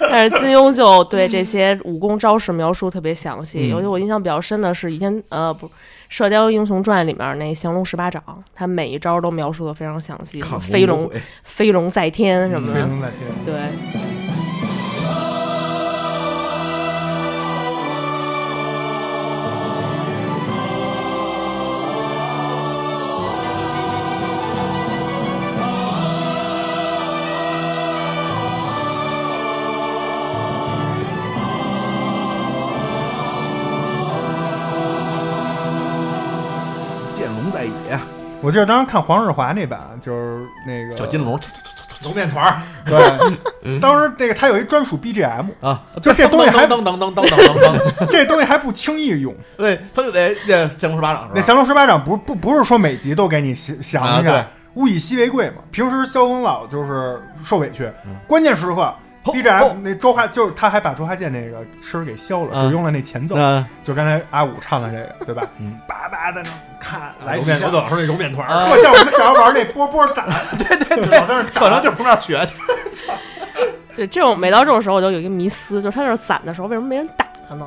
但是金庸就对这些武功招式描述特别详细，尤其我印象比较深的是《倚天》呃不，《射雕英雄传》里面那降龙十八掌，他每一招都描述的非常详细，什么
看
飞龙
鬼
飞龙在天什么
飞
的，
龙在天。
对。
见龙在野，
我记得当时看黄日华那版，就是那个
小金龙
龙面团儿，
对，当时那个他有一专属
*laughs*
BGM，
啊，
就
哎
这东西还
当当当当当当当当，
这东西还不轻易用。
对，他就得那降龙十八掌是吧？
那降龙十八掌不不不是说每集都给你想想一
啊
下，物以稀为贵嘛。平时萧红老就是受委屈，关键时刻
吼
BGM
吼
那周华就是他还把周华健那个声儿给消了，
嗯
只用了那前奏，
嗯
就刚才阿五唱的这个，对吧
嗯？
叭叭的那看来
龙
几
面
下
我。老说那揉面团儿，
特像我们小时候玩那波波打，对对对，老在那儿打
可能就是从那儿学 *laughs* 的，
对，这种每到这种时候，我就有一个迷思，就是他那种攒的时候，为什么没人打他呢？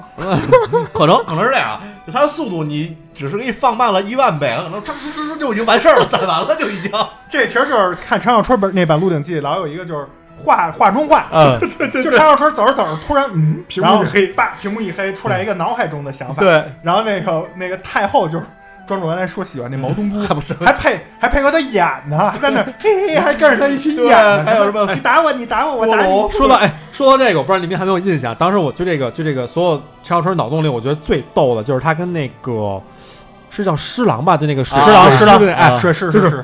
可能可能是这样，啊就它的速度你只是给你放慢了一万倍，可能唰唰唰唰就已经完事儿了，攒完了就已经，
这其实就是看陈小春本那版《鹿鼎记》，老有一个就是画画中
*laughs*
画，
嗯，
就陈小春走着走着突然嗯，
屏幕一
黑，叭，屏幕一黑，出来一个脑海中的想法，，
对，
然后那个那个太后就是庄主原来说喜欢那毛东
*laughs* 还
都，
不 *laughs* 是
*laughs* 还配还配合他演
*laughs*
呢，在那 *laughs* 嘿嘿，还跟着他一起演
对啊
呢。
还有什么
你打我， *laughs* 你打我，我
郭
打
龙
你。
说到哎，说到这个，我不知道你们还有没有印象，当时我就这个就这个所有陈小春脑洞里，我觉得最逗的就是他跟那个是叫施琅吧，就那个水
啊
师
水
师
师
那哎
啊，
是是
就是是
是，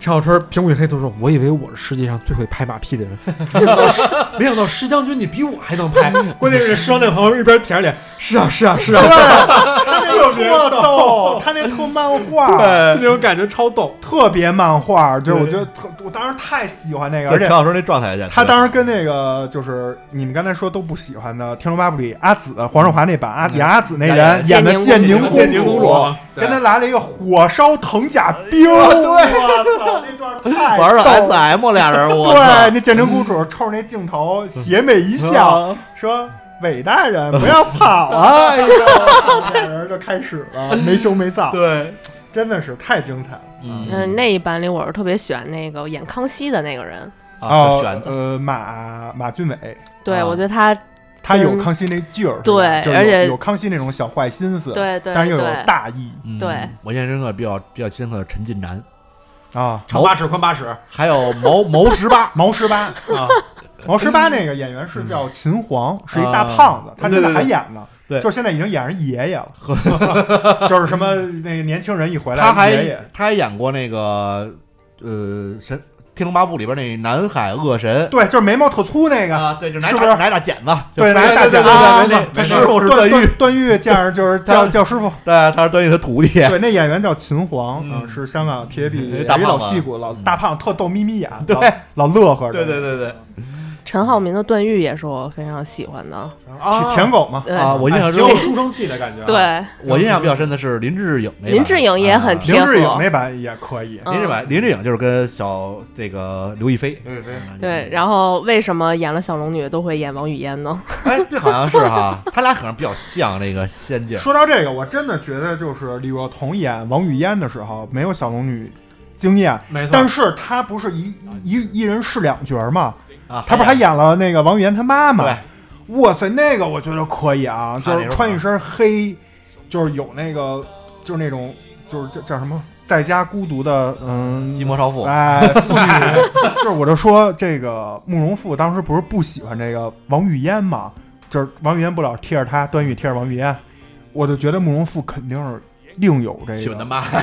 陈小春平谷一黑头说：“我以为我是世界上最会拍马屁的人，没想到施没想到施将军你比我还能拍。关键是施将军旁边一边舔着脸，是啊是啊是啊，
他那特 *laughs* 逗，他那特漫画，
就
*laughs*
对，
那种感觉超逗。
特别漫画，就是我觉得特，我当时太喜欢那个，而且
陈小春那状态去，
他当时跟那个就是你们刚才说都不喜欢的《天龙八部》里阿紫黄少华那版阿演阿紫那人演的建宁
建宁公
主
主，
跟他来了一个火烧藤甲兵，我操，那段太
玩了
逗了
S M 俩人，我
对，那建宁公主冲着那镜头邪魅一
操
笑，说：“韦大人，不要跑啊！”哎呀，俩人就开始了，没羞没臊，
*laughs* 对，
真的是太精彩了。
嗯
嗯，那一版里我是特别喜欢那个演康熙的那个人，
啊，
哦
选择
呃马马俊伟，
对、
啊
我觉得他，
他有
嗯
康熙那劲儿，是吧
对
就是有
而且
有康熙那种小坏心思，
对对
但是又有
对
大义
嗯对
嗯我印象深刻比较比较深刻的陈近南， *laughs*
啊。，
长八尺宽八尺，
还有毛毛十八
毛十八啊， *laughs* 毛十八那个演员是叫秦皇，是一大胖子
嗯啊，
他现在还演呢，
对对对
就是现在已经演成爷爷了，
*laughs*
就是什么那个年轻人一回来，
他还
爷爷，
他还演过那个呃神《天龙八部》里边那南海恶神
对，就是眉毛特粗那个，
啊，对，就是拿
是不是
大拿大剪子，就
对，拿一大
对对
剪
对
啊，
对对没
那
错
那
没错师傅是
段
段誉
段段誉这样就是叫叫师傅，
对，他是关于他徒弟，
对，那演员叫秦皇，
嗯
嗯，是香港 TVB
大
一老
胖子
戏骨，老
嗯
大胖特逗眯眯眼，
对
老，老乐呵着，
*laughs* 对对对对
陈浩民的段誉也是我非常喜欢的，
哦
是舔狗嘛，
对、
啊！我印象
挺
中
有书生气的感觉。，啊
对，
我印象比较深的是林志颖那版，
林志颖也很
啊
贴
林志颖
合
那版也可以，
嗯
林志版林志颖就是跟小这个刘亦菲，啊
嗯对，然后为什么演了小龙女都会演王语嫣呢？
哎，这好像是哈，他俩好像比较像那个仙境，
说到这个，我真的觉得就是李若彤演王语嫣的时候，没有小龙女惊艳，
没错
但是她不是一一一人饰两角儿嘛，
嗯啊，
她不是还演了那个王语嫣她妈
对
吗？哇塞，那个我觉得可以啊，
她
就
那
是
时候
穿一身黑，就是有那个就是那种就是叫叫什么在家孤独的嗯
寂寞少妇，
哎，妇女，就是我就说这个慕容复当时不是不喜欢这个王语嫣嘛，就是王语嫣不老贴着他，段誉贴着王语嫣，我就觉得慕容复肯定是另有这个，
喜欢他妈，
哎 *laughs*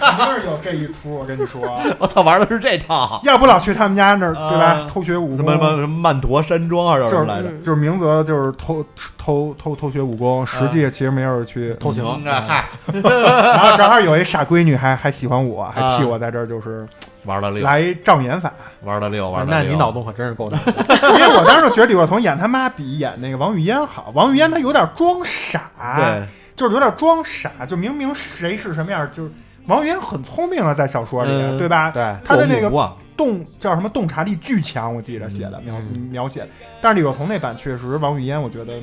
肯定是有这一出，我跟你说，
我操，玩的是这套，
*laughs* 要不老去他们家那儿对吧
啊，
偷学武
什么什么
功。
什么曼陀山庄还是嗯
就
什
是
么来着？
就是明泽就是偷偷偷偷学武功，实际其实没有去
偷情
嗯啊嗨，
然后正好有一傻闺女还还喜欢我，还替
嗯
我在这儿就是
玩了六，
来一障眼法，
玩了六，玩了
那
六
你脑洞可真是够大。
*laughs* 因为我当时就觉得李若彤演他妈比演那个王语嫣好，王语嫣她有点装傻，
对，
就是有点装傻，就明明谁是什么样，就是王语嫣很聪明啊，在小说里，
嗯
对吧？
对，
她的那
过目不啊
个
忘
洞叫什么洞察力巨强，我记着写的描
嗯
描写，但是李若彤那版确实王语嫣，我觉得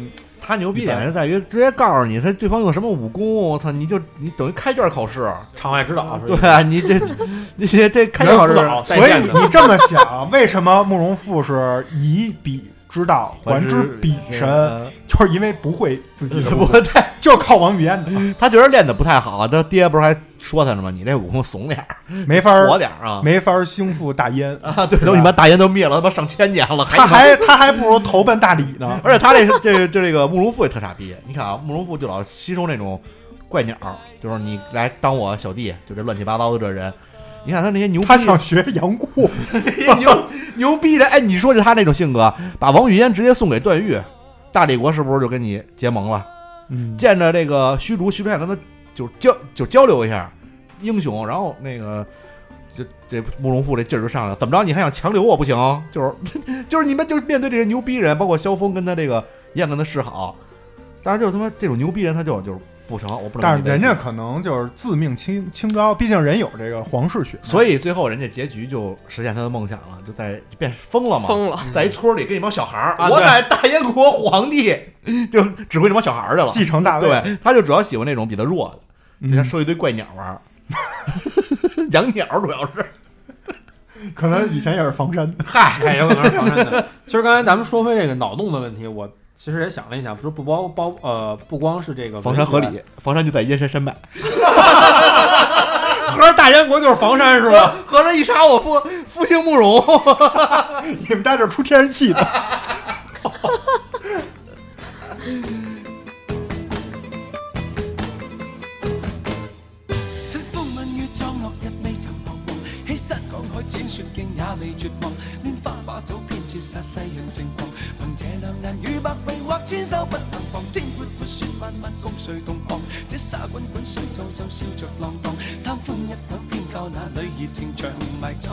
他牛逼点是在于直接告诉你他对方用什么武功，我操，你就你等于开卷考试，
场外指导是吧
对啊，你这你这这开卷考试
人不，老
所以
再见的
你这么想，为什么慕容复是以彼之道还之彼身，
嗯
就是因为不会自
*laughs*
己的武功，
不太
就是靠王语嫣的，
*laughs* 他觉得练的不太好，啊他爹不是还说他呢吗？你这武功怂
*laughs*
点儿，
没法
活
儿
点儿啊！
没法儿兴复大燕。
*laughs* 啊，对，都你妈大燕都灭了，他妈上千年了，还
他还他还不如投奔大理呢
*laughs* 。而且他这这这这个慕容复也特傻逼，你看啊，慕容复就老吸收那种怪鸟，就是你来当我小弟，就这乱七八糟的这人。你看他那些牛逼，
他想学杨过，
*laughs* 牛牛逼的，哎，你说就他那种性格，把王语嫣直接送给段誉，大理国是不是就跟你结盟了？
嗯，
见着这个虚竹，虚竹想跟他就是交就交流一下英雄，然后那个这这慕容复这劲儿就上来了，怎么着你还想强留我不行？就是就是 *laughs* 你们就是面对这些牛逼人，包括萧峰跟他这个一样跟他示好，但是就是他妈这种牛逼人他就就是不成，我不能跟
但是
你在一起。
人家可能就是自命清清高，毕竟人有这个皇室血，
所以最后人家结局就实现他的梦想了，就在就变疯了嘛，
疯了，
在一村里跟一帮小孩儿，
啊
我
对
乃大燕国皇帝， *laughs* 就指挥那帮小孩儿去了。
继承大位。
*laughs* 对，他就主要喜欢那种比他弱的。就像
嗯，
收一堆怪鸟玩儿， *laughs* 养鸟主要是。
可能以前也是房山，
嗨，
*laughs* 哎，有可能是唐山的。其实刚才咱们说回这个脑洞的问题，我其实也想了一想，不是不包包呃，不光是这个
房山
文
合
学
*laughs* 理，房山就在燕山山脉。合着大燕国就是房山是吧？合着一杀我父父性不容。
你们家这儿出天然气的。
睇風吻雨葬落日未曾彷徨，喺山港海展雪徑也未絕望，拈花把酒偏折煞世人情狂，憑這兩眼與百臂或千手不能防，精闊闊雪漫漫共誰同航？這沙滾滾水皺皺笑着浪蕩，貪歡一晌偏教那裏熱情長埋葬。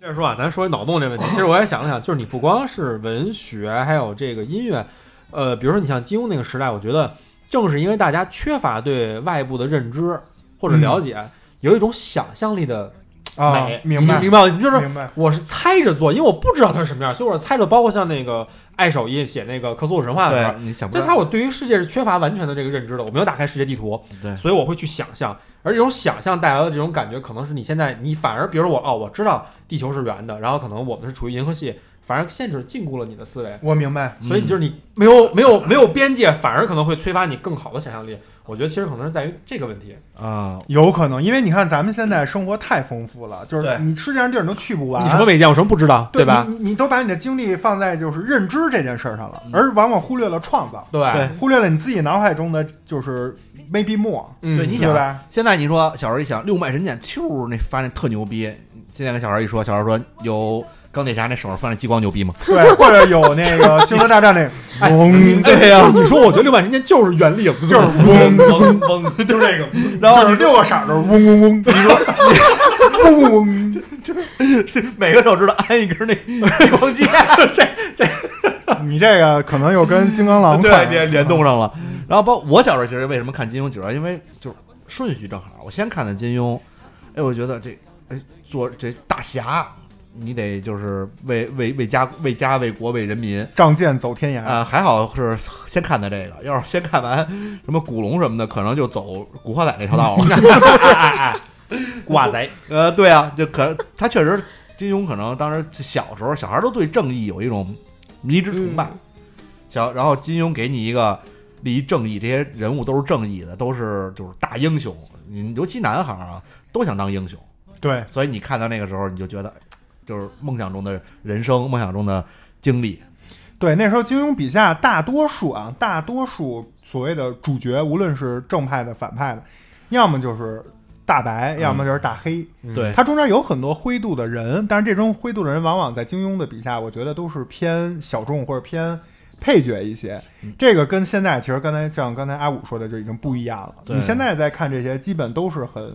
接着说啊，咱说脑洞这问题，其实我也想了想，就是你不光是文学，还有这个音乐，呃，比如说你像金庸那个时代，我觉得正是因为大家缺乏对外部的认知或者了解，有一种想象力的
嗯啊
美，，
明白
你明白吗？就是
明白，
我是猜着做，因为我不知道它是什么样，所以我是猜着。包括像那个爱手艺写那个克苏鲁神话的时候
对，，你想不
这
到
他我对于世界是缺乏完全的这个认知的，我没有打开世界地图，
对
所以我会去想象，而这种想象带来的这种感觉，可能是你现在你反而，比如说我哦，我知道地球是圆的，然后可能我们是处于银河系，反而限制禁锢了你的思维，
我明白。
所以你
嗯
就是你没有没有没有边界，反而可能会催发你更好的想象力。我觉得其实可能是在于这个问题，
啊，
有可能，因为你看咱们现在生活太丰富了，就是
对
你世界上地儿你都去不完，
你什么没见过，什么不知道，
对
吧？
你你你都把你的精力放在就是认知这件事儿上了，而往往忽略了创造，
对
对
*laughs* 忽略了你自己脑海中的就是 maybe more，
嗯
对你
对
想
吧？
现在你说小时候一想六脉神剑，咻那发那特牛逼。现在跟小孩一说，小孩说有钢铁侠那手上放那激光牛逼吗？ *laughs*
对， *laughs* 或者有那个星球大战那个嗡，
对呀、
你说，我觉得六脉神剑哎就是原力，
就是嗡嗡
嗡嗡，
就是那个， *laughs*
然后
就是六个色儿的嗡嗡嗡，你说 *laughs* 嗡嗡嗡，
每个手指头安一根那激光 *laughs* 剑，
你这个可能又跟金刚狼
*laughs* 对
款
联联动上了。然后包括我小时候其实为什么看金庸，主要因为就是顺序正好，我先看的金庸，哎，我觉得这哎做这大侠，你得就是为为为家为家为国为人民，
仗剑走天涯，
啊，还好是先看的这个，要是先看完什么古龙什么的，可能就走古惑仔那条道了。
哎
*laughs*
挂贼，
呃，对啊，就可他确实，金庸可能当时小时候小孩都对正义有一种迷之崇拜，小然后金庸给你一个立于正义，这些人物都是正义的，都是就是大英雄，你尤其男孩儿啊都想当英雄，
对，
所以你看到那个时候你就觉得就是梦想中的人生，梦想中的经历，
对，那时候金庸笔下大多数啊，大多数所谓的主角，无论是正派的、反派的，要么就是大白，要么就是大黑。
嗯
对
他中间有很多灰度的人，但是这种灰度的人往往在金庸的笔下，我觉得都是偏小众或者偏配角一些。
嗯
这个跟现在其实刚才像刚才阿武说的就已经不一样了。
对
你现在在看这些，基本都是很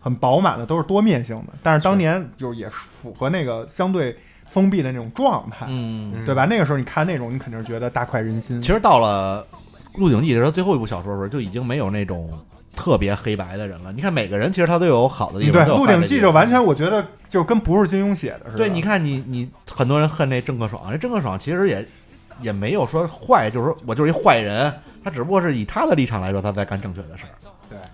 很饱满的，都是多面性的。但是当年就也符合那个相对封闭的那种状态。
嗯
嗯
对吧？那个时候你看那种，你肯定是觉得大快人心。
其实到了《鹿鼎记》的时候，最后一部小说的时候，就已经没有那种特别黑白的人了。你看每个人其实他都有好的地
嗯对
方，
《
都有
鹿
坏的
鼎记》
地
就
方
完全，我觉得就跟不是金庸写的似的。
对。你看你你很多人恨那郑克爽，这郑克爽其实也也没有说坏，就是说我就是一坏人，他只不过是以他的立场来说他在干正确的事儿。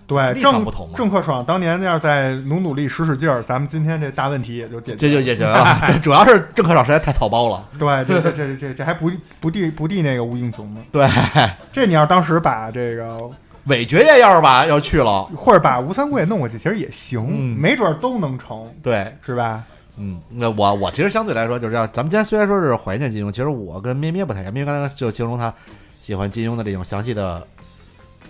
对
立场
郑
不同嘛
郑克爽当年要再努努力、使使劲儿，咱们今天这大问题也就解决
这就
了。
解决了， *laughs* 对主要是郑克爽实在太草包了。
对，这这这这这还不不地不地那个吴英雄吗？
对，
*laughs* 这你要当时把这个
韦爵爷要是吧要去了，
或者把吴三桂弄过去，其实也行，
嗯
没准儿都能成，
对，
是吧？
嗯，那我我其实相对来说就是这样。咱们今天虽然说是怀念金庸，其实我跟咩咩不太一样，咩咩刚才就形容他喜欢金庸的这种详细的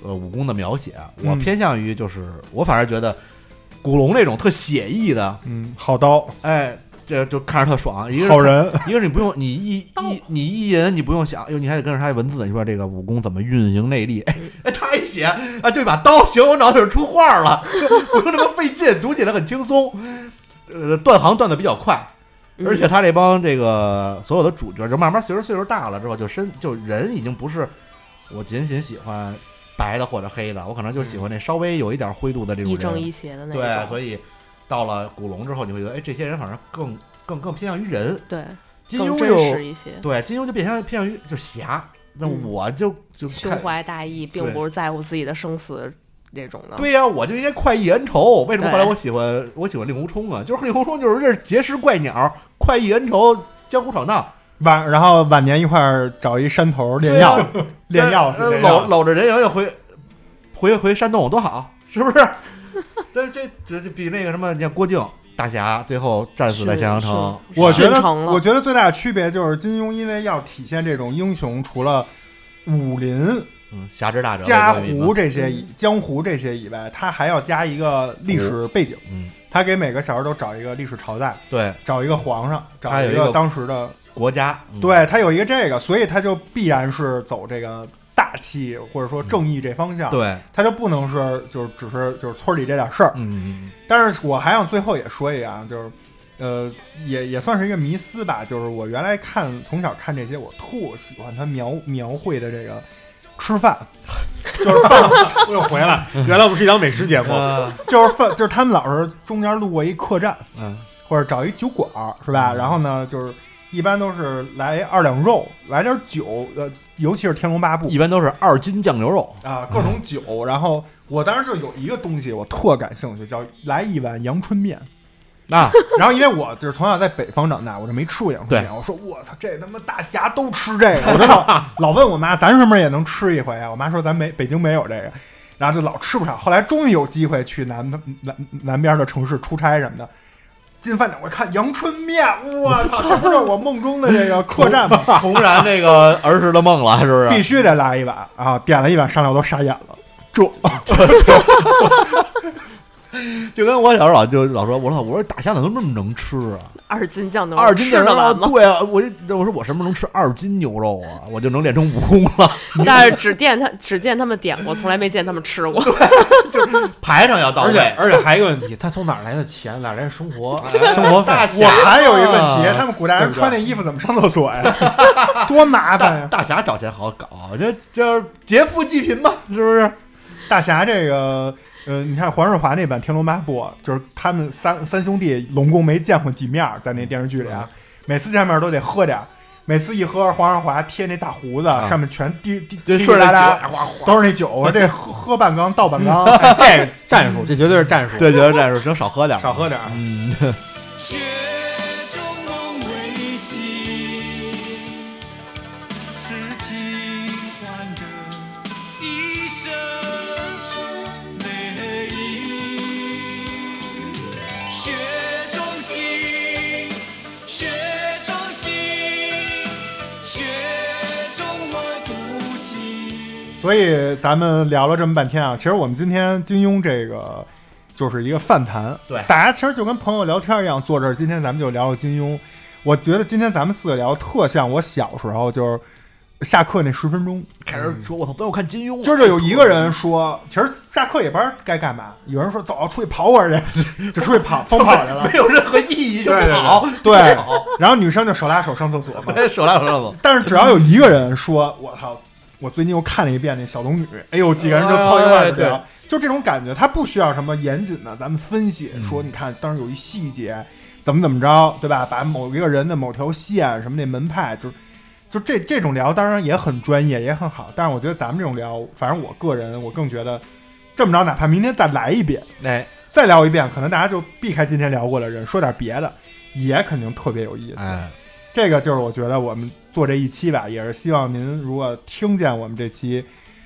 呃武功的描写，我
嗯
偏向于就是、我反而觉得古龙那种特写意的，
嗯，好刀，
哎，这就看着特爽。一个是
好人，
一个是你不用你意意你意淫，你不用想，哟，哎你还得跟着他的文字，你说这个武功怎么运行内力？哎，哎他一写啊，就一把刀，行，我脑子里出画了，就不用那么费劲，读起来很轻松，呃，断行断的比较快。而且他这帮这个所有的主角，就慢慢随着岁数大了之后，就身就人已经不是我仅仅喜欢白的或者黑的，我可能就喜欢那稍微有一点灰度的这种
亦
人。
正亦邪的那种。
对，所以到了古龙之后，你会觉得，哎，这些人反正更更更偏向于人，
对，
金
更
庸
真
就
实一些，
对，金庸就偏向偏向于就侠，那
嗯
我就、就
胸
看
怀大义，并
对
不是在乎自己的生死这种的。
对呀、我就应该快意恩仇。为什么
对
后来我喜欢我喜欢令狐冲啊？就是令狐冲就是认识结识怪鸟，快意恩仇，江湖闯荡，
晚然后晚年一块儿找一山头
对
炼
呀
药，炼药
呃
是炼
搂
药，
*laughs*
搂着人影也回回回山洞多好，是不是？但是这这这比那个什么，你看郭靖大侠最后战死在襄阳城，
我觉
顺
得
承了
我觉得最大的区别就是金庸，因为要体现这种英雄，除了武林、
嗯，侠之大者，
家
我跟你
湖
说，
这些以、江湖这些以外，他还要加一个历史背景。
嗯，
他给每个小孩都找一个历史朝代，
对
找一个皇上，找
他有
一
一
个
个
当时的，
国家，嗯，
对他有一个这个，所以他就必然是走这个大气或者说正义这方向。，
对，
他就不能是就是只是就是村里这点事儿。
嗯，
但是我还想最后也说一个啊，就是，呃，也也算是一个迷思吧。就是我原来看从小看这些，我特喜欢他描描绘的这个吃
*laughs*
饭，就是饭，我又回来，
原来我们是一档美食节目，
嗯
就是饭，就是他们老是中间路过一客栈，
嗯，
或者找一酒馆儿是吧？然后呢，就是一般都是来二两肉，来点酒，呃，尤其是《天龙八部》
一般都是二斤酱牛肉，
啊，各种酒。然后我当时就有一个东西我特感兴趣，叫来一碗阳春面。
那
*laughs* 然后因为我就是从小在北方长大，我就没吃过阳春面。我说我操，这他妈大侠都吃这个，我就 *laughs* 老老问我妈，咱什么时候也能吃一回啊？我妈说咱没北京没有这个，然后就老吃不上。后来终于有机会去南南南边的城市出差什么的。进饭店，我看阳春面，我操，啊这不是我梦中的这个客栈 *laughs* 吗？
重燃那个儿时的梦了，是不
必
是？
须得来一碗啊！点了一碗上来，我都傻眼了。这
就跟我小时候老就老说，我说我说大侠怎么那么能吃啊？
二斤酱牛肉
二斤
吃
酱
得
牛肉
完，吗？
对啊，我就我说我什么时候能吃二斤牛肉啊？我就能练成武功了。
但是只见他只见他们点过，从来没见他们吃过。
排场要到
而且
位，
而且还有一个问题，他从哪儿来的钱，哪儿来的生活
*laughs*
哎生活费？
大
我
侠
还有一个问题，他们古代
对
人
不对
穿那衣服怎么上厕所 *laughs* 呀？多麻烦
大
呀！
大侠找钱好搞，就就是劫富济贫吧，是不是？
大侠这个，呃，你看黄日华那版《天龙八部》，就是他们三三兄弟拢共没见过几面儿，在那电视剧里啊，
嗯
每次见面都得喝点儿，每次一喝，黄日华贴那大胡子、
啊
上面全滴滴滴
就
滴
顺着
答
酒
答，
哗哗，
都是那酒，我这喝喝半缸倒半
*laughs*
缸。
哎这个战术，这绝对是战术，
对，觉得战术能少喝点，
少喝。点儿。
嗯，
雪中梦未醒，痴情换得一生美意。雪中行，雪中行，雪中我独行。
所以咱们聊了这么半天啊，其实我们今天金庸这个就是一个饭谈，
对
大家其实就跟朋友聊天一样，坐这儿，今天咱们就聊聊金庸。我觉得今天咱们四个聊特像我小时候就是下课那十分钟，
开始说，我操，都要看金庸了，
今儿就有一个人说，其实下课也不知道该干嘛，有人说走，出去跑会儿去， *laughs* 就出去跑疯跑去了
*laughs* 没。有任何意义，就
对对对
跑， *laughs*
对
就跑，
然后女生就手拉手上厕所
*laughs*
嘛，
手拉手上走。
但是只要有一个人说“我操，我最近又看了一遍那小龙女”，哎呦，几个人就凑一块儿
哎
聊，
对
就这种感觉，他不需要什么严谨的，咱们分析
嗯
说，你看当时有一细节怎么怎么着，对吧？把某一个人的某条线什么那门派，就是就这这种聊，当然也很专业，也很好，但是我觉得咱们这种聊，反正我个人我更觉得这么着，哪怕明天再来一遍，
哎，
再聊一遍，可能大家就避开今天聊过的人，说点别的，也肯定特别有意思。
哎，
这个就是我觉得我们做这一期吧，也是希望您如果听见我们这期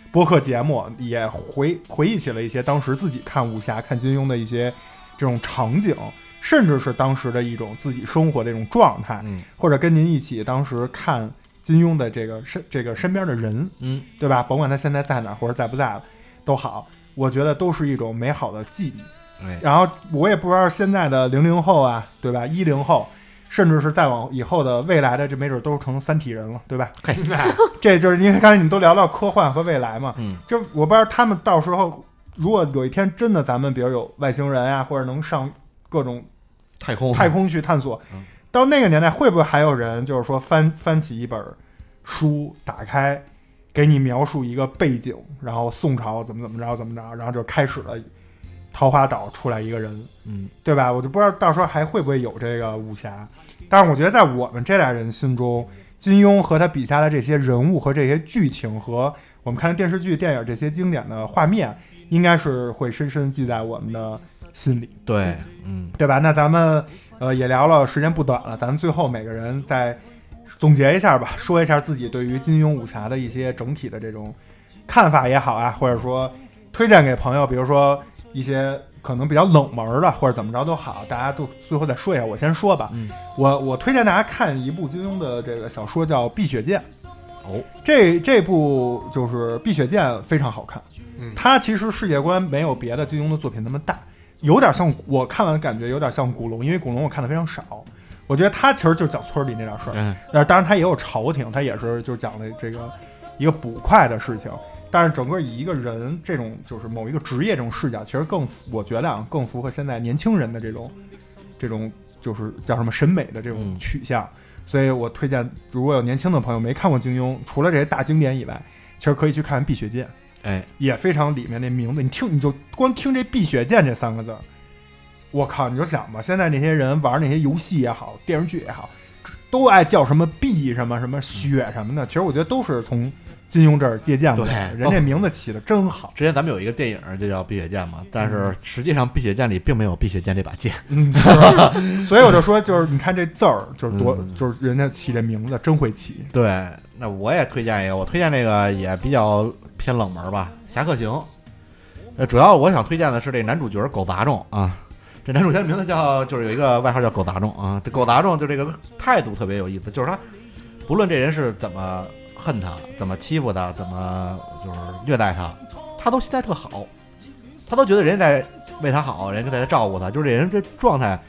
播客节目，也回回忆起了一些当时自己看武侠、看金庸的一些这种场景，甚至是当时的一种自己生活的一种状态，
嗯 *laughs*
或者跟您一起当时看金庸的这个身这个身边的人，
嗯，
对吧？甭管他现在在哪儿或者在不在了，都好，我觉得都是一种美好的记忆。
哎，
然后我也不知道现在的零零后啊，对吧？一零后，甚至是再往以后的未来的，这没准都成三体人了，对吧？
嘿，
这就是因为刚才你们都聊到科幻和未来嘛，
嗯，
就我不知道他们到时候如果有一天真的咱们比如有外星人啊，或者能上各种
太空，嗯
太，空去探索，到那个年代会不会还有人就是说翻翻起一本书，打开给你描述一个背景，然后宋朝怎么怎么着怎么着，然后就开始了桃花岛出来一个人，
嗯，
对吧？我就不知道到时候还会不会有这个武侠，但是我觉得在我们这代人心中，金庸和他笔下的这些人物和这些剧情和我们看的电视剧、电影这些经典的画面，应该是会深深记在我们的心里。
对，嗯，
对吧？那咱们呃也聊了，时间不短了，咱们最后每个人再总结一下吧，说一下自己对于金庸武侠的一些整体的这种看法也好啊，或者说推荐给朋友，比如说一些可能比较冷门的或者怎么着都好，大家都最后再说一下。我先说吧，
嗯
我我推荐大家看一部金庸的这个小说叫《碧血剑》。
哦，
这这部就是《碧血剑》非常好看，
嗯
它其实世界观没有别的金庸的作品那么大，有点像我看完感觉有点像古龙，因为古龙我看的非常少，我觉得他其实就讲村里那点事儿，
嗯，
但是当然他也有朝廷，他也是就是讲的这个一个捕快的事情，但是整个以一个人这种就是某一个职业这种视角，其实更符我觉得啊更符合现在年轻人的这种这种就是叫什么审美的这种
嗯
取向，所以我推荐如果有年轻的朋友没看过金庸，除了这些大经典以外，其实可以去看《碧血剑》。
哎，
也非常里面那名字，你听你就光听这“碧血剑”这三个字儿，我靠，你就想吧，现在那些人玩那些游戏也好，电视剧也好，都爱叫什么“碧”什么什么“血”什么的，其实我觉得都是从金庸这儿借鉴过来的。
对
人家名字起的真好，
之前咱们有一个电影就叫《碧血剑》嘛，但是实际上《碧血剑》里并没有碧血剑这把剑。
嗯，是吧 *laughs* 所以我就说，就是你看这字儿，就是多，
嗯
就是人家起这名字真会起。
对，那我也推荐一个，我推荐这个也比较偏冷门吧，《侠客行》。呃，主要我想推荐的是这男主角狗杂种啊，这男主角名字叫就是有一个外号叫狗杂种啊，这狗杂种就这个态度特别有意思，就是他不论这人是怎么恨他、怎么欺负他、怎么就是虐待他，他都心态特好，他都觉得人家在为他好，人家在照顾他，就是这人这状态，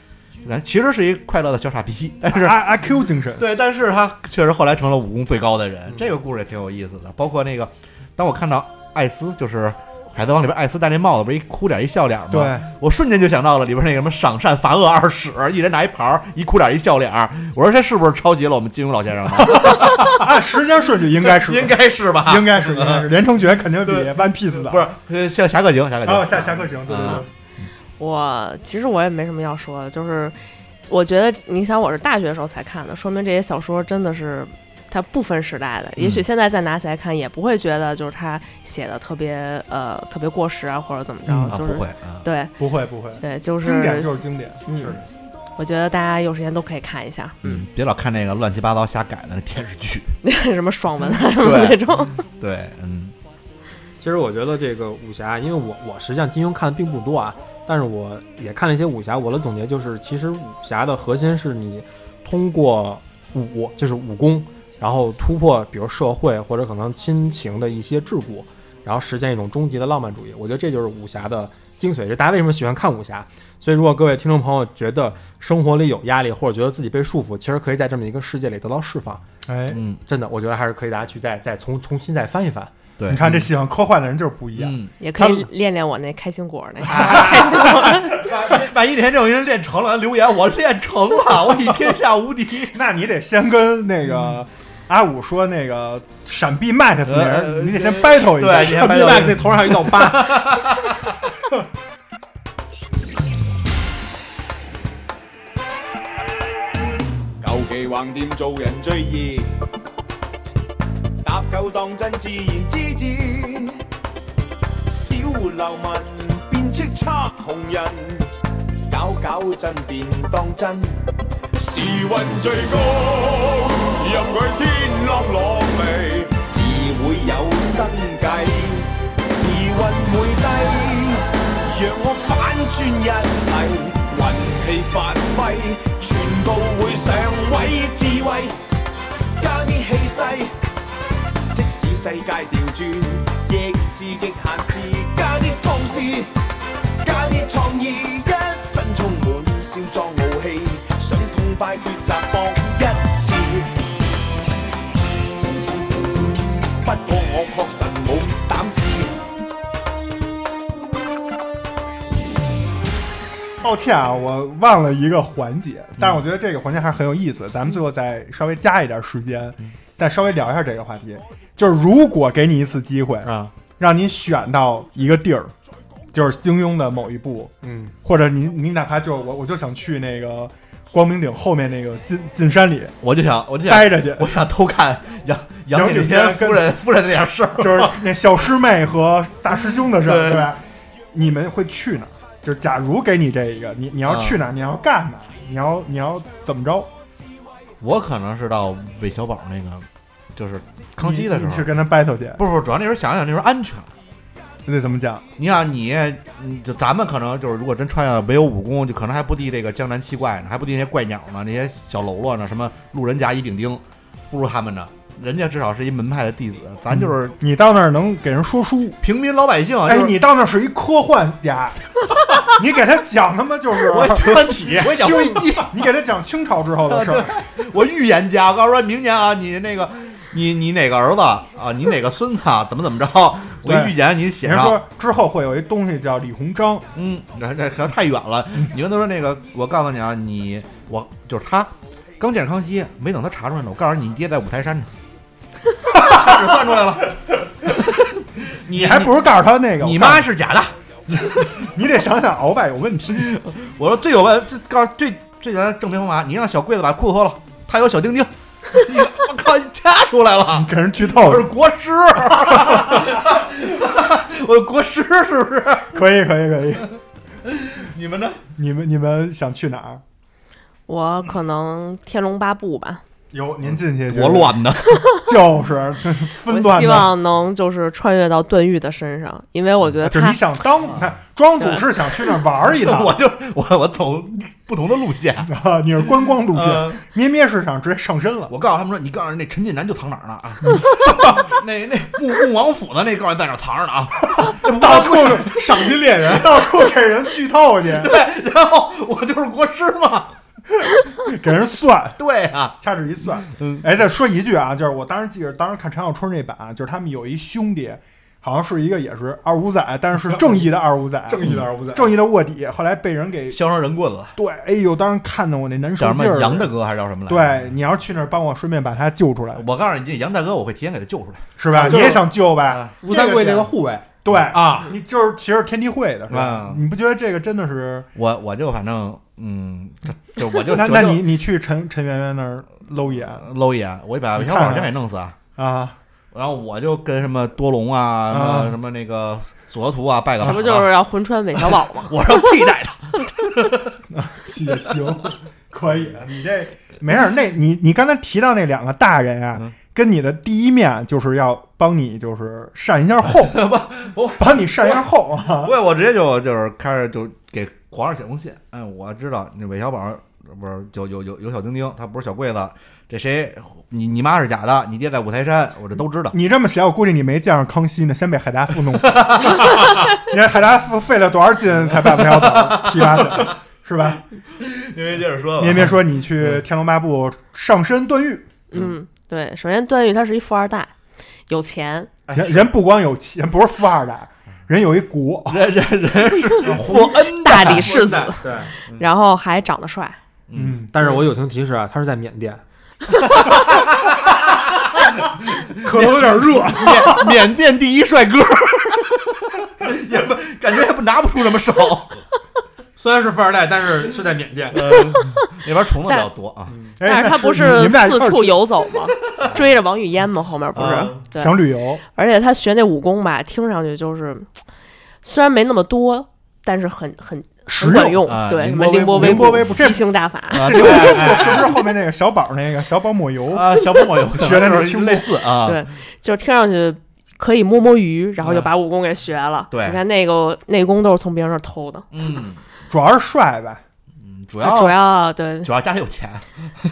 感觉其实是一快乐的小傻逼，但是
阿阿啊 Q 精神，
对，但是他确实后来成了武功最高的人，这个故事也挺有意思的。包括那个，当我看到艾斯，就是《海贼王》里边艾斯戴那帽子，不是一哭脸一笑脸吗？
对，
我瞬间就想到了里边那个什么赏善罚恶二使，一人拿一盘儿，一哭脸一笑脸儿。我说这是不是抄袭了我们金庸老先生的？
按啊时间顺序应该 *laughs* 是，
*laughs* 应该是吧？
应该是，应该是，连城诀肯定比
对
One Piece 早
不是，呃像侠客行，侠客行，
还有啊下侠客行，对对对
嗯。
我其实我也没什么要说的，就是我觉得你想我是大学的时候才看的，说明这些小说真的是它不分时代的。
嗯
也许现在再拿起来看，也不会觉得就是它写的特别呃特别过时啊，或者怎么
嗯
着，
啊，
就
不
是
会啊，
对
不会不会，
对，就
经
是
典就是经典，
嗯
是的。
我觉得大家有时间都可以看一下，
嗯，别老看那个乱七八糟瞎改的那电视剧。
*laughs* 什么爽文
嗯
啊什么那种，
对，嗯，
其实我觉得这个武侠，因为我我实际上金庸看的并不多啊，但是我也看了一些武侠。我的总结就是，其实武侠的核心是你通过武，就是武功，然后突破比如社会或者可能亲情的一些桎梏，然后实现一种终极的浪漫主义。我觉得这就是武侠的精髓，这大家为什么喜欢看武侠。所以，如果各位听众朋友觉得生活里有压力，或者觉得自己被束缚，其实可以在这么一个世界里得到释放。
哎，
嗯，
真的，我觉得还是可以大家去再再重重新再翻一翻。
对，
你看这喜欢科幻的人就是不一样。
嗯，
也可以
他啊
练练我那开心果那个。
万万一哪天这种人练成了，留言我练成了，我以天下
*laughs*
无敌。
那你得先跟那个阿五说，那个闪避 Max 那
嗯呃
人，你得先 battle 一
对
下。
你先
闪避
battle 一下
Max 那头上有一道疤。
cầu kỳ hoành điệp, làm người dễ dãi, đáp câu đương chân, tự nhiên tự nhiên, nhỏ lưu manh biến trích trắc hồng nhân, giao giao chân biến đương chân, thời vận cao nhất,任佢天朗朗嚟，自會有新計。時運會低，讓我反轉一切，運氣發揮，全部會上位，智慧加啲氣勢。即使世界調轉，亦是極限時，加啲放肆，加啲創意，一身充滿少壯傲氣，想痛快抉擇搏一次。不過我確實冇膽試。
抱歉啊，我忘了一个环节，但是我觉得这个环节还是很有意思。咱们最后再稍微加一点时间，再稍微聊一下这个话题。就是如果给你一次机会，
啊，
让你选到一个地儿，就是金庸的某一部，
嗯，
或者你你哪怕就我我就想去那个光明顶后面那个进进山里
我就想，我就想，
待
*laughs*
着去，
我想偷看杨杨
杨
景
景
天
天
夫人夫人那点事儿。
就是那小师妹和大师兄的事
对
儿，对吧？你们会去哪儿？就假如给你这一个，你你要去哪儿？你要干嘛？你要你要怎么着？
*laughs* 我可能是到韦小宝那个，就是康熙的时
你你去
候，
跟他 battle 去。
不是不是，主要那时候想想那时候安全，
这得怎么讲？
你想你，你就咱们可能就是，如果真穿越没有武功，就可能还不敌这个江南七怪呢，还不敌那些怪鸟呢，那些小喽啰呢，什么路人甲、乙丙丁，不如他们呢。人家至少是一门派的弟子，咱就是
你到那儿能给人说书，
平民老百姓。啊
哎
就，是
你到那儿是一科幻
*laughs*
家，你给他讲他妈就是
我翻起，我讲
清
飞机，
*laughs* 你给他讲清朝之后的事儿，
啊 *laughs* 我预言家。我告诉说，明年啊，你那个，你你哪个儿子啊，你哪个孙子啊，怎么怎么着，我
*laughs* 对
一预言你写
人
上。
说之后会有一东西叫李鸿章，
嗯，那那可能太远了。
嗯
你跟他说那个，我告诉你啊，你我就是他，刚见着康熙，没等他查出来呢，我告诉你，你爹在五台山呢， *laughs* 掐指算出
*laughs*
来了。你
你还不如告诉他那个，
你
我告诉
妈是假的。
你你得想想鳌拜有问
*laughs*
题，
我说最有问，这告诉最最简单的证明方法，你让小柜子把裤子脱了，他有小丁丁。 *laughs* 你我靠，掐出来了。
给人剧透
我是国师， *laughs* 我国师是不是？
可以可以可以。
你们呢？
你们你们想去哪儿？
*laughs* 我可能《天龙八部》吧，
有您进去
多，乱的，
就是这是分
我
段
希
的。
望能就是穿越到段誉的身上，因为我觉得
啊就是
他
你想当，你看庄主是想去那儿玩儿一趟，
啊 *laughs* 我就我我走不同的路线。
啊你是观光路线，
呃
咩咩是想直接上
*laughs*
身了。
我告诉他们说，你告诉人那陈近南就藏哪儿呢 *laughs* 啊？那那穆穆王府的那告诉你在哪儿藏着呢啊？ *laughs*
到处赏金猎人， *laughs* 到处给人剧透
*laughs*
去，
对，然后我就是国师嘛。
给人算，
对啊，
掐指一算。
嗯
哎，再说一句啊，就是我当时记着，当时看陈小春那版啊，就是他们有一兄弟，好像是一个也是二五仔，但是是正义的二五仔，
*laughs* 正义的二五仔，
正义的卧底，后来被人给
削成人棍了，
对，哎呦，当时看的我那难受
叫什
劲儿。
么杨大哥还是叫什么来？
对，，你要是去那儿帮我，顺便把他救出来，
我告诉你，这杨大哥我会提前给他救出来。
是吧？
啊就是
你也想救呗
啊？
吴三桂那
这
个
个
护卫，
对
啊，
你就是其实天地会的是吧
啊？
你不觉得这个真的是？
我我就反正嗯，就就我
*laughs*
就
那
我就
那你你去陈陈圆圆那儿搂一眼
搂一眼，我一把
你
小
看
宝
看
先给弄死啊。
啊？
然后我就跟什么多隆啊，什么、
啊
什么那个索额图啊，拜个
这
把
不
子
就是要魂穿韦小宝吗？
我说替代他，
也 *laughs* 行，可以。啊你这没事儿，那你你刚才提到那两个大人啊
嗯，
跟你的第一面就是要帮你就是善 *laughs* 一下后，
不
帮你善一下后啊。
不是我直接就就是开始就给皇上写封信，哎，我知道那韦小宝不是有有有有小丁丁，他不是小桂子，这谁你你妈是假的，你爹在五台山，我这都知道。
你这么写，我估计你没见上康熙呢，先被海达夫弄死。 *laughs* 你看海达夫费了多少劲才把韦小宝提拔起来，是吧？
因为接着说
你也别说你去《天龙八部》上身段誉，
嗯，对，首先段誉他是一富二代，有钱，
人人不光有钱，不是富二代，人有一国，
人人人是霍恩
大
的
*laughs*
理世子，
对。
然后还长得帅。
嗯，
嗯，
但是我友情提示啊，他是在缅甸，
可能有点热。
缅缅甸第一帅哥，也不感觉也不拿不出什么手，
虽然是富二代，但是是在缅 *laughs* 甸。
那边虫子比较多啊。
哎
但是他
你
不
你
是
们俩一
四
块儿
处
去
游走吗？追着王语嫣吗？后面不是？
啊
对，
想旅游，
而且他学那武功吧，听上去就是虽然没那么多，但是很很
实
很管
用。
用。
啊
对，什
凌
么
波微
凌波
步
微
凌波微步这
七星大法，
啊，
这个是不是后面那个小宝那个小宝抹油？
啊，小朋友
学那种轻功
类似啊，
对就是听上去可以摸摸鱼，然后就
嗯
把武功给学了。
对
你看那个内功都是从别人那儿偷的，
嗯，
主要是帅呗
主要
主要对，
主要家里有钱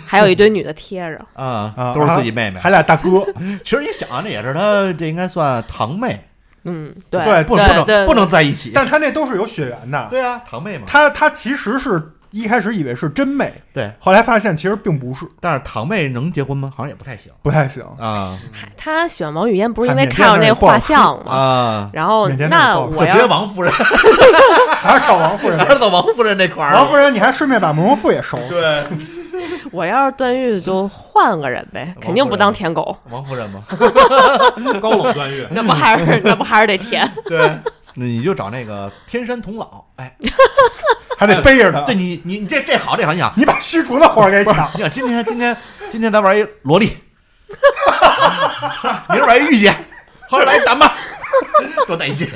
还有一堆女的贴着。
啊
啊，
都是自己妹妹。
还俩大哥，
其实你想啊，这也是他这应该算堂妹，
嗯，对
对
不能不
对
能不能在一起。
但他那都是有血缘的。
对啊，堂妹嘛，
他他其实是一开始以为是真妹，
对，
后来发现其实并不是，
但是堂妹能结婚吗？好像也不太行
不太行。
啊
他喜欢王语嫣不是因
看
为
缅甸
看上
那
那
儿不好
画
吃
像吗？
啊，
然后
缅甸那儿
那
不好吃
我
就直接
要
王 *laughs* 夫人，
还是找王夫人吧
*laughs* 还，是走王夫人那块儿。
王夫人你还顺便把慕容复也收了。
对，
我要是段誉就换个人呗，肯定不当舔狗，
王夫人 *laughs* 嘛，
高冷段誉，
那不
*laughs*
还是那不还是得舔？
对。那你就找那个天山童姥， *laughs* 哎，
还得背着他。
对，你你你这这好这好，你想
你把虚竹的活儿给抢，
你想今天今天今天咱玩一萝莉， *laughs* 明儿玩一御姐，后来来一大妈，多带劲！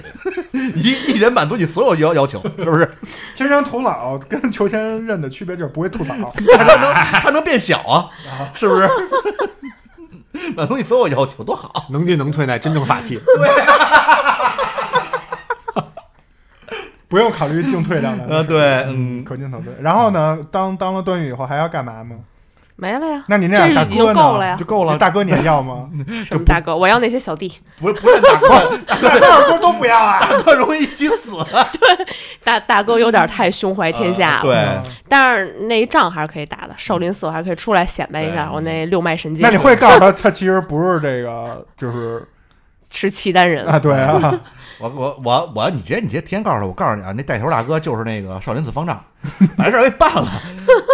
一一人满足你所有要要求，是不是？
天山童姥跟裘千仞的区别就是不会吐 *laughs* 槽。
他能他能变小啊，是 *laughs* 不是？满足你所有要求，多好！
能进能退，乃真正法器。
对、
不用考虑进退两难。
呃，对，嗯，
可进可退。然后呢，当当了段誉以后还要干嘛吗？
没了呀，
那你那俩大
这已经
哥呢？
够了呀
就够了。大哥你也
*laughs*
要吗？ *laughs*
什么大哥，我要那些小弟，
不不认大哥，
大哥二哥都不要
*laughs*
啊。
大哥容易一起死。
大大哥有点太胸怀天
啊
啊
下了，
对，
但是那一仗还是可以打的，少林寺我还可以出来显摆一
对
下我那六脉神剑，
那你会告诉他，他其实不是这个，就是
是契丹人，
啊，对
*laughs*
啊，
我我我我，你直接你直接提前告诉他，我告诉你啊，那带头大哥就是那个少林寺方丈，把这事儿给办了，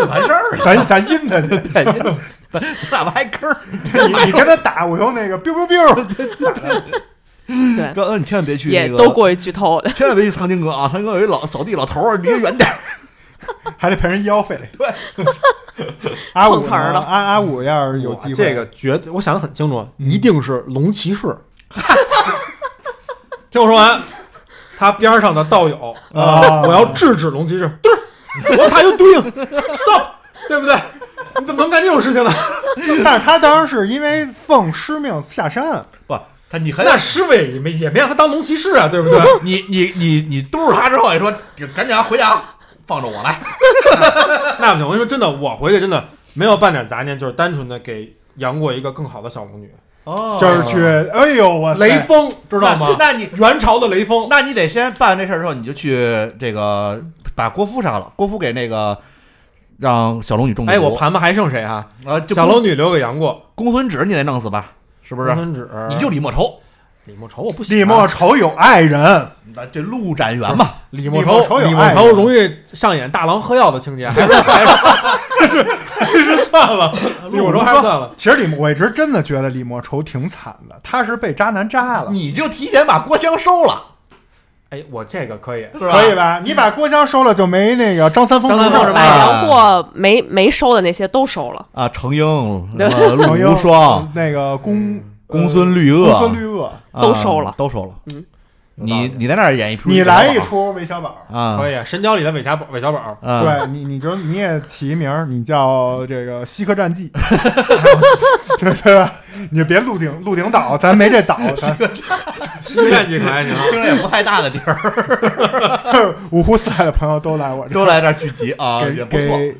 就完事儿了。
咱咱阴他 *laughs* 去。
对，咱咱俩挖一坑儿。
你你跟他打，我用那个 biu biu biu。
*laughs* 哥，呃你千万别去那
也
个，
都过于剧透
*laughs*
的。
千万别去藏经阁啊！藏经阁有一老扫地老头儿，离他远点儿。
还得赔人医
*laughs*
药费。
对，
阿五
碰瓷儿
呢
了
阿阿五要是有
哇
机会，
这个绝对，我想的很清楚，一定是龙骑士。 *laughs* 听我说完，他边上的道友
啊
我要制止龙骑士，对，我他就对应 stop，对不对？你怎么能干这种事情呢？
但是他当然是因为奉师命下山，
不，他你很
那师伟也没也没让他当龙骑士啊，对不对？
你你你你嘟噜他之后，你说赶紧啊，回家啊，放着我来。
那不行，我跟你说真的，我回去真的没有半点杂念，就是单纯的给杨过一个更好的小龙女，
哦
就是去，哎呦我塞
雷锋，知道吗？
那那你
元朝的雷锋，
那你得先办这事儿之后，你就去这个把郭芙杀了，郭芙给那个让小龙女中毒。
哎，我盘盘还剩谁啊？
啊，就
小
公
龙女留给杨过，
公孙止你得弄死吧？是不
不
是？
春芷，
你就李莫愁，
李莫愁，我不喜欢
李莫愁有爱人，
哎
那这陆展元嘛，
李莫
李莫愁
愁，
有
李
爱
莫
人
愁容易上演大郎喝药的情节，还是还
*laughs*
是还是还是算了，李莫愁还是算了。
其实李我一直真的觉得李莫愁挺惨的，她是被渣男渣了，
你就提前把郭襄收了，
哎，我这个可以，
是吧？
可以？吧？你把郭襄收了就没那个张三丰
张三丰
了
是
把
吧
杨过没没收的那些都收了，
啊，程英、
*laughs*
对
什么
程英
陆无双、
那个
嗯
公呃
公孙绿萼、
公孙绿萼，
啊
都收了
都收了。
有道
你
理
你在那儿演一出，
嗯你来一
好不
出韦小宝。
好啊
可以，《神雕》里的韦小宝，韦小
*laughs*
宝，
啊，
对你，你就你也起一名儿，你叫这个西客战
*laughs*
记，对对吧？你就别鹿鼎鹿鼎岛，咱没这岛，咱
西游战记可还行啊？
听着也不太大的地儿，
*laughs* 五湖四海的朋友都来我这儿，
都来这儿聚集啊，
给
也不错。
给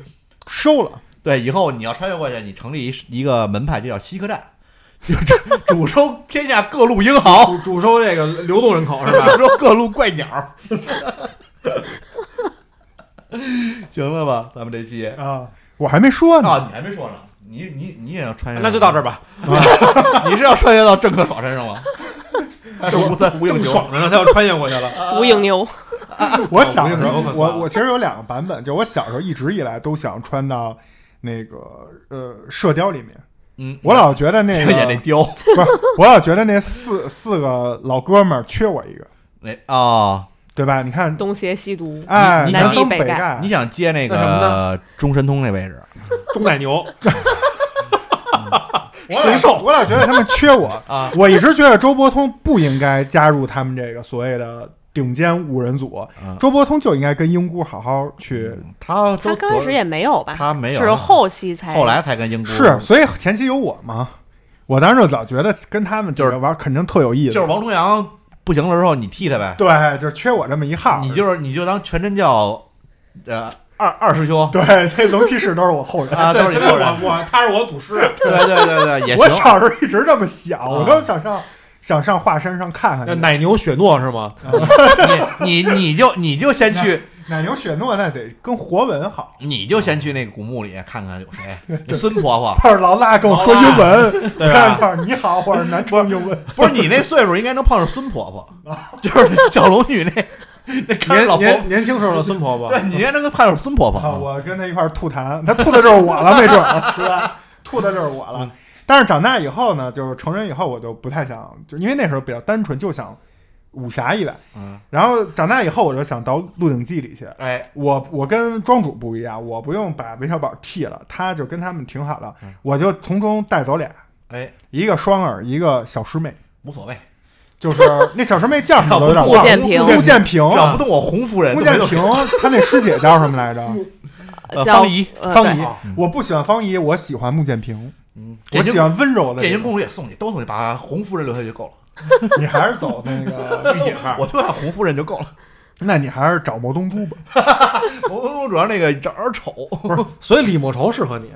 收了。
对，以后你要穿越过去，你成立一一个门派，就叫西客站，就主 *laughs* 主收天下各路英豪，
主主收这个流动人口
啊
是吧？
主收各路怪鸟。 *laughs* 行了吧，咱们这期
啊，我还没说呢。
啊，你还没说呢，你你你也要穿越，
那就到这儿。吧，
你是要穿越到郑克爽身上吗？还是吴三吴应
正
求？
爽着呢，他要穿越过去了。
吴应牛
啊
我小时
我
候
跟你，说
我我其实有两个版本，就我小时候一直以来都想穿到那个呃《射雕》里面，
嗯，
我老觉得那
*laughs*
个
演那雕，
不是，我老觉得那四四个老哥们儿缺我一个，
那啊，
对吧？你看，
东邪西毒，
哎，
你
南
南
僧
帝北丐
丐
你，想接那
那什么
个中神通那位置。
中奶牛， *laughs*
我
神兽
老我老觉得他们缺我
*laughs* 啊？
我一直觉得周伯通不应该加入他们这个所谓的顶尖五人组
嗯，
周伯通就应该跟英姑好好去
他
他
都
刚开始也没有吧？
他没有
是后期才
后来才跟英国
是，所以前期有我嘛，我当时就老觉得跟他们几
就
个玩儿肯定特有意思，
就是王重阳不行了之后，你替他呗，
对，就是缺我这么一号儿，，
你就是你就当全真教，呃，二二师兄
对，这龙骑士都是我后人。
啊，都是
现
一
在
个人，
我我他是我祖师，
对对对对，也
我
行，啊
小时候一直这么想，我都想上想上华山上看
那
看去。
奶牛雪诺是吗？
你你你就你就先去，
奶牛雪诺那得跟活文好，
你就先去那个古墓里看看有谁，那孙婆婆，
帕尔劳拉跟我说英文，
对
看
吧？
看你好，我是南充英文。
*laughs* 不是你那岁数应该能碰上孙婆婆， *laughs* 就是那小龙女那 *laughs* 那看着
年
老婆，
年年轻时候的孙婆婆，
对你应该能够碰上孙婆婆
啊，，我跟他一块儿吐痰，他吐的就是我了，没准儿，是吧？吐的就是我
嗯
了。但是长大以后呢，就是成人以后，我就不太想，就因为那时候比较单纯，就想武侠一类。
嗯，
然后长大以后，我就想到《鹿鼎记》里去。
哎，
我我跟庄主不一样，我不用把韦小宝剃了，他就跟他们挺好的
嗯，
我就从中带走俩，
哎，
一个双耳，一个小师妹，
无所谓，
就是
*laughs*
那小师妹叫什么都有点
不
忘了，
顾
建平
顾建平
只要不
啊，
动我洪夫人，
顾建平，他那师姐叫什么来着？
呃
叫
方怡，
呃
方
对
怡。我不喜欢方怡，我喜欢穆建平，
嗯，
我喜欢温柔的
建
人
宁。公主也送你，都送你，把洪夫人留下就够了。 *laughs*
你还是走那个御姐范
我就爱洪夫人就够了。
那你还是找毛东珠吧。
我我主要那个长得丑，
所以李莫愁适合你，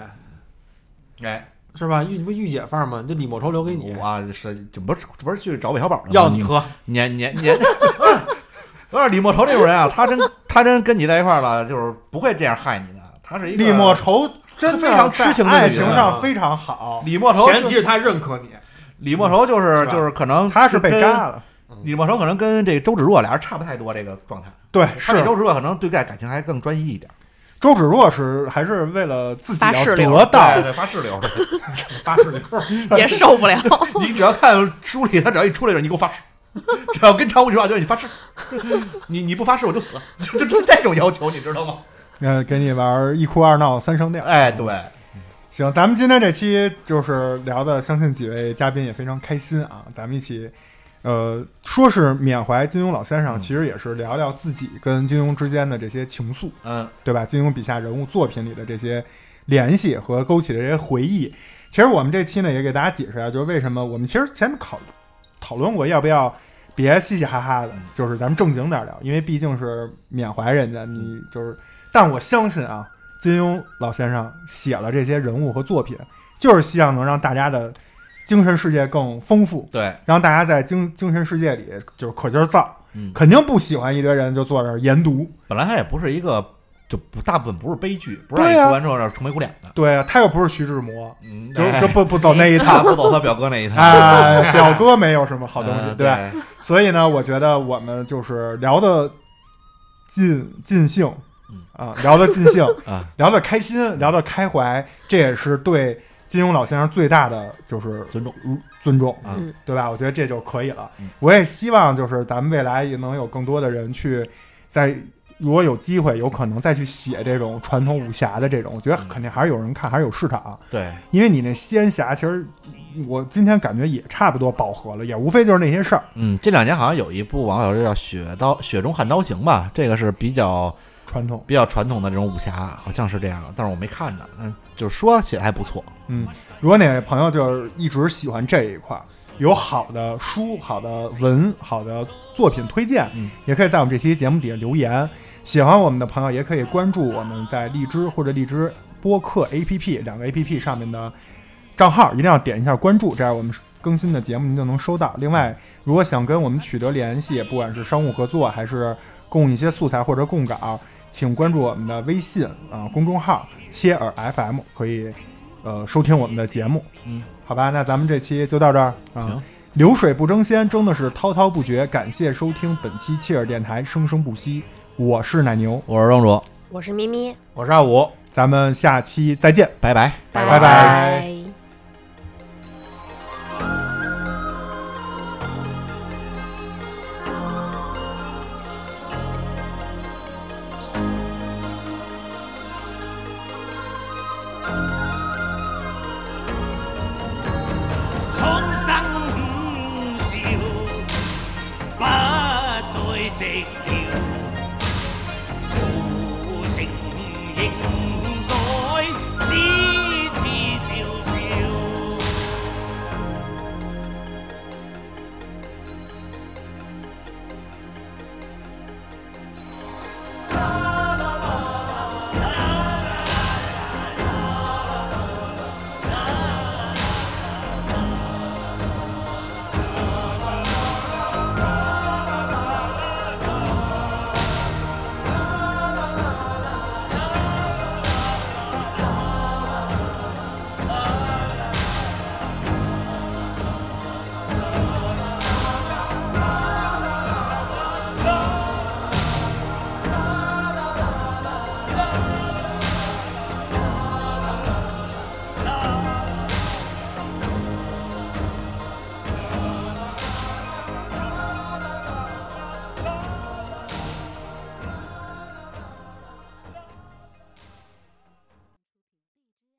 哎，
是吧？御你不御姐范儿吗？这李莫愁留给你，
我是这不是这不是去找韦小宝的吗
要你喝。
年年年， *laughs* 有点李莫愁这种人啊，他真他真跟你在一块儿了，就是不会这样害你的。他是一个
李莫愁真的
非常痴情的
在爱
女
情
人啊
上非常好，
李莫愁
哦前提
就是
他认可你，
李莫愁就是
是吧
就是可能
他是被
跟
渣了。
李莫愁可能跟这个周芷若俩人差不太多这个状态，
对，
他比
是
周芷若可能对待感情还更专一一点，
周芷若是还是为了自己
发
要
誓
得
了
到
对，对发
*laughs*
誓流。
发誓流。
呃
也受不了。
你只要看书里，他只要一出来的时候，你给我发誓， *laughs* 只要跟长舞句话就是你发誓， *laughs* 你你不发誓我就死， *laughs* 就就就这种要求，你知道吗？
嗯，给你玩一哭二闹三上吊。
哎，对，
行，咱们今天这期就是聊的，相信几位嘉宾也非常开心啊，咱们一起。呃，说是缅怀金庸老先生，
嗯
其实也是聊聊自己跟金庸之间的这些情愫，
嗯，
对吧？金庸笔下人物作品里的这些联系和勾起的这些回忆。其实我们这期呢，也给大家解释一下，就是为什么我们其实前面考讨论过要不要别嘻嘻哈哈的，就是咱们正经点儿聊，啊因为毕竟是缅怀人家，你就是。但我相信啊，金庸老先生写了这些人物和作品，就是希望能让大家的精神世界更丰富，
对，
让大家在精精神世界里就是可劲儿造。
嗯，
肯定不喜欢一堆人就坐这儿研读，
本来他也不是一个，就不大部分不是悲剧，不是让
对
你
呀
读完之后愁眉苦脸的，
对啊，他又不是徐志摩，
*laughs* 嗯，
就
哎
就不不走那一
他 *laughs*
套。
不走他表哥
*laughs*
那一套，
哎，表哥没有什么好东西，
嗯
对吧？
对，
所以呢，我觉得我们就是聊的尽尽兴
嗯，
啊，聊的尽兴
*laughs* 啊，
聊的开心，聊的开怀，这也是对金庸老先生最大的就是
尊重
尊重，
啊，
嗯
对吧？我觉得这就可以了
嗯。
我也希望就是咱们未来也能有更多的人去在。如果有机会，有可能再去写这种传统武侠的这种，我觉得
嗯
肯定还是有人看，还是有市场。
对，
因为你那仙侠，其实我今天感觉也差不多饱和了，也无非就是那些事儿，
嗯，这两年好像有一部网友叫《雪刀雪中悍刀行》吧，这个是比较
传统。
比较传统的这种武侠，好像是这样，但是我没看着，嗯，就是说写的还不错，
嗯，如果哪位朋友就是一直喜欢这一块儿，有好的书、好的文、好的作品推荐，
嗯
也可以在我们这期节目底下留言。喜欢我们的朋友也可以关注我们在荔枝或者荔枝播客 APP 两个 APP 上面的账号，一定要点一下关注，这样我们更新的节目您就能收到。另外，如果想跟我们取得联系，不管是商务合作还是供一些素材或者供稿，请关注我们的微信啊、公众号“切耳 FM”，可以呃收听我们的节目。
嗯，
好吧，那咱们这期就到这儿啊。
行
流水不争先，争的是滔滔不绝。感谢收听本期切尔电台，生生不息。我是奶牛，
我是庄主，
*laughs* 我是咪咪，
我是二五，
咱们下期再见。
拜拜。
拜拜
拜
苍生五少，不再寂寥。